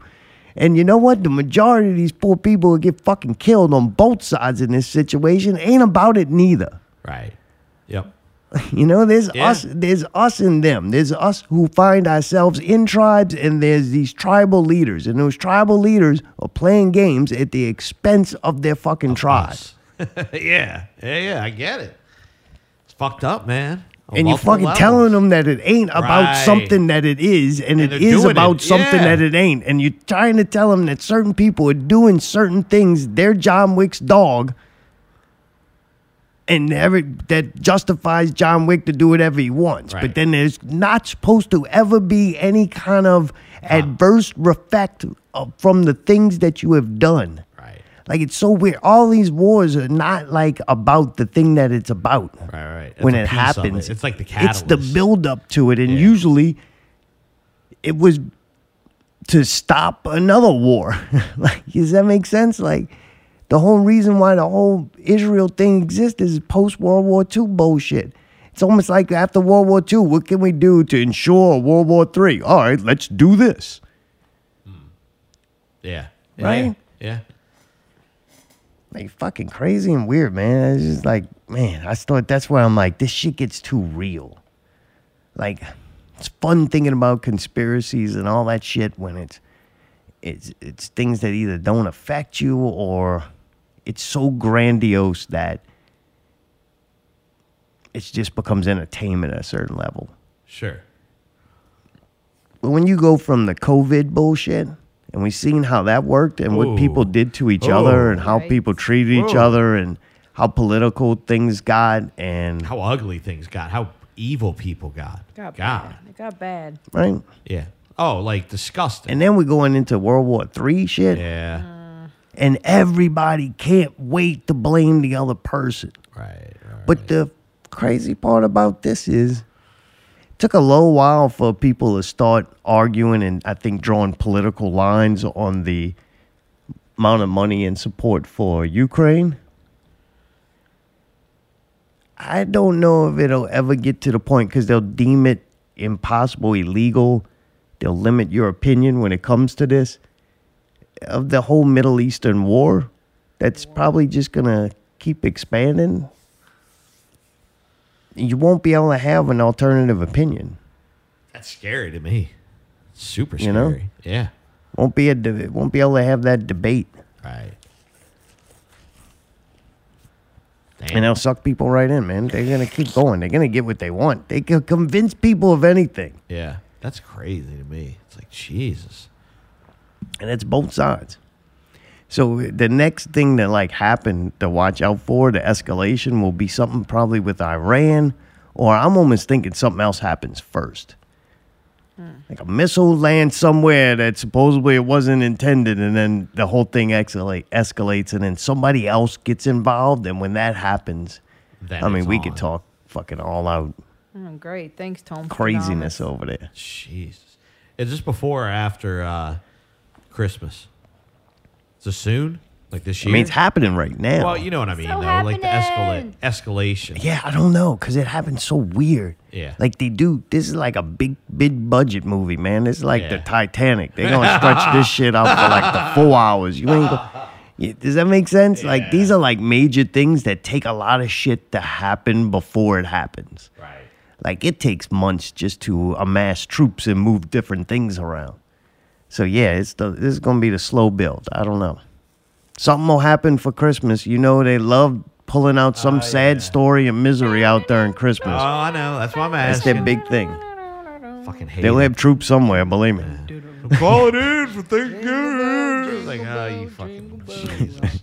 B: And you know what? The majority of these poor people who get fucking killed on both sides in this situation ain't about it neither.
D: Right. Yep.
B: You know, there's
D: Yeah.
B: us there's us and them. There's us who find ourselves in tribes and there's these tribal leaders. And those tribal leaders are playing games at the expense of their fucking tribe.
D: Us. [LAUGHS] yeah. Yeah. Yeah. I get it. It's fucked up, man. On
B: and you're
D: multiple
B: fucking
D: levels.
B: telling them that it ain't about
D: Right.
B: something that it is, and,
D: And
B: it
D: they're
B: is
D: doing
B: about
D: it.
B: something
D: Yeah.
B: that it ain't. And you're trying to tell them that certain people are doing certain things. They're John Wick's dog, and every that justifies John Wick to do whatever he wants.
D: Right.
B: But then there's not supposed to ever be any kind of adverse effect uh, from the things that you have done.
D: Right.
B: Like it's so weird. All these wars are not like about the thing that it's about.
D: Right, right. It's
B: when
D: a
B: it
D: piece of
B: happens,
D: it. It's like the
B: It's the
D: catalyst.
B: build up to it, and usually it was to stop another war. [LAUGHS] like, does that make sense? Like the whole reason why the whole Israel thing exists is post World War II bullshit. It's almost like after World War II, what can we do to ensure World War III? All right, let's do this.
D: Yeah. Yeah,
B: Right?
D: Yeah.
B: like fucking crazy and weird, man. It's just like, man, I start. That's where I'm like, this shit gets too real. Like, it's fun thinking about conspiracies and all that shit when it's it's it's things that either don't affect you or it's so grandiose that it just becomes entertainment at a certain level.
D: Sure.
B: But when you go from the COVID bullshit, and we seen how that worked and
D: Ooh.
B: what people did to each
D: Oh.
B: other and how
C: Right.
B: people treated each
D: Whoa.
B: other and how political things got and
D: How ugly things got. How evil people got.
C: Got
D: God.
C: bad. It got bad.
B: right.
D: Yeah. Oh, like disgusting.
B: And then we're going into World War Three shit
D: yeah.
B: and everybody can't wait to blame the other person.
D: Right. right.
B: But the crazy part about this is it took a little while for people to start arguing and I think drawing political lines on the amount of money and support for Ukraine. I don't know if it'll ever get to the point because they'll deem it impossible, illegal. They'll limit your opinion when it comes to this of the whole Middle Eastern war. That's probably just gonna keep expanding you won't be able to have an alternative opinion.
D: That's scary to me. Super scary.
B: You know?
D: Yeah.
B: Won't be a de- won't be able to have that debate,
D: Right.
B: and they'll suck people right in, man. They're gonna keep going. They're gonna get what they want. They can convince people of anything,
D: Yeah. That's crazy to me. It's like Jesus.
B: and it's both sides. So the next thing that like happened to watch out for the escalation will be something probably with Iran, or I'm almost thinking something else happens first. Like a missile lands somewhere that supposedly it wasn't intended, and then the whole thing escalate, escalates, and then somebody else gets involved. And when that happens,
D: Then
B: I mean,
D: it's
B: we
D: on.
B: could talk fucking all out
C: Oh, great. Thanks, Tom. for
B: craziness
C: knowledge.
B: over there.
D: Jesus. Is this before or after uh, Christmas? Is this soon? Like this
B: I
D: year?
B: mean, it's happening right now.
D: well, you know what I mean, though.
G: So
D: Like the escala-
G: happening.
D: escalation.
B: Yeah, I don't know, cause it happened so weird.
D: Yeah.
B: like they do. This is like a big, big budget movie, man. This is like the
D: Yeah.
B: Titanic. They're
D: [LAUGHS]
B: gonna stretch this shit out for like the four hours. You ain't. Go- Yeah, does that make sense? Like these are like major things that take a lot of shit to happen before it happens.
D: Right.
B: Like it takes months just to amass troops and move different things around. So yeah, it's the this is gonna be the slow build. I don't know. Something will happen for Christmas. You know they love pulling out some
D: Ah,
B: sad story and misery out there in Christmas.
D: Oh, I know. That's why I'm
B: That's
D: asking.
B: their big thing.
D: fucking hate.
B: They'll have troops somewhere, believe me.
D: Call it in for Thanksgiving. like, oh, you fucking Jesus.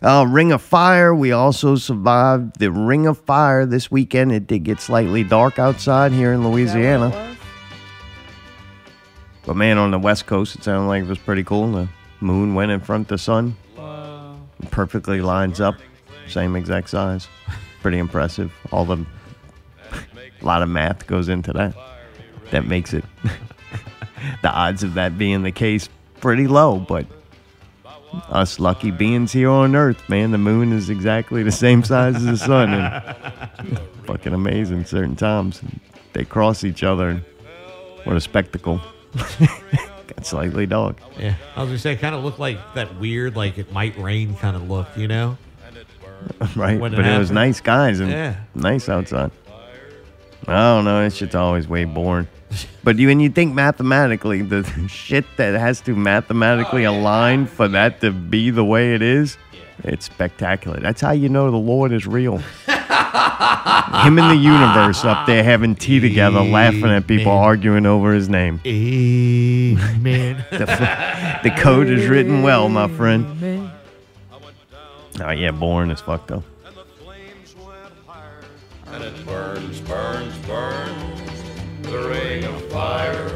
B: Uh, Ring of Fire. We also survived the Ring of Fire this weekend. It did get slightly dark outside here in
C: Is that what it
B: Louisiana,
C: was?
B: but man, on the West Coast, it sounded like it was pretty cool. The moon went in front of the sun. Perfectly lines up, same exact size. Pretty impressive. All the [LAUGHS] a lot of math goes into that. That makes it [LAUGHS] the odds of that being the case pretty low, but us lucky beings here on Earth, man, the moon is exactly the same size as the sun, and fucking amazing. Certain times they cross each other, and what a spectacle! [LAUGHS] Got slightly dark.
D: Yeah. I was gonna say, it kind of looked like that weird, like it might rain kind of look, you know?
B: right?
D: when it
B: but it was
D: happened.
B: nice guys and
D: Yeah.
B: nice outside. I don't know. That shit's always way
D: [LAUGHS]
B: boring. But you and you think mathematically, the shit that has to mathematically
D: Oh,
B: align for that to be the way it is, it's spectacular. That's how you know the Lord is real. [LAUGHS] Him and the universe up there having tea together, laughing at people
D: Amen.
B: arguing over his name.
D: Amen.
B: The code is written well, my friend. Oh yeah, boring as fuck though.
A: And it burns, burns, burns. The ring of fire.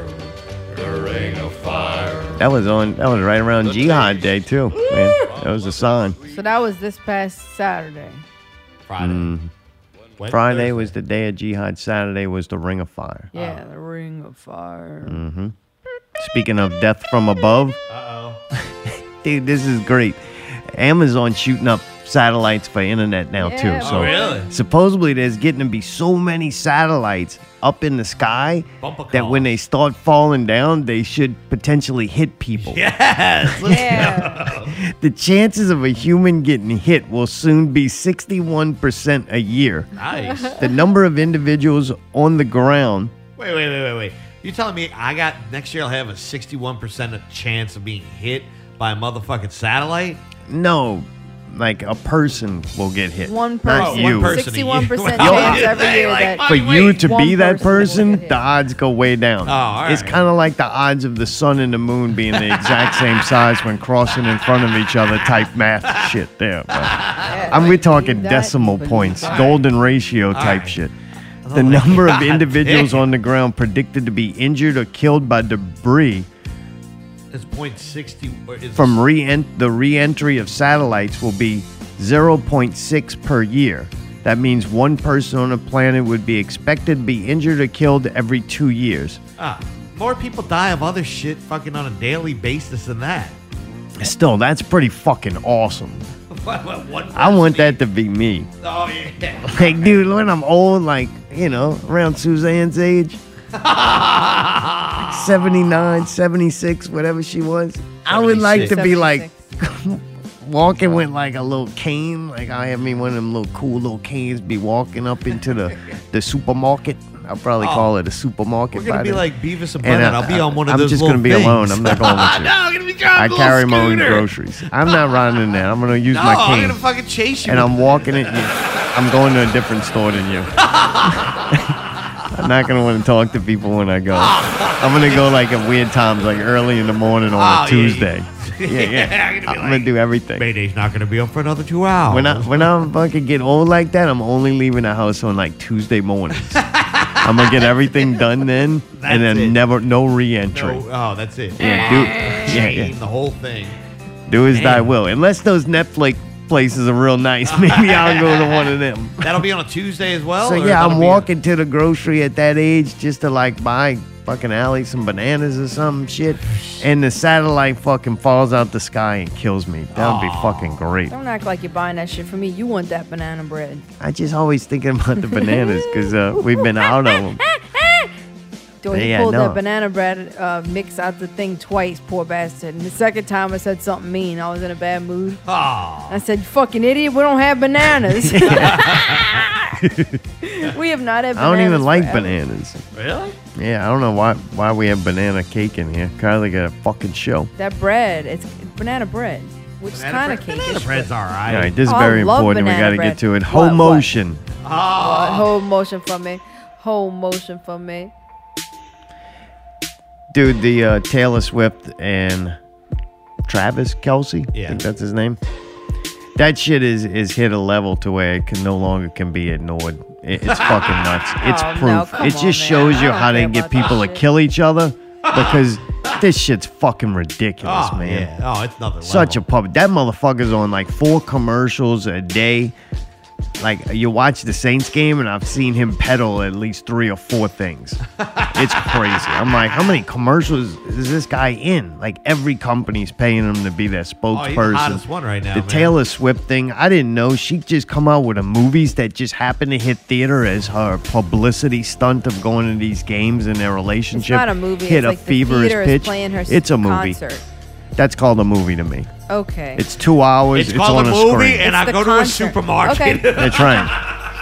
A: The ring of fire.
B: That was on. That was right around Jihad Day too. Man, that was a sign.
C: So that was this past Saturday.
D: [LAUGHS]
B: Oh. Mm-hmm.
D: Friday. Wednesday,
B: Friday was the day of Jihad. Saturday was the Ring of Fire.
C: Yeah, the Ring of Fire.
B: Mm. Speaking of death from above, Oh,
D: Uh-oh.
B: dude, this is great. Amazon shooting up satellites for internet now
C: Yeah,
B: too. So [LAUGHS]
D: Oh, really?
B: supposedly there's getting to be so many satellites up in the sky
D: Bumper
B: that when they
D: cars.
B: start falling down, they should potentially hit people.
D: [LAUGHS] Yes. let's-
C: Yeah.
B: The chances of a human getting hit will soon be 61% a year.
D: Nice. Wait,
B: the number of individuals on the ground.
D: wait, wait, wait, wait. You telling me I got next year I'll have a 61% of chance of being hit by a motherfucking satellite?
B: No, like a person will get hit.
C: One
B: Not
C: person.
B: you.
D: One person.
B: [LAUGHS]
C: Sixty-one percent
D: Yo,
C: chance
D: I
C: every
D: did
C: year
D: say,
C: that.
D: like,
B: For you to
C: One
B: be that
C: person
B: person,
C: will get hit.
B: the odds go way down.
D: Oh, all
B: It's
D: right.
B: kind of like the odds of the sun and the moon being the exact same size when crossing in front of each other type math shit there. bro. I'm, we're talking
C: that
B: decimal
C: even-
B: points, golden ratio type
D: right.
B: shit. The number of individuals on the ground predicted to be injured or killed by debris
D: It's point sixty. or It's,
B: from re the re-entry of satellites will be 0.6 per year. That means one person on a planet would be expected to be injured or killed every two years.
D: ah, more people die of other shit fucking on a daily basis than that. [LAUGHS]
B: Still, that's pretty fucking awesome.
D: One
B: I want
D: person
B: that to be me.
D: eat- Oh yeah.
B: Like, dude, when I'm old, like, you know, around Suzanne's
D: [LAUGHS]
B: age, 79, 76, whatever she was, I would like to be like
C: 76.
B: walking with like a little cane. Like I have me one of them little cool little canes. Be walking up into the the supermarket. I'll probably call it a supermarket.
D: Oh. We're gonna
B: by
D: be
B: then.
D: like Beavis and
B: And
D: Butthead.
B: I-
D: I'll be on one of
B: I'm
D: those.
B: just
D: little
B: gonna be
D: things.
B: alone. I'm not going with you.
D: no, I'm gonna be
B: I
D: driving. a little
B: carry my own
D: scooter.
B: groceries. I'm not running in that. I'm gonna use
D: No,
B: my
D: I'm
B: cane,
D: gonna fucking chase you.
B: and
D: with
B: I'm walking it. I'm going to a different store than you. I'm not gonna want to talk to people when I go. I'm gonna go like at weird times, like early in the morning on
D: Oh, yeah,
B: a Tuesday.
D: [LAUGHS] yeah.
B: Yeah, yeah.
D: I'm gonna be
B: I'm gonna do everything.
D: [LAUGHS] Mayday's not gonna be up for another two hours.
B: When I when I fucking get old like that, I'm only leaving the house on like Tuesday mornings.
D: [LAUGHS]
B: I'm gonna get everything done then,
D: That's
B: and then
D: it.
B: never no re-entry.
D: no, oh, that's it.
B: Yeah, do yeah,
D: Shame,
B: yeah.
D: The whole thing.
B: Do as thy
D: Damn.
B: will. Unless those Netflix places are real nice, [LAUGHS] maybe I'll go to one of them.
D: That'll be on a Tuesday as
C: Oh,
D: well.
B: So
D: or
B: yeah,
D: that'll
B: I'm
D: be-
B: walking to the grocery at that age just to like buy fucking alley some bananas or some shit, and the satellite fucking falls out the sky and kills me. That would be fucking great.
C: Don't act like you're buying that shit for me. You want that banana bread.
B: I just always thinking about the bananas because uh, we've been out of them.
C: Dude, he
B: Yeah,
C: pulled
B: no.
C: that banana bread uh, mix out the thing twice, poor bastard. And the second time I said something mean. I was in a bad mood.
D: Aw.
C: I said, "You fucking idiot, we don't have bananas.
B: [LAUGHS]
C: [LAUGHS] we have not had bananas.
B: I don't even like
C: forever.
B: bananas.
D: Really?
B: Yeah, I don't know why why we have banana cake in here. Kylie got a fucking show.
C: That bread, it's banana bread, which is kind of
D: bread-
C: cake.
D: banana bread's all right.
B: All right, this is
C: Oh, I
B: very
C: love
B: important. We
C: banana
B: got to get
C: bread.
B: to it.
C: What,
B: Whole
C: what?
B: motion.
C: Whole motion for me. Whole motion for me.
B: Dude, the uh, Taylor Swift and Travis Kelsey, I
D: Yeah.
B: think that's his name. That shit is is hit a level to where it can no longer can be ignored. It-
D: [LAUGHS]
B: it's fucking nuts. It's
C: Oh, no,
B: proof.
C: come
B: it
C: on,
B: just
C: man.
B: shows
C: I
B: you
C: don't
B: how they
C: care
B: can get
C: about that
B: people to
C: shit.
B: kill each other because this shit's fucking ridiculous,
D: Oh,
B: man.
D: yeah. Oh, it's another level.
B: Such a puppet. That motherfucker's on like four commercials a day. Like you watch the Saints game, and I've seen him pedal at least three or four
D: [LAUGHS]
B: things. it's crazy. I'm like, how many commercials is this guy in? Like every company's paying him to be their
D: Oh, he's the hottest
B: spokesperson.
D: one right now.
B: the
D: man.
B: Taylor Swift thing, I didn't know she just come out with a movies that just happen to hit theater as her publicity stunt of going to these games and their relationship.
C: It's not a movie.
B: Hit
C: it's
B: a
C: like the
B: feverish
C: theater
B: pitch.
C: Is playing her
B: it's a movie.
C: Concert.
B: That's called a movie to me.
C: Okay.
B: It's two hours.
D: It's,
B: It's, on
D: called a
B: a,
D: movie,
B: screen.
D: and I
C: the
D: go to a
C: concert.
D: supermarket.
C: Okay.
B: They're trying.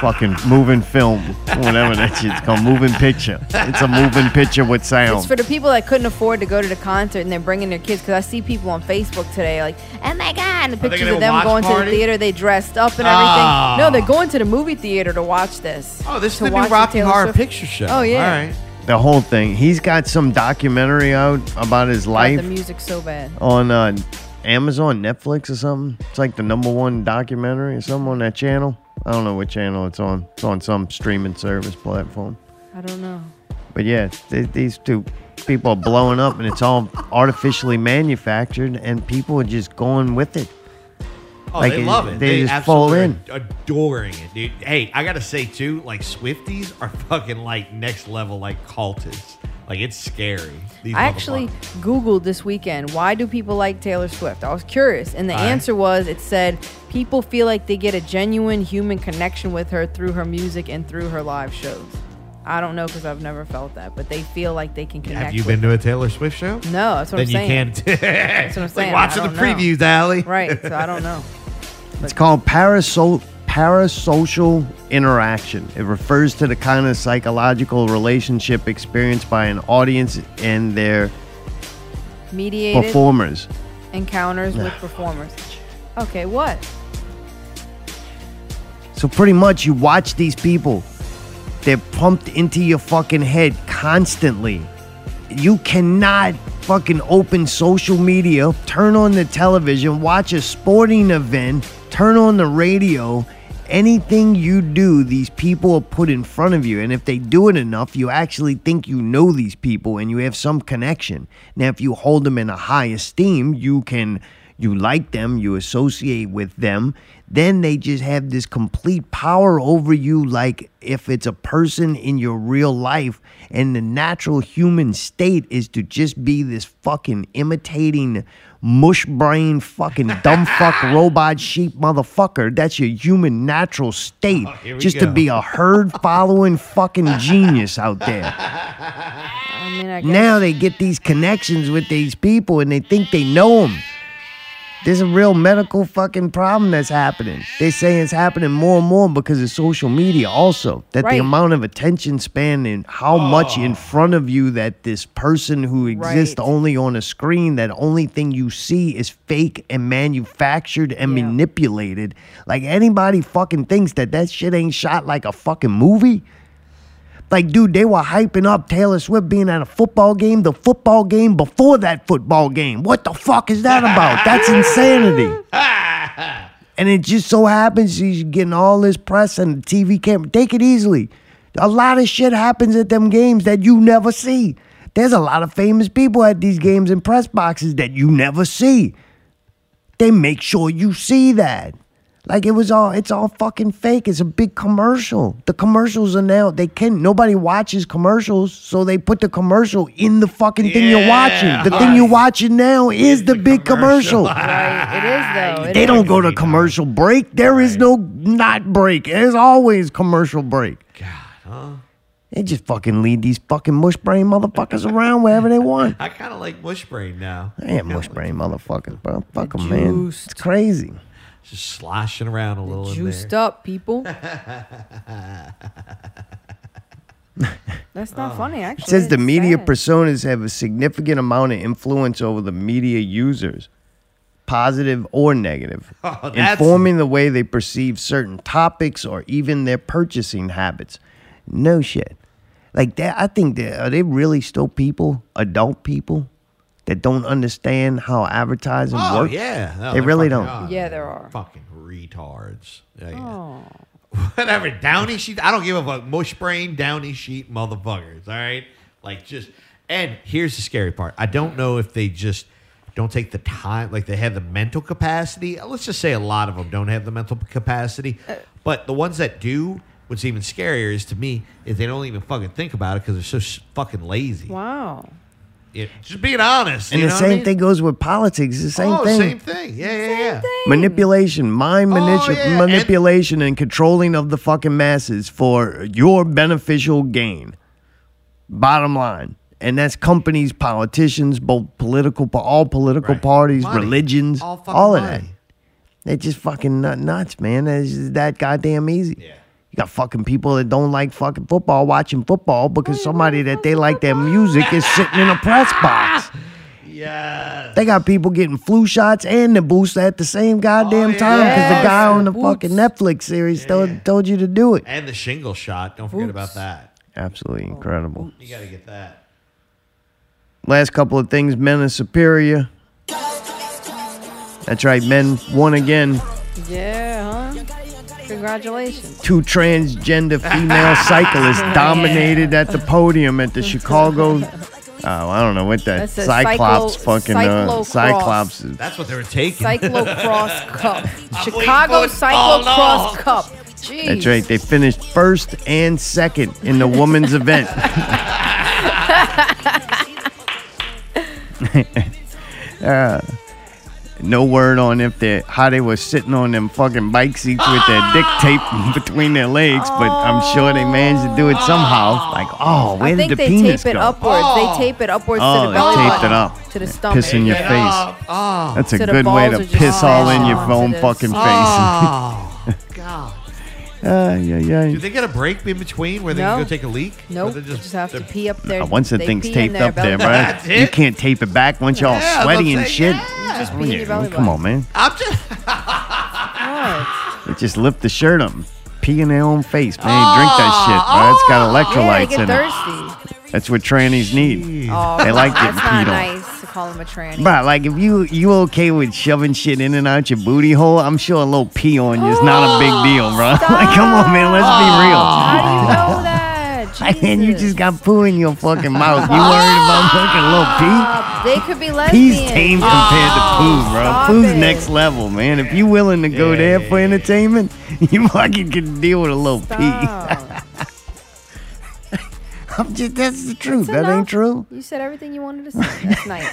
B: Fucking moving film, whatever that shit's called, moving picture. It's a moving picture with
C: It's
B: sound.
C: for the people that couldn't afford to go to the concert and they're bringing their kids. Because I see people on Facebook today, like, oh my god, and the
D: they
C: pictures
D: gonna
C: of them
D: watch
C: going to
D: party?
C: the theater. They dressed up and everything.
D: Ah.
C: No, they're going to the movie theater to watch this.
D: [LAUGHS] Oh, this is
C: To
D: the new
C: watch
D: Rocky
C: Taylor
D: Horror
C: Swift-
D: Picture Show.
C: Oh yeah.
D: All right.
B: the whole thing. He's got some documentary out about his
C: I want
B: life
C: the music so bad.
B: on uh, Amazon, Netflix, or something. It's like the number one documentary or something on that channel. I don't know what channel it's on. It's on some streaming service platform.
C: I don't know.
B: But yeah, th- these two people are blowing up, and it's all artificially manufactured, and people are just going with it.
D: Oh,
B: Like,
D: they
B: it-
D: love it.
B: they just
D: absolutely
B: fall
D: are
B: in.
D: Adoring it, dude. Hey, I gotta say too, like Swifties are fucking like next level, like cultists. Like it's scary. These
C: I actually
D: motherfuckers.
C: Googled this weekend why do people like Taylor Swift? I was curious, and the
D: Alright.
C: answer was it said people feel like they get a genuine human connection with her through her music and through her live shows. I don't know because I've never felt that, but they feel like they can connect.
D: have you
C: with
D: been to a Taylor Swift show?
C: No, that's what
D: then
C: I'm saying.
D: you can't. [LAUGHS] that's
C: what I'm saying.
D: Like
C: I
D: watching the
C: don't know.
D: previews, Allie.
C: Right, so I don't know.
B: It's called parasol- parasocial interaction. It refers to the kind of psychological relationship experienced by an audience and their
C: Mediated
B: performers.
C: encounters with performers. Okay, what?
B: So pretty much, you watch these people. They're pumped into your fucking head constantly. You cannot fucking open social media, turn on the television, watch a sporting event, turn on the radio. Anything you do, these people are put in front of you. And if they do it enough, you actually think you know these people and you have some connection. Now, if you hold them in a high esteem, you can, you like them, you associate with them. Then they just have this complete power over you, like if it's a person in your real life. And the natural human state is to just be this fucking imitating mush brain fucking dumb
D: [LAUGHS]
B: fuck robot sheep motherfucker. That's your human natural state.
D: Oh, here we
B: just
D: go.
B: to be a herd following fucking genius out there.
C: I mean, I guess
B: Now they get these connections with these people and they think they know them. There's a real medical fucking problem that's happening. They say it's happening more and more because of social media, also. That the
C: Right. Oh.
B: amount of attention span and how much in front of you that this person who exists
C: Right.
B: only on a screen, that only thing you see is fake and manufactured and
C: Yeah.
B: manipulated. Like anybody fucking thinks that that shit ain't shot like a fucking movie. Like, dude, they were hyping up Taylor Swift being at a football game, the football game before that football game. What the fuck is that about?
C: [LAUGHS]
B: That's insanity. and it just so happens she's getting all this press and TV camera. Take it easily. A lot of shit happens at them games that you never see. There's a lot of famous people at these games and press boxes that you never see. They make sure you see that. Like it was all it's all fucking fake. It's a big commercial. The commercials are now they can nobody watches commercials, so they put the commercial in the fucking thing you're
D: Yeah.
B: watching. The thing you're watching now is the, big commercial. [LAUGHS]
C: Right. It is though. It
B: They
C: is.
B: don't go to commercial break. There is no not break. There's always commercial break. God, huh? They just fucking lead these fucking mush brain motherfuckers around wherever they want.
D: [LAUGHS] I kind of like mush brain now.
B: I
C: [LAUGHS]
B: ain't mush brain motherfuckers, bro. Fuck 'em, man. It's
C: Juiced.
B: crazy.
D: Just sloshing around a little in there.
C: Juiced up,
D: [LAUGHS]
C: people. That's not
D: Oh.
C: funny, actually.
B: It says the
C: It's
B: media
C: sad.
B: personas have a significant amount of influence over the media users, positive or negative,
D: [LAUGHS] Oh, that's-
B: informing the way they perceive certain topics or even their purchasing habits. No shit. Like that, I think that are they really still people, adult people, that don't understand how advertising
D: Oh
B: works?
D: yeah, No,
B: They
D: they're
B: really
D: fucking-
B: don't.
D: oh,
C: Yeah, there
D: they're
C: are.
D: fucking retards. Yeah, yeah.
C: Oh.
D: whatever downy sheet. I don't give a fuck. Mush brain downy sheet motherfuckers. All right, like just. And here's the scary part. I don't know if they just don't take the time, like they have the mental capacity. Let's just say a lot of them don't have the mental capacity, but the ones that do. What's even scarier is to me is they don't even fucking think about it because they're so s- fucking lazy.
C: Wow.
D: It- just being honest.
B: And
D: you
B: the
D: know what I
B: same
D: mean?
B: thing goes with politics. It's The same
D: oh,
B: thing.
D: Same thing. Yeah, yeah, yeah.
B: manipulation, mind manip-
D: Oh, yeah, and-
B: manipulation, and, controlling of the fucking masses for your beneficial gain. Bottom line, and that's companies, politicians, both political, pa- all political
D: Right.
B: parties,
D: Money.
B: religions,
D: All
B: all,
D: fucking
B: of that.
D: money.
B: They're just fucking nut- nuts, man. It's just that goddamn easy.
D: Yeah.
B: You got fucking people that don't like fucking football watching football because somebody that they like their music is sitting in a press box.
D: [LAUGHS] Yeah.
B: They got people getting flu shots and the booster at the same goddamn
D: Oh, yeah.
B: time because
C: Yes,
B: the guy on the
C: the
B: fucking Netflix series told, told you to do it.
D: And the shingle shot. Don't forget about that.
B: Absolutely incredible.
D: You got to get that.
B: Last couple of things men are superior. That's right, men won again.
C: Yeah, huh? Congratulations.
B: Two
C: [LAUGHS]
B: transgender female cyclists dominated at the podium at the Chicago. Oh, I don't know what that
C: That's a
B: Cyclops
C: cyclo-
B: fucking uh,
C: cyclocross.
B: Cyclops is.
D: That's what they were
C: [LAUGHS]
D: taking.
C: Cyclocross
D: [LAUGHS]
C: Cup.
D: for
C: Chicago
D: it all
C: Cyclocross
D: along.
C: Cup. Jeez.
B: That's right. They finished first and second in the
C: [LAUGHS]
B: women's event. Uh, no word on if they how they were sitting on them fucking bike seats with their
C: [GASPS]
B: dick taped between their legs, but I'm sure they managed to do it somehow. Like, oh, where
C: I think
B: did the
C: they
B: penis
C: tape it
B: go?
C: upwards. They tape it upwards
B: Oh,
C: to the
B: they
C: belly
B: taped it
C: button,
B: up.
C: to the
B: Yeah,
C: stomach.
B: Piss in your
D: Get
B: face.
D: up. Oh,
B: That's a
C: To the
B: good way
C: balls
B: to
C: are just
B: piss all in your
C: smashed
B: own
C: onto
B: fucking
C: this.
B: face.
C: Ah.
D: oh, God.
B: Uh, yeah,
D: [LAUGHS] Do
B: yeah.
D: they get a break in between where they can
C: No.
D: go take a leak? Or
C: Nope,
D: they
C: they just have to
D: they're-
C: pee up there.
B: Uh, Once the thing's taped up
C: [LAUGHS]
B: there, bro,
D: That's
B: you
D: it.
B: can't tape it back once y'all
D: Yeah,
B: sweaty
D: that's
B: and
D: it.
B: shit. Oh,
D: Yeah.
C: Just pee in your belly
B: Come on, man.
D: I'm just.
B: They just lift the shirt up, and pee in their own face, man. drink that shit, bro. It's
C: Yeah, they
B: got electrolytes
C: get
B: in
C: thirsty.
B: it. That's what trannies need.
C: Oh,
B: They like
C: that's
B: getting
C: not
B: peed on.
C: nice to call him a tranny.
B: But like, if you you okay with shoving shit in and out your booty hole, I'm sure a little pee on you is not a big deal, bro. [LAUGHS] like, come on, man. Let's
C: How
B: be [LAUGHS]
C: do you know that?
B: real. Oh. [LAUGHS] And you
C: Jesus.
B: just got poo in your fucking mouth. You worried about fucking little pee?
C: They could be lesbians.
B: He's tame compared to Pooh, bro.
C: Oh, stop
B: Pooh's
C: it.
B: next level, man. If you willing to go there for entertainment, [LAUGHS] you fucking can deal with a little pee.
C: Stop.
B: I'm just, that's the truth. [LAUGHS]
C: That's
B: that
C: enough.
B: ain't true.
C: You said everything you wanted to say. That's
B: [LAUGHS]
C: nice.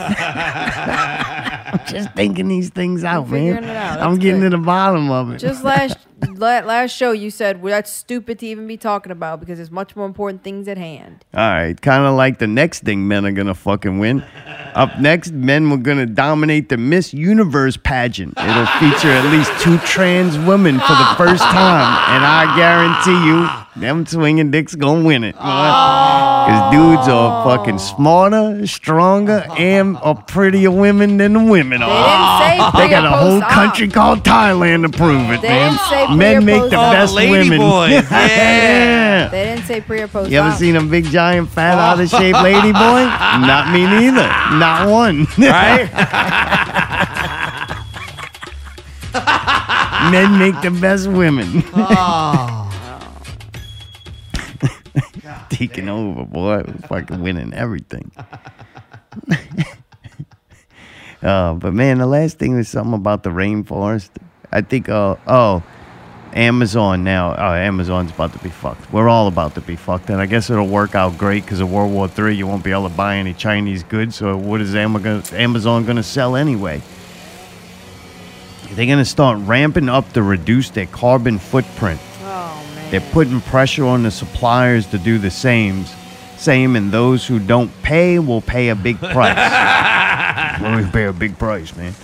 B: Just thinking these things out,
C: figuring
B: man.
C: it out.
B: I'm
C: That's
B: getting
C: good.
B: to the bottom of it.
C: Just last la- last show you said well, that's stupid to even be talking about because there's much more important things at hand.
B: All right, kind of like the next thing men are gonna fucking win. Up next, men were gonna dominate the Miss Universe pageant. It'll feature at least two trans women for the first time, and I guarantee you, them swinging dicks gonna win it. Because dudes are fucking smarter, stronger, and are prettier women than the women
C: They
B: are.
C: didn't say
B: Ah.
C: pre
B: They got
C: or
B: a whole
C: post-op.
B: country called Thailand to prove it,
C: They
B: man.
C: didn't say pre or
B: Men make the
C: post-op.
D: Oh, the
B: best
D: lady
B: women. [LAUGHS]
D: boys. Yeah.
C: They didn't say pre or post.
B: You ever seen a big, giant, fat, out of shape lady boy? Not me neither. Not one.
D: Right?
B: [LAUGHS] Men make the best women.
D: Ah.
B: [LAUGHS] Taking over, boy. We're Fucking winning everything. [LAUGHS] uh, but man, the last thing was something about the rainforest. I think, uh, oh, Amazon now. Oh, Amazon's about to be fucked. We're all about to be fucked. And I guess it'll work out great because of World War III, you won't be able to buy any Chinese goods. So what is Ama- gonna- Amazon going to sell anyway? They're going to start ramping up to reduce their carbon footprint.
C: Oh man.
B: They're putting pressure on the suppliers to do the same. Same, and those who don't pay will pay a big price. Will pay a big price, man.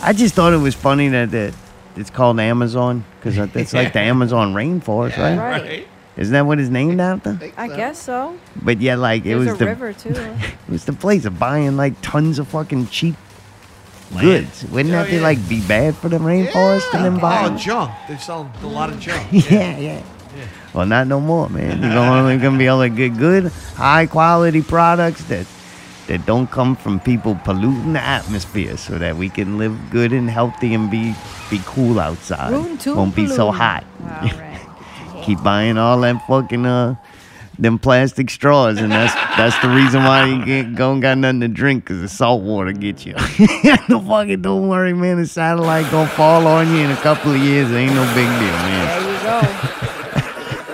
B: I just thought it was funny that, that it's called Amazon because it's like the Amazon rainforest, right?
C: right.
B: Isn't that what it's named after?
C: I guess so.
B: But yeah, like it
C: There's
B: was
C: a
B: the
C: river too.
B: it was the place of buying like tons of fucking cheap
D: Land.
B: goods. Wouldn't that be
D: yeah.
B: like be bad for the rainforest and
D: Oh,
B: environment?
D: junk. They sell a lot of junk.
B: yeah, yeah. Well, not no more, man. You're only gonna be able to get good, high quality products that that don't come from people polluting the atmosphere, so that we can live good and healthy and be be cool outside.
C: Room to
B: Won't be so
C: bloom.
B: hot. [LAUGHS]
C: All right.
B: Keep buying all that fucking uh. Them plastic straws, and that's that's the reason why you get, don't got nothing to drink, cause the salt water gets you.
C: [LAUGHS]
B: no fucking don't worry, man. The satellite gonna fall on you in a couple of years. It ain't no big deal, man.
C: There
B: [LAUGHS]
C: you go.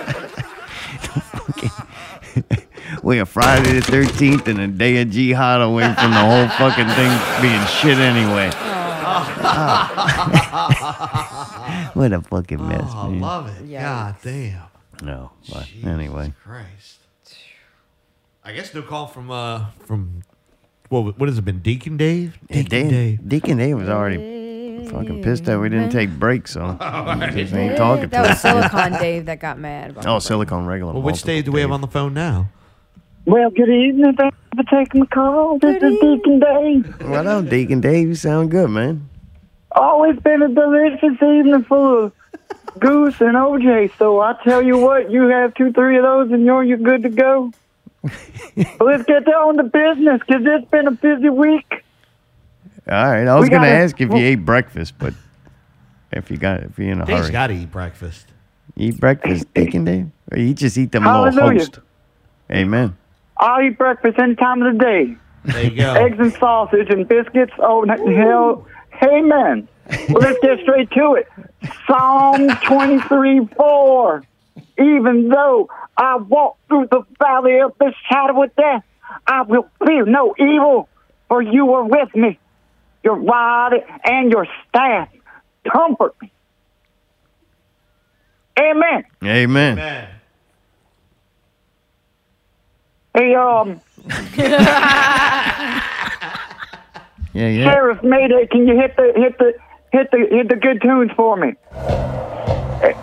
B: We are Friday the 13th and a day of jihad away from the whole fucking thing being shit anyway. [LAUGHS] what a fucking mess,
D: Oh, I
B: man.
D: love it.
C: Yes.
D: God damn.
B: No, but
D: Jesus
B: anyway.
D: Christ. I guess no call from uh from what what has it been? Deacon Dave?
B: Yeah,
D: Deacon
B: Dave-
D: Dave.
B: Deacon Dave was already fucking pissed that we didn't take breaks, [LAUGHS] so he just ain't talking
C: That was
B: to us.
C: Silicon Dave that got mad about.
B: [LAUGHS] Oh,
C: that.
B: Silicon Regular.
D: Well, which
B: multiple
D: Dave do we have
B: Dave.
D: on the phone now?
G: Well, good evening. Thank you for taking the call. This
C: Good
G: is Deacon Dave.
B: Well, no, Deacon Dave, you sound good, man.
G: Oh, it's been a delicious evening full of Goose and OJ. So I tell you what, you have two, three of those, and you're you're good to go. But Let's get down to business, 'cause it's been a busy week.
B: All right, I was going to
G: gotta-
B: ask if you
G: well-
B: ate breakfast, but if you got if you're in a
D: Dave's
B: hurry.
D: got to eat breakfast.
B: Eat breakfast,
G: [COUGHS]
B: Deacon Dave. Or you just eat them little
G: Hallelujah.
B: host. Amen.
G: I'll eat breakfast any time of the day.
D: There you go.
G: Eggs and sausage and biscuits. Oh, n- hell. Hey, man. Well, let's get straight to it. Psalm 23 4. Even though I walk through the valley of the shadow of death, I will fear no evil, for you are with me. Your rod and your staff comfort me. Amen.
B: Amen.
D: Man.
G: Hey, um,
B: Yeah, yeah.
G: Sheriff Mayday, can you hit the hit the hit the hit the good tunes for me? Eh.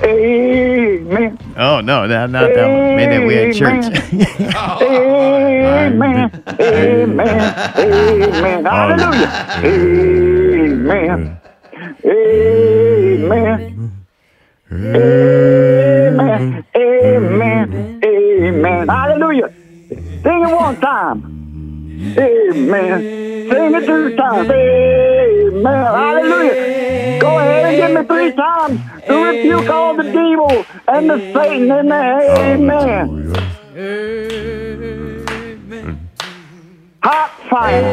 G: Amen.
B: Oh no, that, not that one. Maybe we had church.
G: Amen. Amen. Amen. Hallelujah. Amen. Amen. Amen. Amen. Amen. Hallelujah. Sing it one time. Amen. Sing it two times. Amen. Hallelujah. Go ahead and give me three times to rebuke all the devil and the Satan in the amen. Hot fire.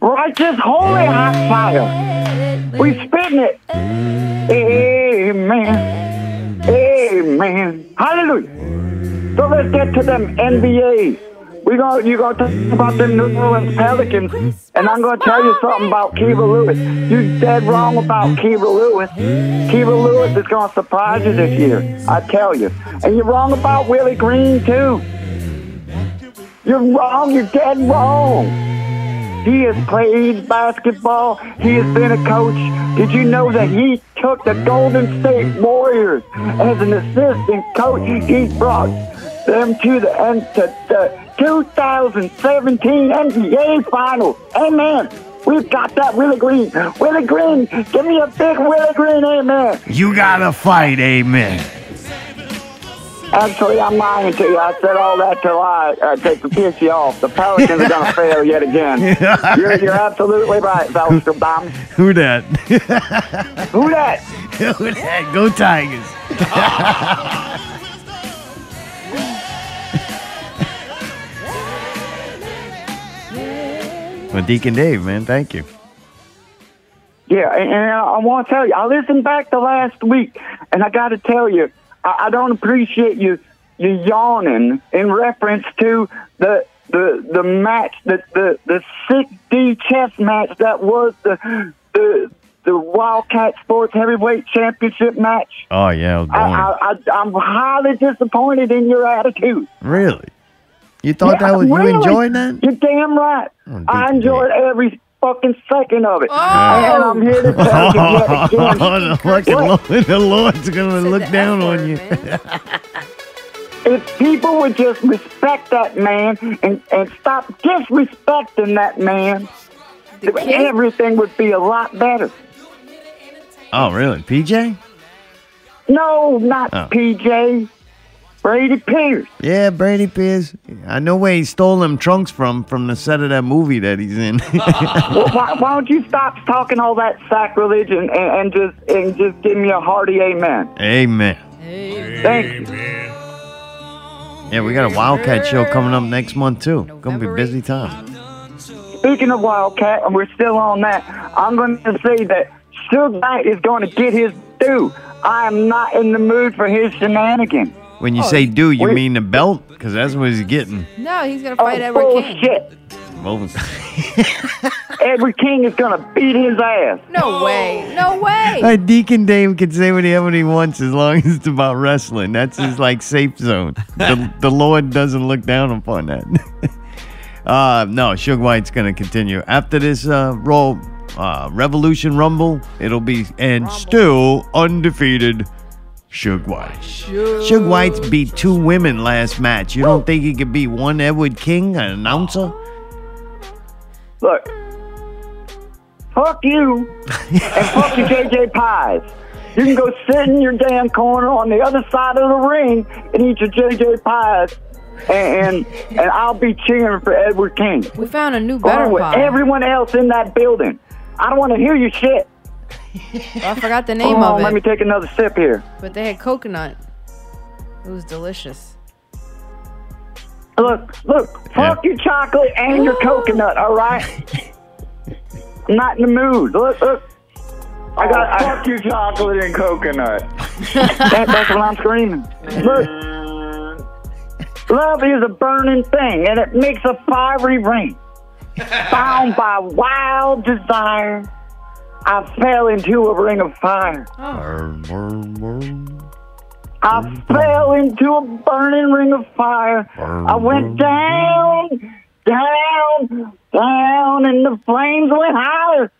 G: Righteous, holy hot fire. We spitting it. Amen. Amen. Hallelujah. So let's get to them NBA We gonna you gonna talk about them New Orleans Pelicans, and I'm gonna tell you something about Kiva Lewis. You dead wrong about Kiva Lewis. Kiva Lewis is gonna surprise you this year. I tell you, and you're wrong about Willie Green too. You're wrong. You're dead wrong. He has played basketball. He has been a coach. Did you know that he took the Golden State Warriors as an assistant coach? He brought them to the and to the 2017 NBA Finals. Amen. We've got that Willie Green. Willie Green, give me a big Willie Green. Amen.
B: [LAUGHS] You gotta fight, amen. [LAUGHS]
G: Actually, I'm lying to you. I said all that to lie, uh, to, to piss you off. The Pelicans are going to fail yet again. You're, you're absolutely right, Valster Bomb.
B: Who that? [LAUGHS]
G: Who that?
B: Who that? Go Tigers. [LAUGHS] well, Deacon Dave, man, thank you.
G: Yeah, and, and I want to tell you, I listened back to last week, and I got to tell you, I, I don't appreciate you you yawning in reference to the the the match, the the the six D chess match that was the the the Wildcat Sports Heavyweight Championship match.
B: Oh yeah, it was
G: I,
B: boring.
G: I, I, I'm highly disappointed in your attitude.
B: really? You thought
G: Yeah,
B: that was
G: really.
B: you enjoyed that?
G: You're damn right.
B: Oh,
G: I
B: dude,
G: enjoyed every fucking second of it.
C: Oh.
G: And I'm
B: [LAUGHS]
G: here to tell you yet again,
B: the, fucking Lord, the Lord's gonna
C: Said
B: look
C: the
B: down
C: F
B: on
C: word,
B: you. [LAUGHS]
C: man.
G: if people would just respect that man and, and stop disrespecting that man, everything would be a lot better.
B: Oh, really? PJ?
G: No, not
B: Oh.
G: PJ. Brady Pierce.
B: Yeah, Brady Pierce. I know where he stole them trunks from from the set of that movie that he's [LAUGHS] in.
G: Well, why, why don't you stop talking all that sacrilege and, and, and just and just give me a hearty amen?
B: Amen.
G: Thank you.
B: Yeah, we got a Wildcat show coming up next month too. Gonna be
C: November
B: busy time.
G: Speaking of Wildcat, and we're still on that, I'm going to say that Suge Knight is going to get his due. I am not in the mood for his shenanigans.
B: When you say do, you
G: wait.
B: mean the belt? Because that's what he's getting.
C: No, he's gonna
G: Oh,
C: fight Edward King.
G: bullshit.
B: Well,
G: Edward King is going to beat his ass.
C: No way. No way.
B: Hey, Deacon Dave can say whatever he wants as long as it's about wrestling. That's his like safe zone. The, the Lord doesn't look down upon that. [LAUGHS] uh, no, Suge White's gonna continue after this uh, roll. Uh, Revolution Rumble. It'll be and still undefeated. Suge White. Suge White's beat two women last match. You don't think he could beat one Edward King, an announcer?
G: Look, fuck
C: [LAUGHS]
G: you and fuck your JJ Pies. You can go sit in your damn corner on the other side of the ring and eat your JJ Pies, and, and, and I'll be cheering for Edward King.
C: We found a new better
G: Along with
C: pod.
G: everyone else in that building. I don't want to hear your shit.
C: Oh, I forgot the name
G: Hold on,
C: of
G: let
C: it,
G: me take another sip here.
C: but they had coconut. It was delicious.
G: Look, look,
B: Yeah.
G: fuck your chocolate and your coconut, all right? I'm not in the mood. Look, look. I got Oh, fuck your chocolate and coconut. [LAUGHS] that, that's what I'm screaming. Look, love is a burning thing, and it makes a fiery ring. Bound by wild desire, I fell into a ring of fire. I fell into a burning ring of fire. I went down, down, down, and the flames went higher.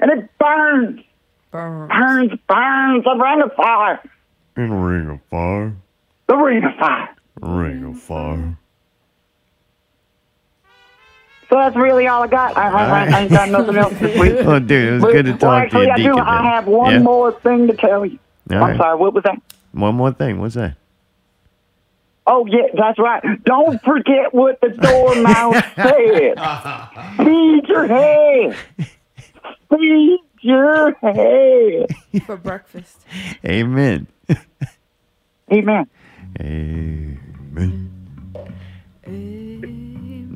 G: And it burns,
C: Brr.
G: burns, burns. The ring of fire,
B: In a ring of fire.
G: the ring of fire.
B: Ring of fire.
G: So that's really all I got. I, I, I ain't got nothing else this week.
B: Oh, dude, it was good to [LAUGHS] talk
G: well, actually,
B: to you,
G: I
B: Deacon.
G: do. oh, I
B: Dave.
G: have one
B: Yeah?
G: more thing to tell you.
B: All
G: I'm
B: right.
G: sorry. What was that?
B: One more thing. What's that?
G: Oh yeah, that's right. Don't forget what the dormouse
B: [LAUGHS]
G: said. Feed your head. Feed your head.
C: for
G: [LAUGHS]
C: breakfast.
B: Amen.
G: Amen.
B: Amen.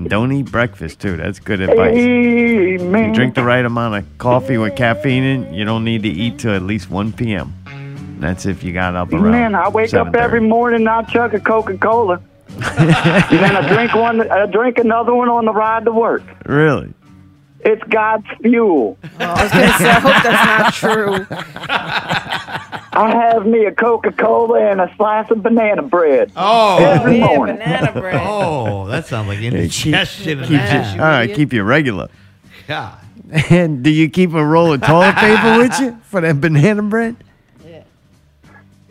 B: Don't eat breakfast too. That's good advice.
G: Amen.
B: Drink the right amount of coffee with caffeine in. You don't need to eat till at least 1 p.m. That's if you got up around.
G: Man, I wake up
B: 7:30. [LAUGHS]
G: every morning and I chug a Coca Cola. and then I drink one. I drink another one on the ride to work.
B: Really?
G: It's God's fuel.
C: I was gonna say, I hope that's not true.
G: I have me a Coca Cola and a slice of banana bread.
D: Oh,
G: Every
C: Yeah,
G: morning.
C: banana bread.
D: oh, that sounds like indigestion.
B: Keep you-
D: Yeah.
B: all right,
C: idiot.
B: keep you regular.
D: [LAUGHS] God.
B: [LAUGHS] And do you keep a roll of [LAUGHS] toilet paper with you for that banana bread?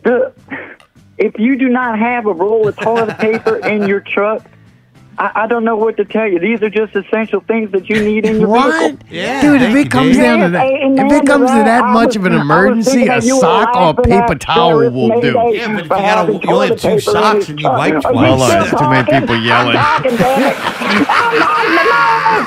G: The- if you do not have a roll of toilet paper in your truck, I, I don't know what to tell you. These are just essential things that you need in your vehicle.
B: What?
D: Yeah,
B: Dude, if
D: thank you,
B: it comes
D: Dave.
B: down to that,
G: Hey, hey,
B: if
G: man,
B: it comes to that
G: I
B: much
G: was-
B: of an
G: I was
B: emergency,
G: thinking
B: a
G: that you were
B: sock or a
G: laughing at
B: paper towel
G: Sheriff
B: will do.
G: Mayday
D: Yeah, but if you
G: for
D: had a-
G: having
D: you only had
G: toilet
D: two
G: paper in
D: socks
G: his
D: and you
G: truck.
D: wiped
G: Are
D: one.
G: you
B: Hold on,
G: still
B: there's too many
G: talking?
B: people
G: I'm
B: yelling.
G: talking, damn it. I'm on the line.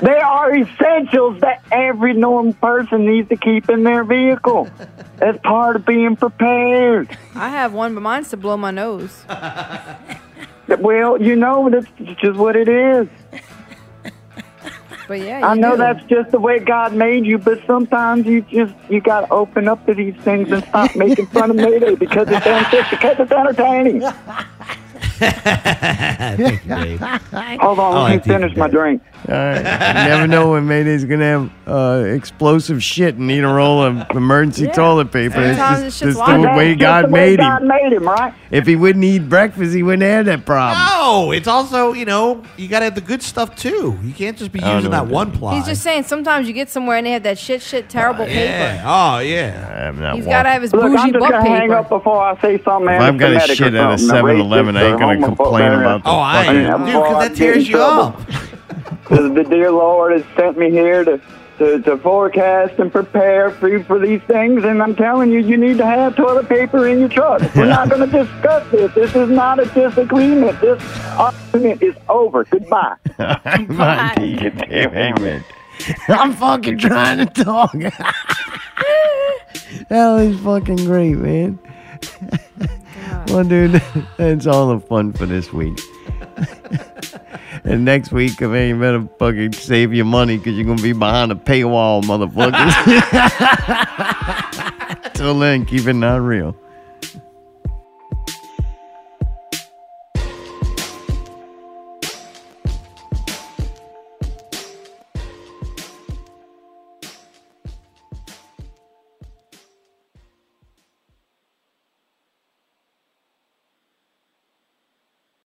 G: They are essentials that every normal person needs to keep in their vehicle. That's part of being prepared.
C: I have one, but mine's to blow my nose.
G: Well, you know, that's just what it is.
C: But yeah,
G: I
C: you
G: know
C: do.
G: that's just the way God made you, but sometimes you just you gotta open up to these things and stop making fun
C: [LAUGHS]
G: of Mayday because it's enter- because it's entertaining.
D: Thank you, Dave.
G: Hold
D: I
G: on, let me
D: like these
G: finish my
D: today.
G: drink.
B: All right. You never know when Mayday's going to have uh, explosive shit and need a roll of emergency
C: Yeah.
B: toilet paper. It's
C: Sometimes
B: just,
C: it's just
B: just the
C: like that.
B: way
G: That's
B: God
G: just the way
B: made
G: God
B: him.
G: made him, right?
B: If he wouldn't eat breakfast, he wouldn't have that problem.
D: No, Oh, it's also you know you got to have the good stuff too. You can't just be
B: I don't
D: using
B: know
D: that
B: what
D: one plot.
C: He's just saying sometimes you get somewhere and they have that shit, shit, terrible
D: yeah.
C: paper.
D: Oh yeah.
B: I'm not
C: He's got to
B: walking.
C: have his
G: Look,
C: bougie
G: I'm just
C: butt
G: gonna hang
C: paper.
G: up before I say something.
B: If I've got a
G: anti-Semitic or
B: shit at a
G: something,
B: 7-Eleven, I ain't gonna
G: racist or
B: complain
G: homophobic.
B: about
D: Oh, I
G: Fucking
D: am, dude, because that
G: I'm
D: tears you
G: getting
D: up.
G: The, the dear Lord has sent me here to, to, to forecast and prepare for you for these things, and I'm telling you, you need to have toilet paper in your truck. We're not going to discuss this. This is not a disagreement. This argument is over. Goodbye.
B: [LAUGHS] Come on, you damn amen. [LAUGHS] I'm fucking trying to talk. [LAUGHS] that was fucking great, man. well, dude, [LAUGHS] that's all the fun for this week. [LAUGHS] and next week, I mean, you better fucking save your money because you're going to be behind a [LAUGHS] paywall, motherfuckers. Till then, keep it not real.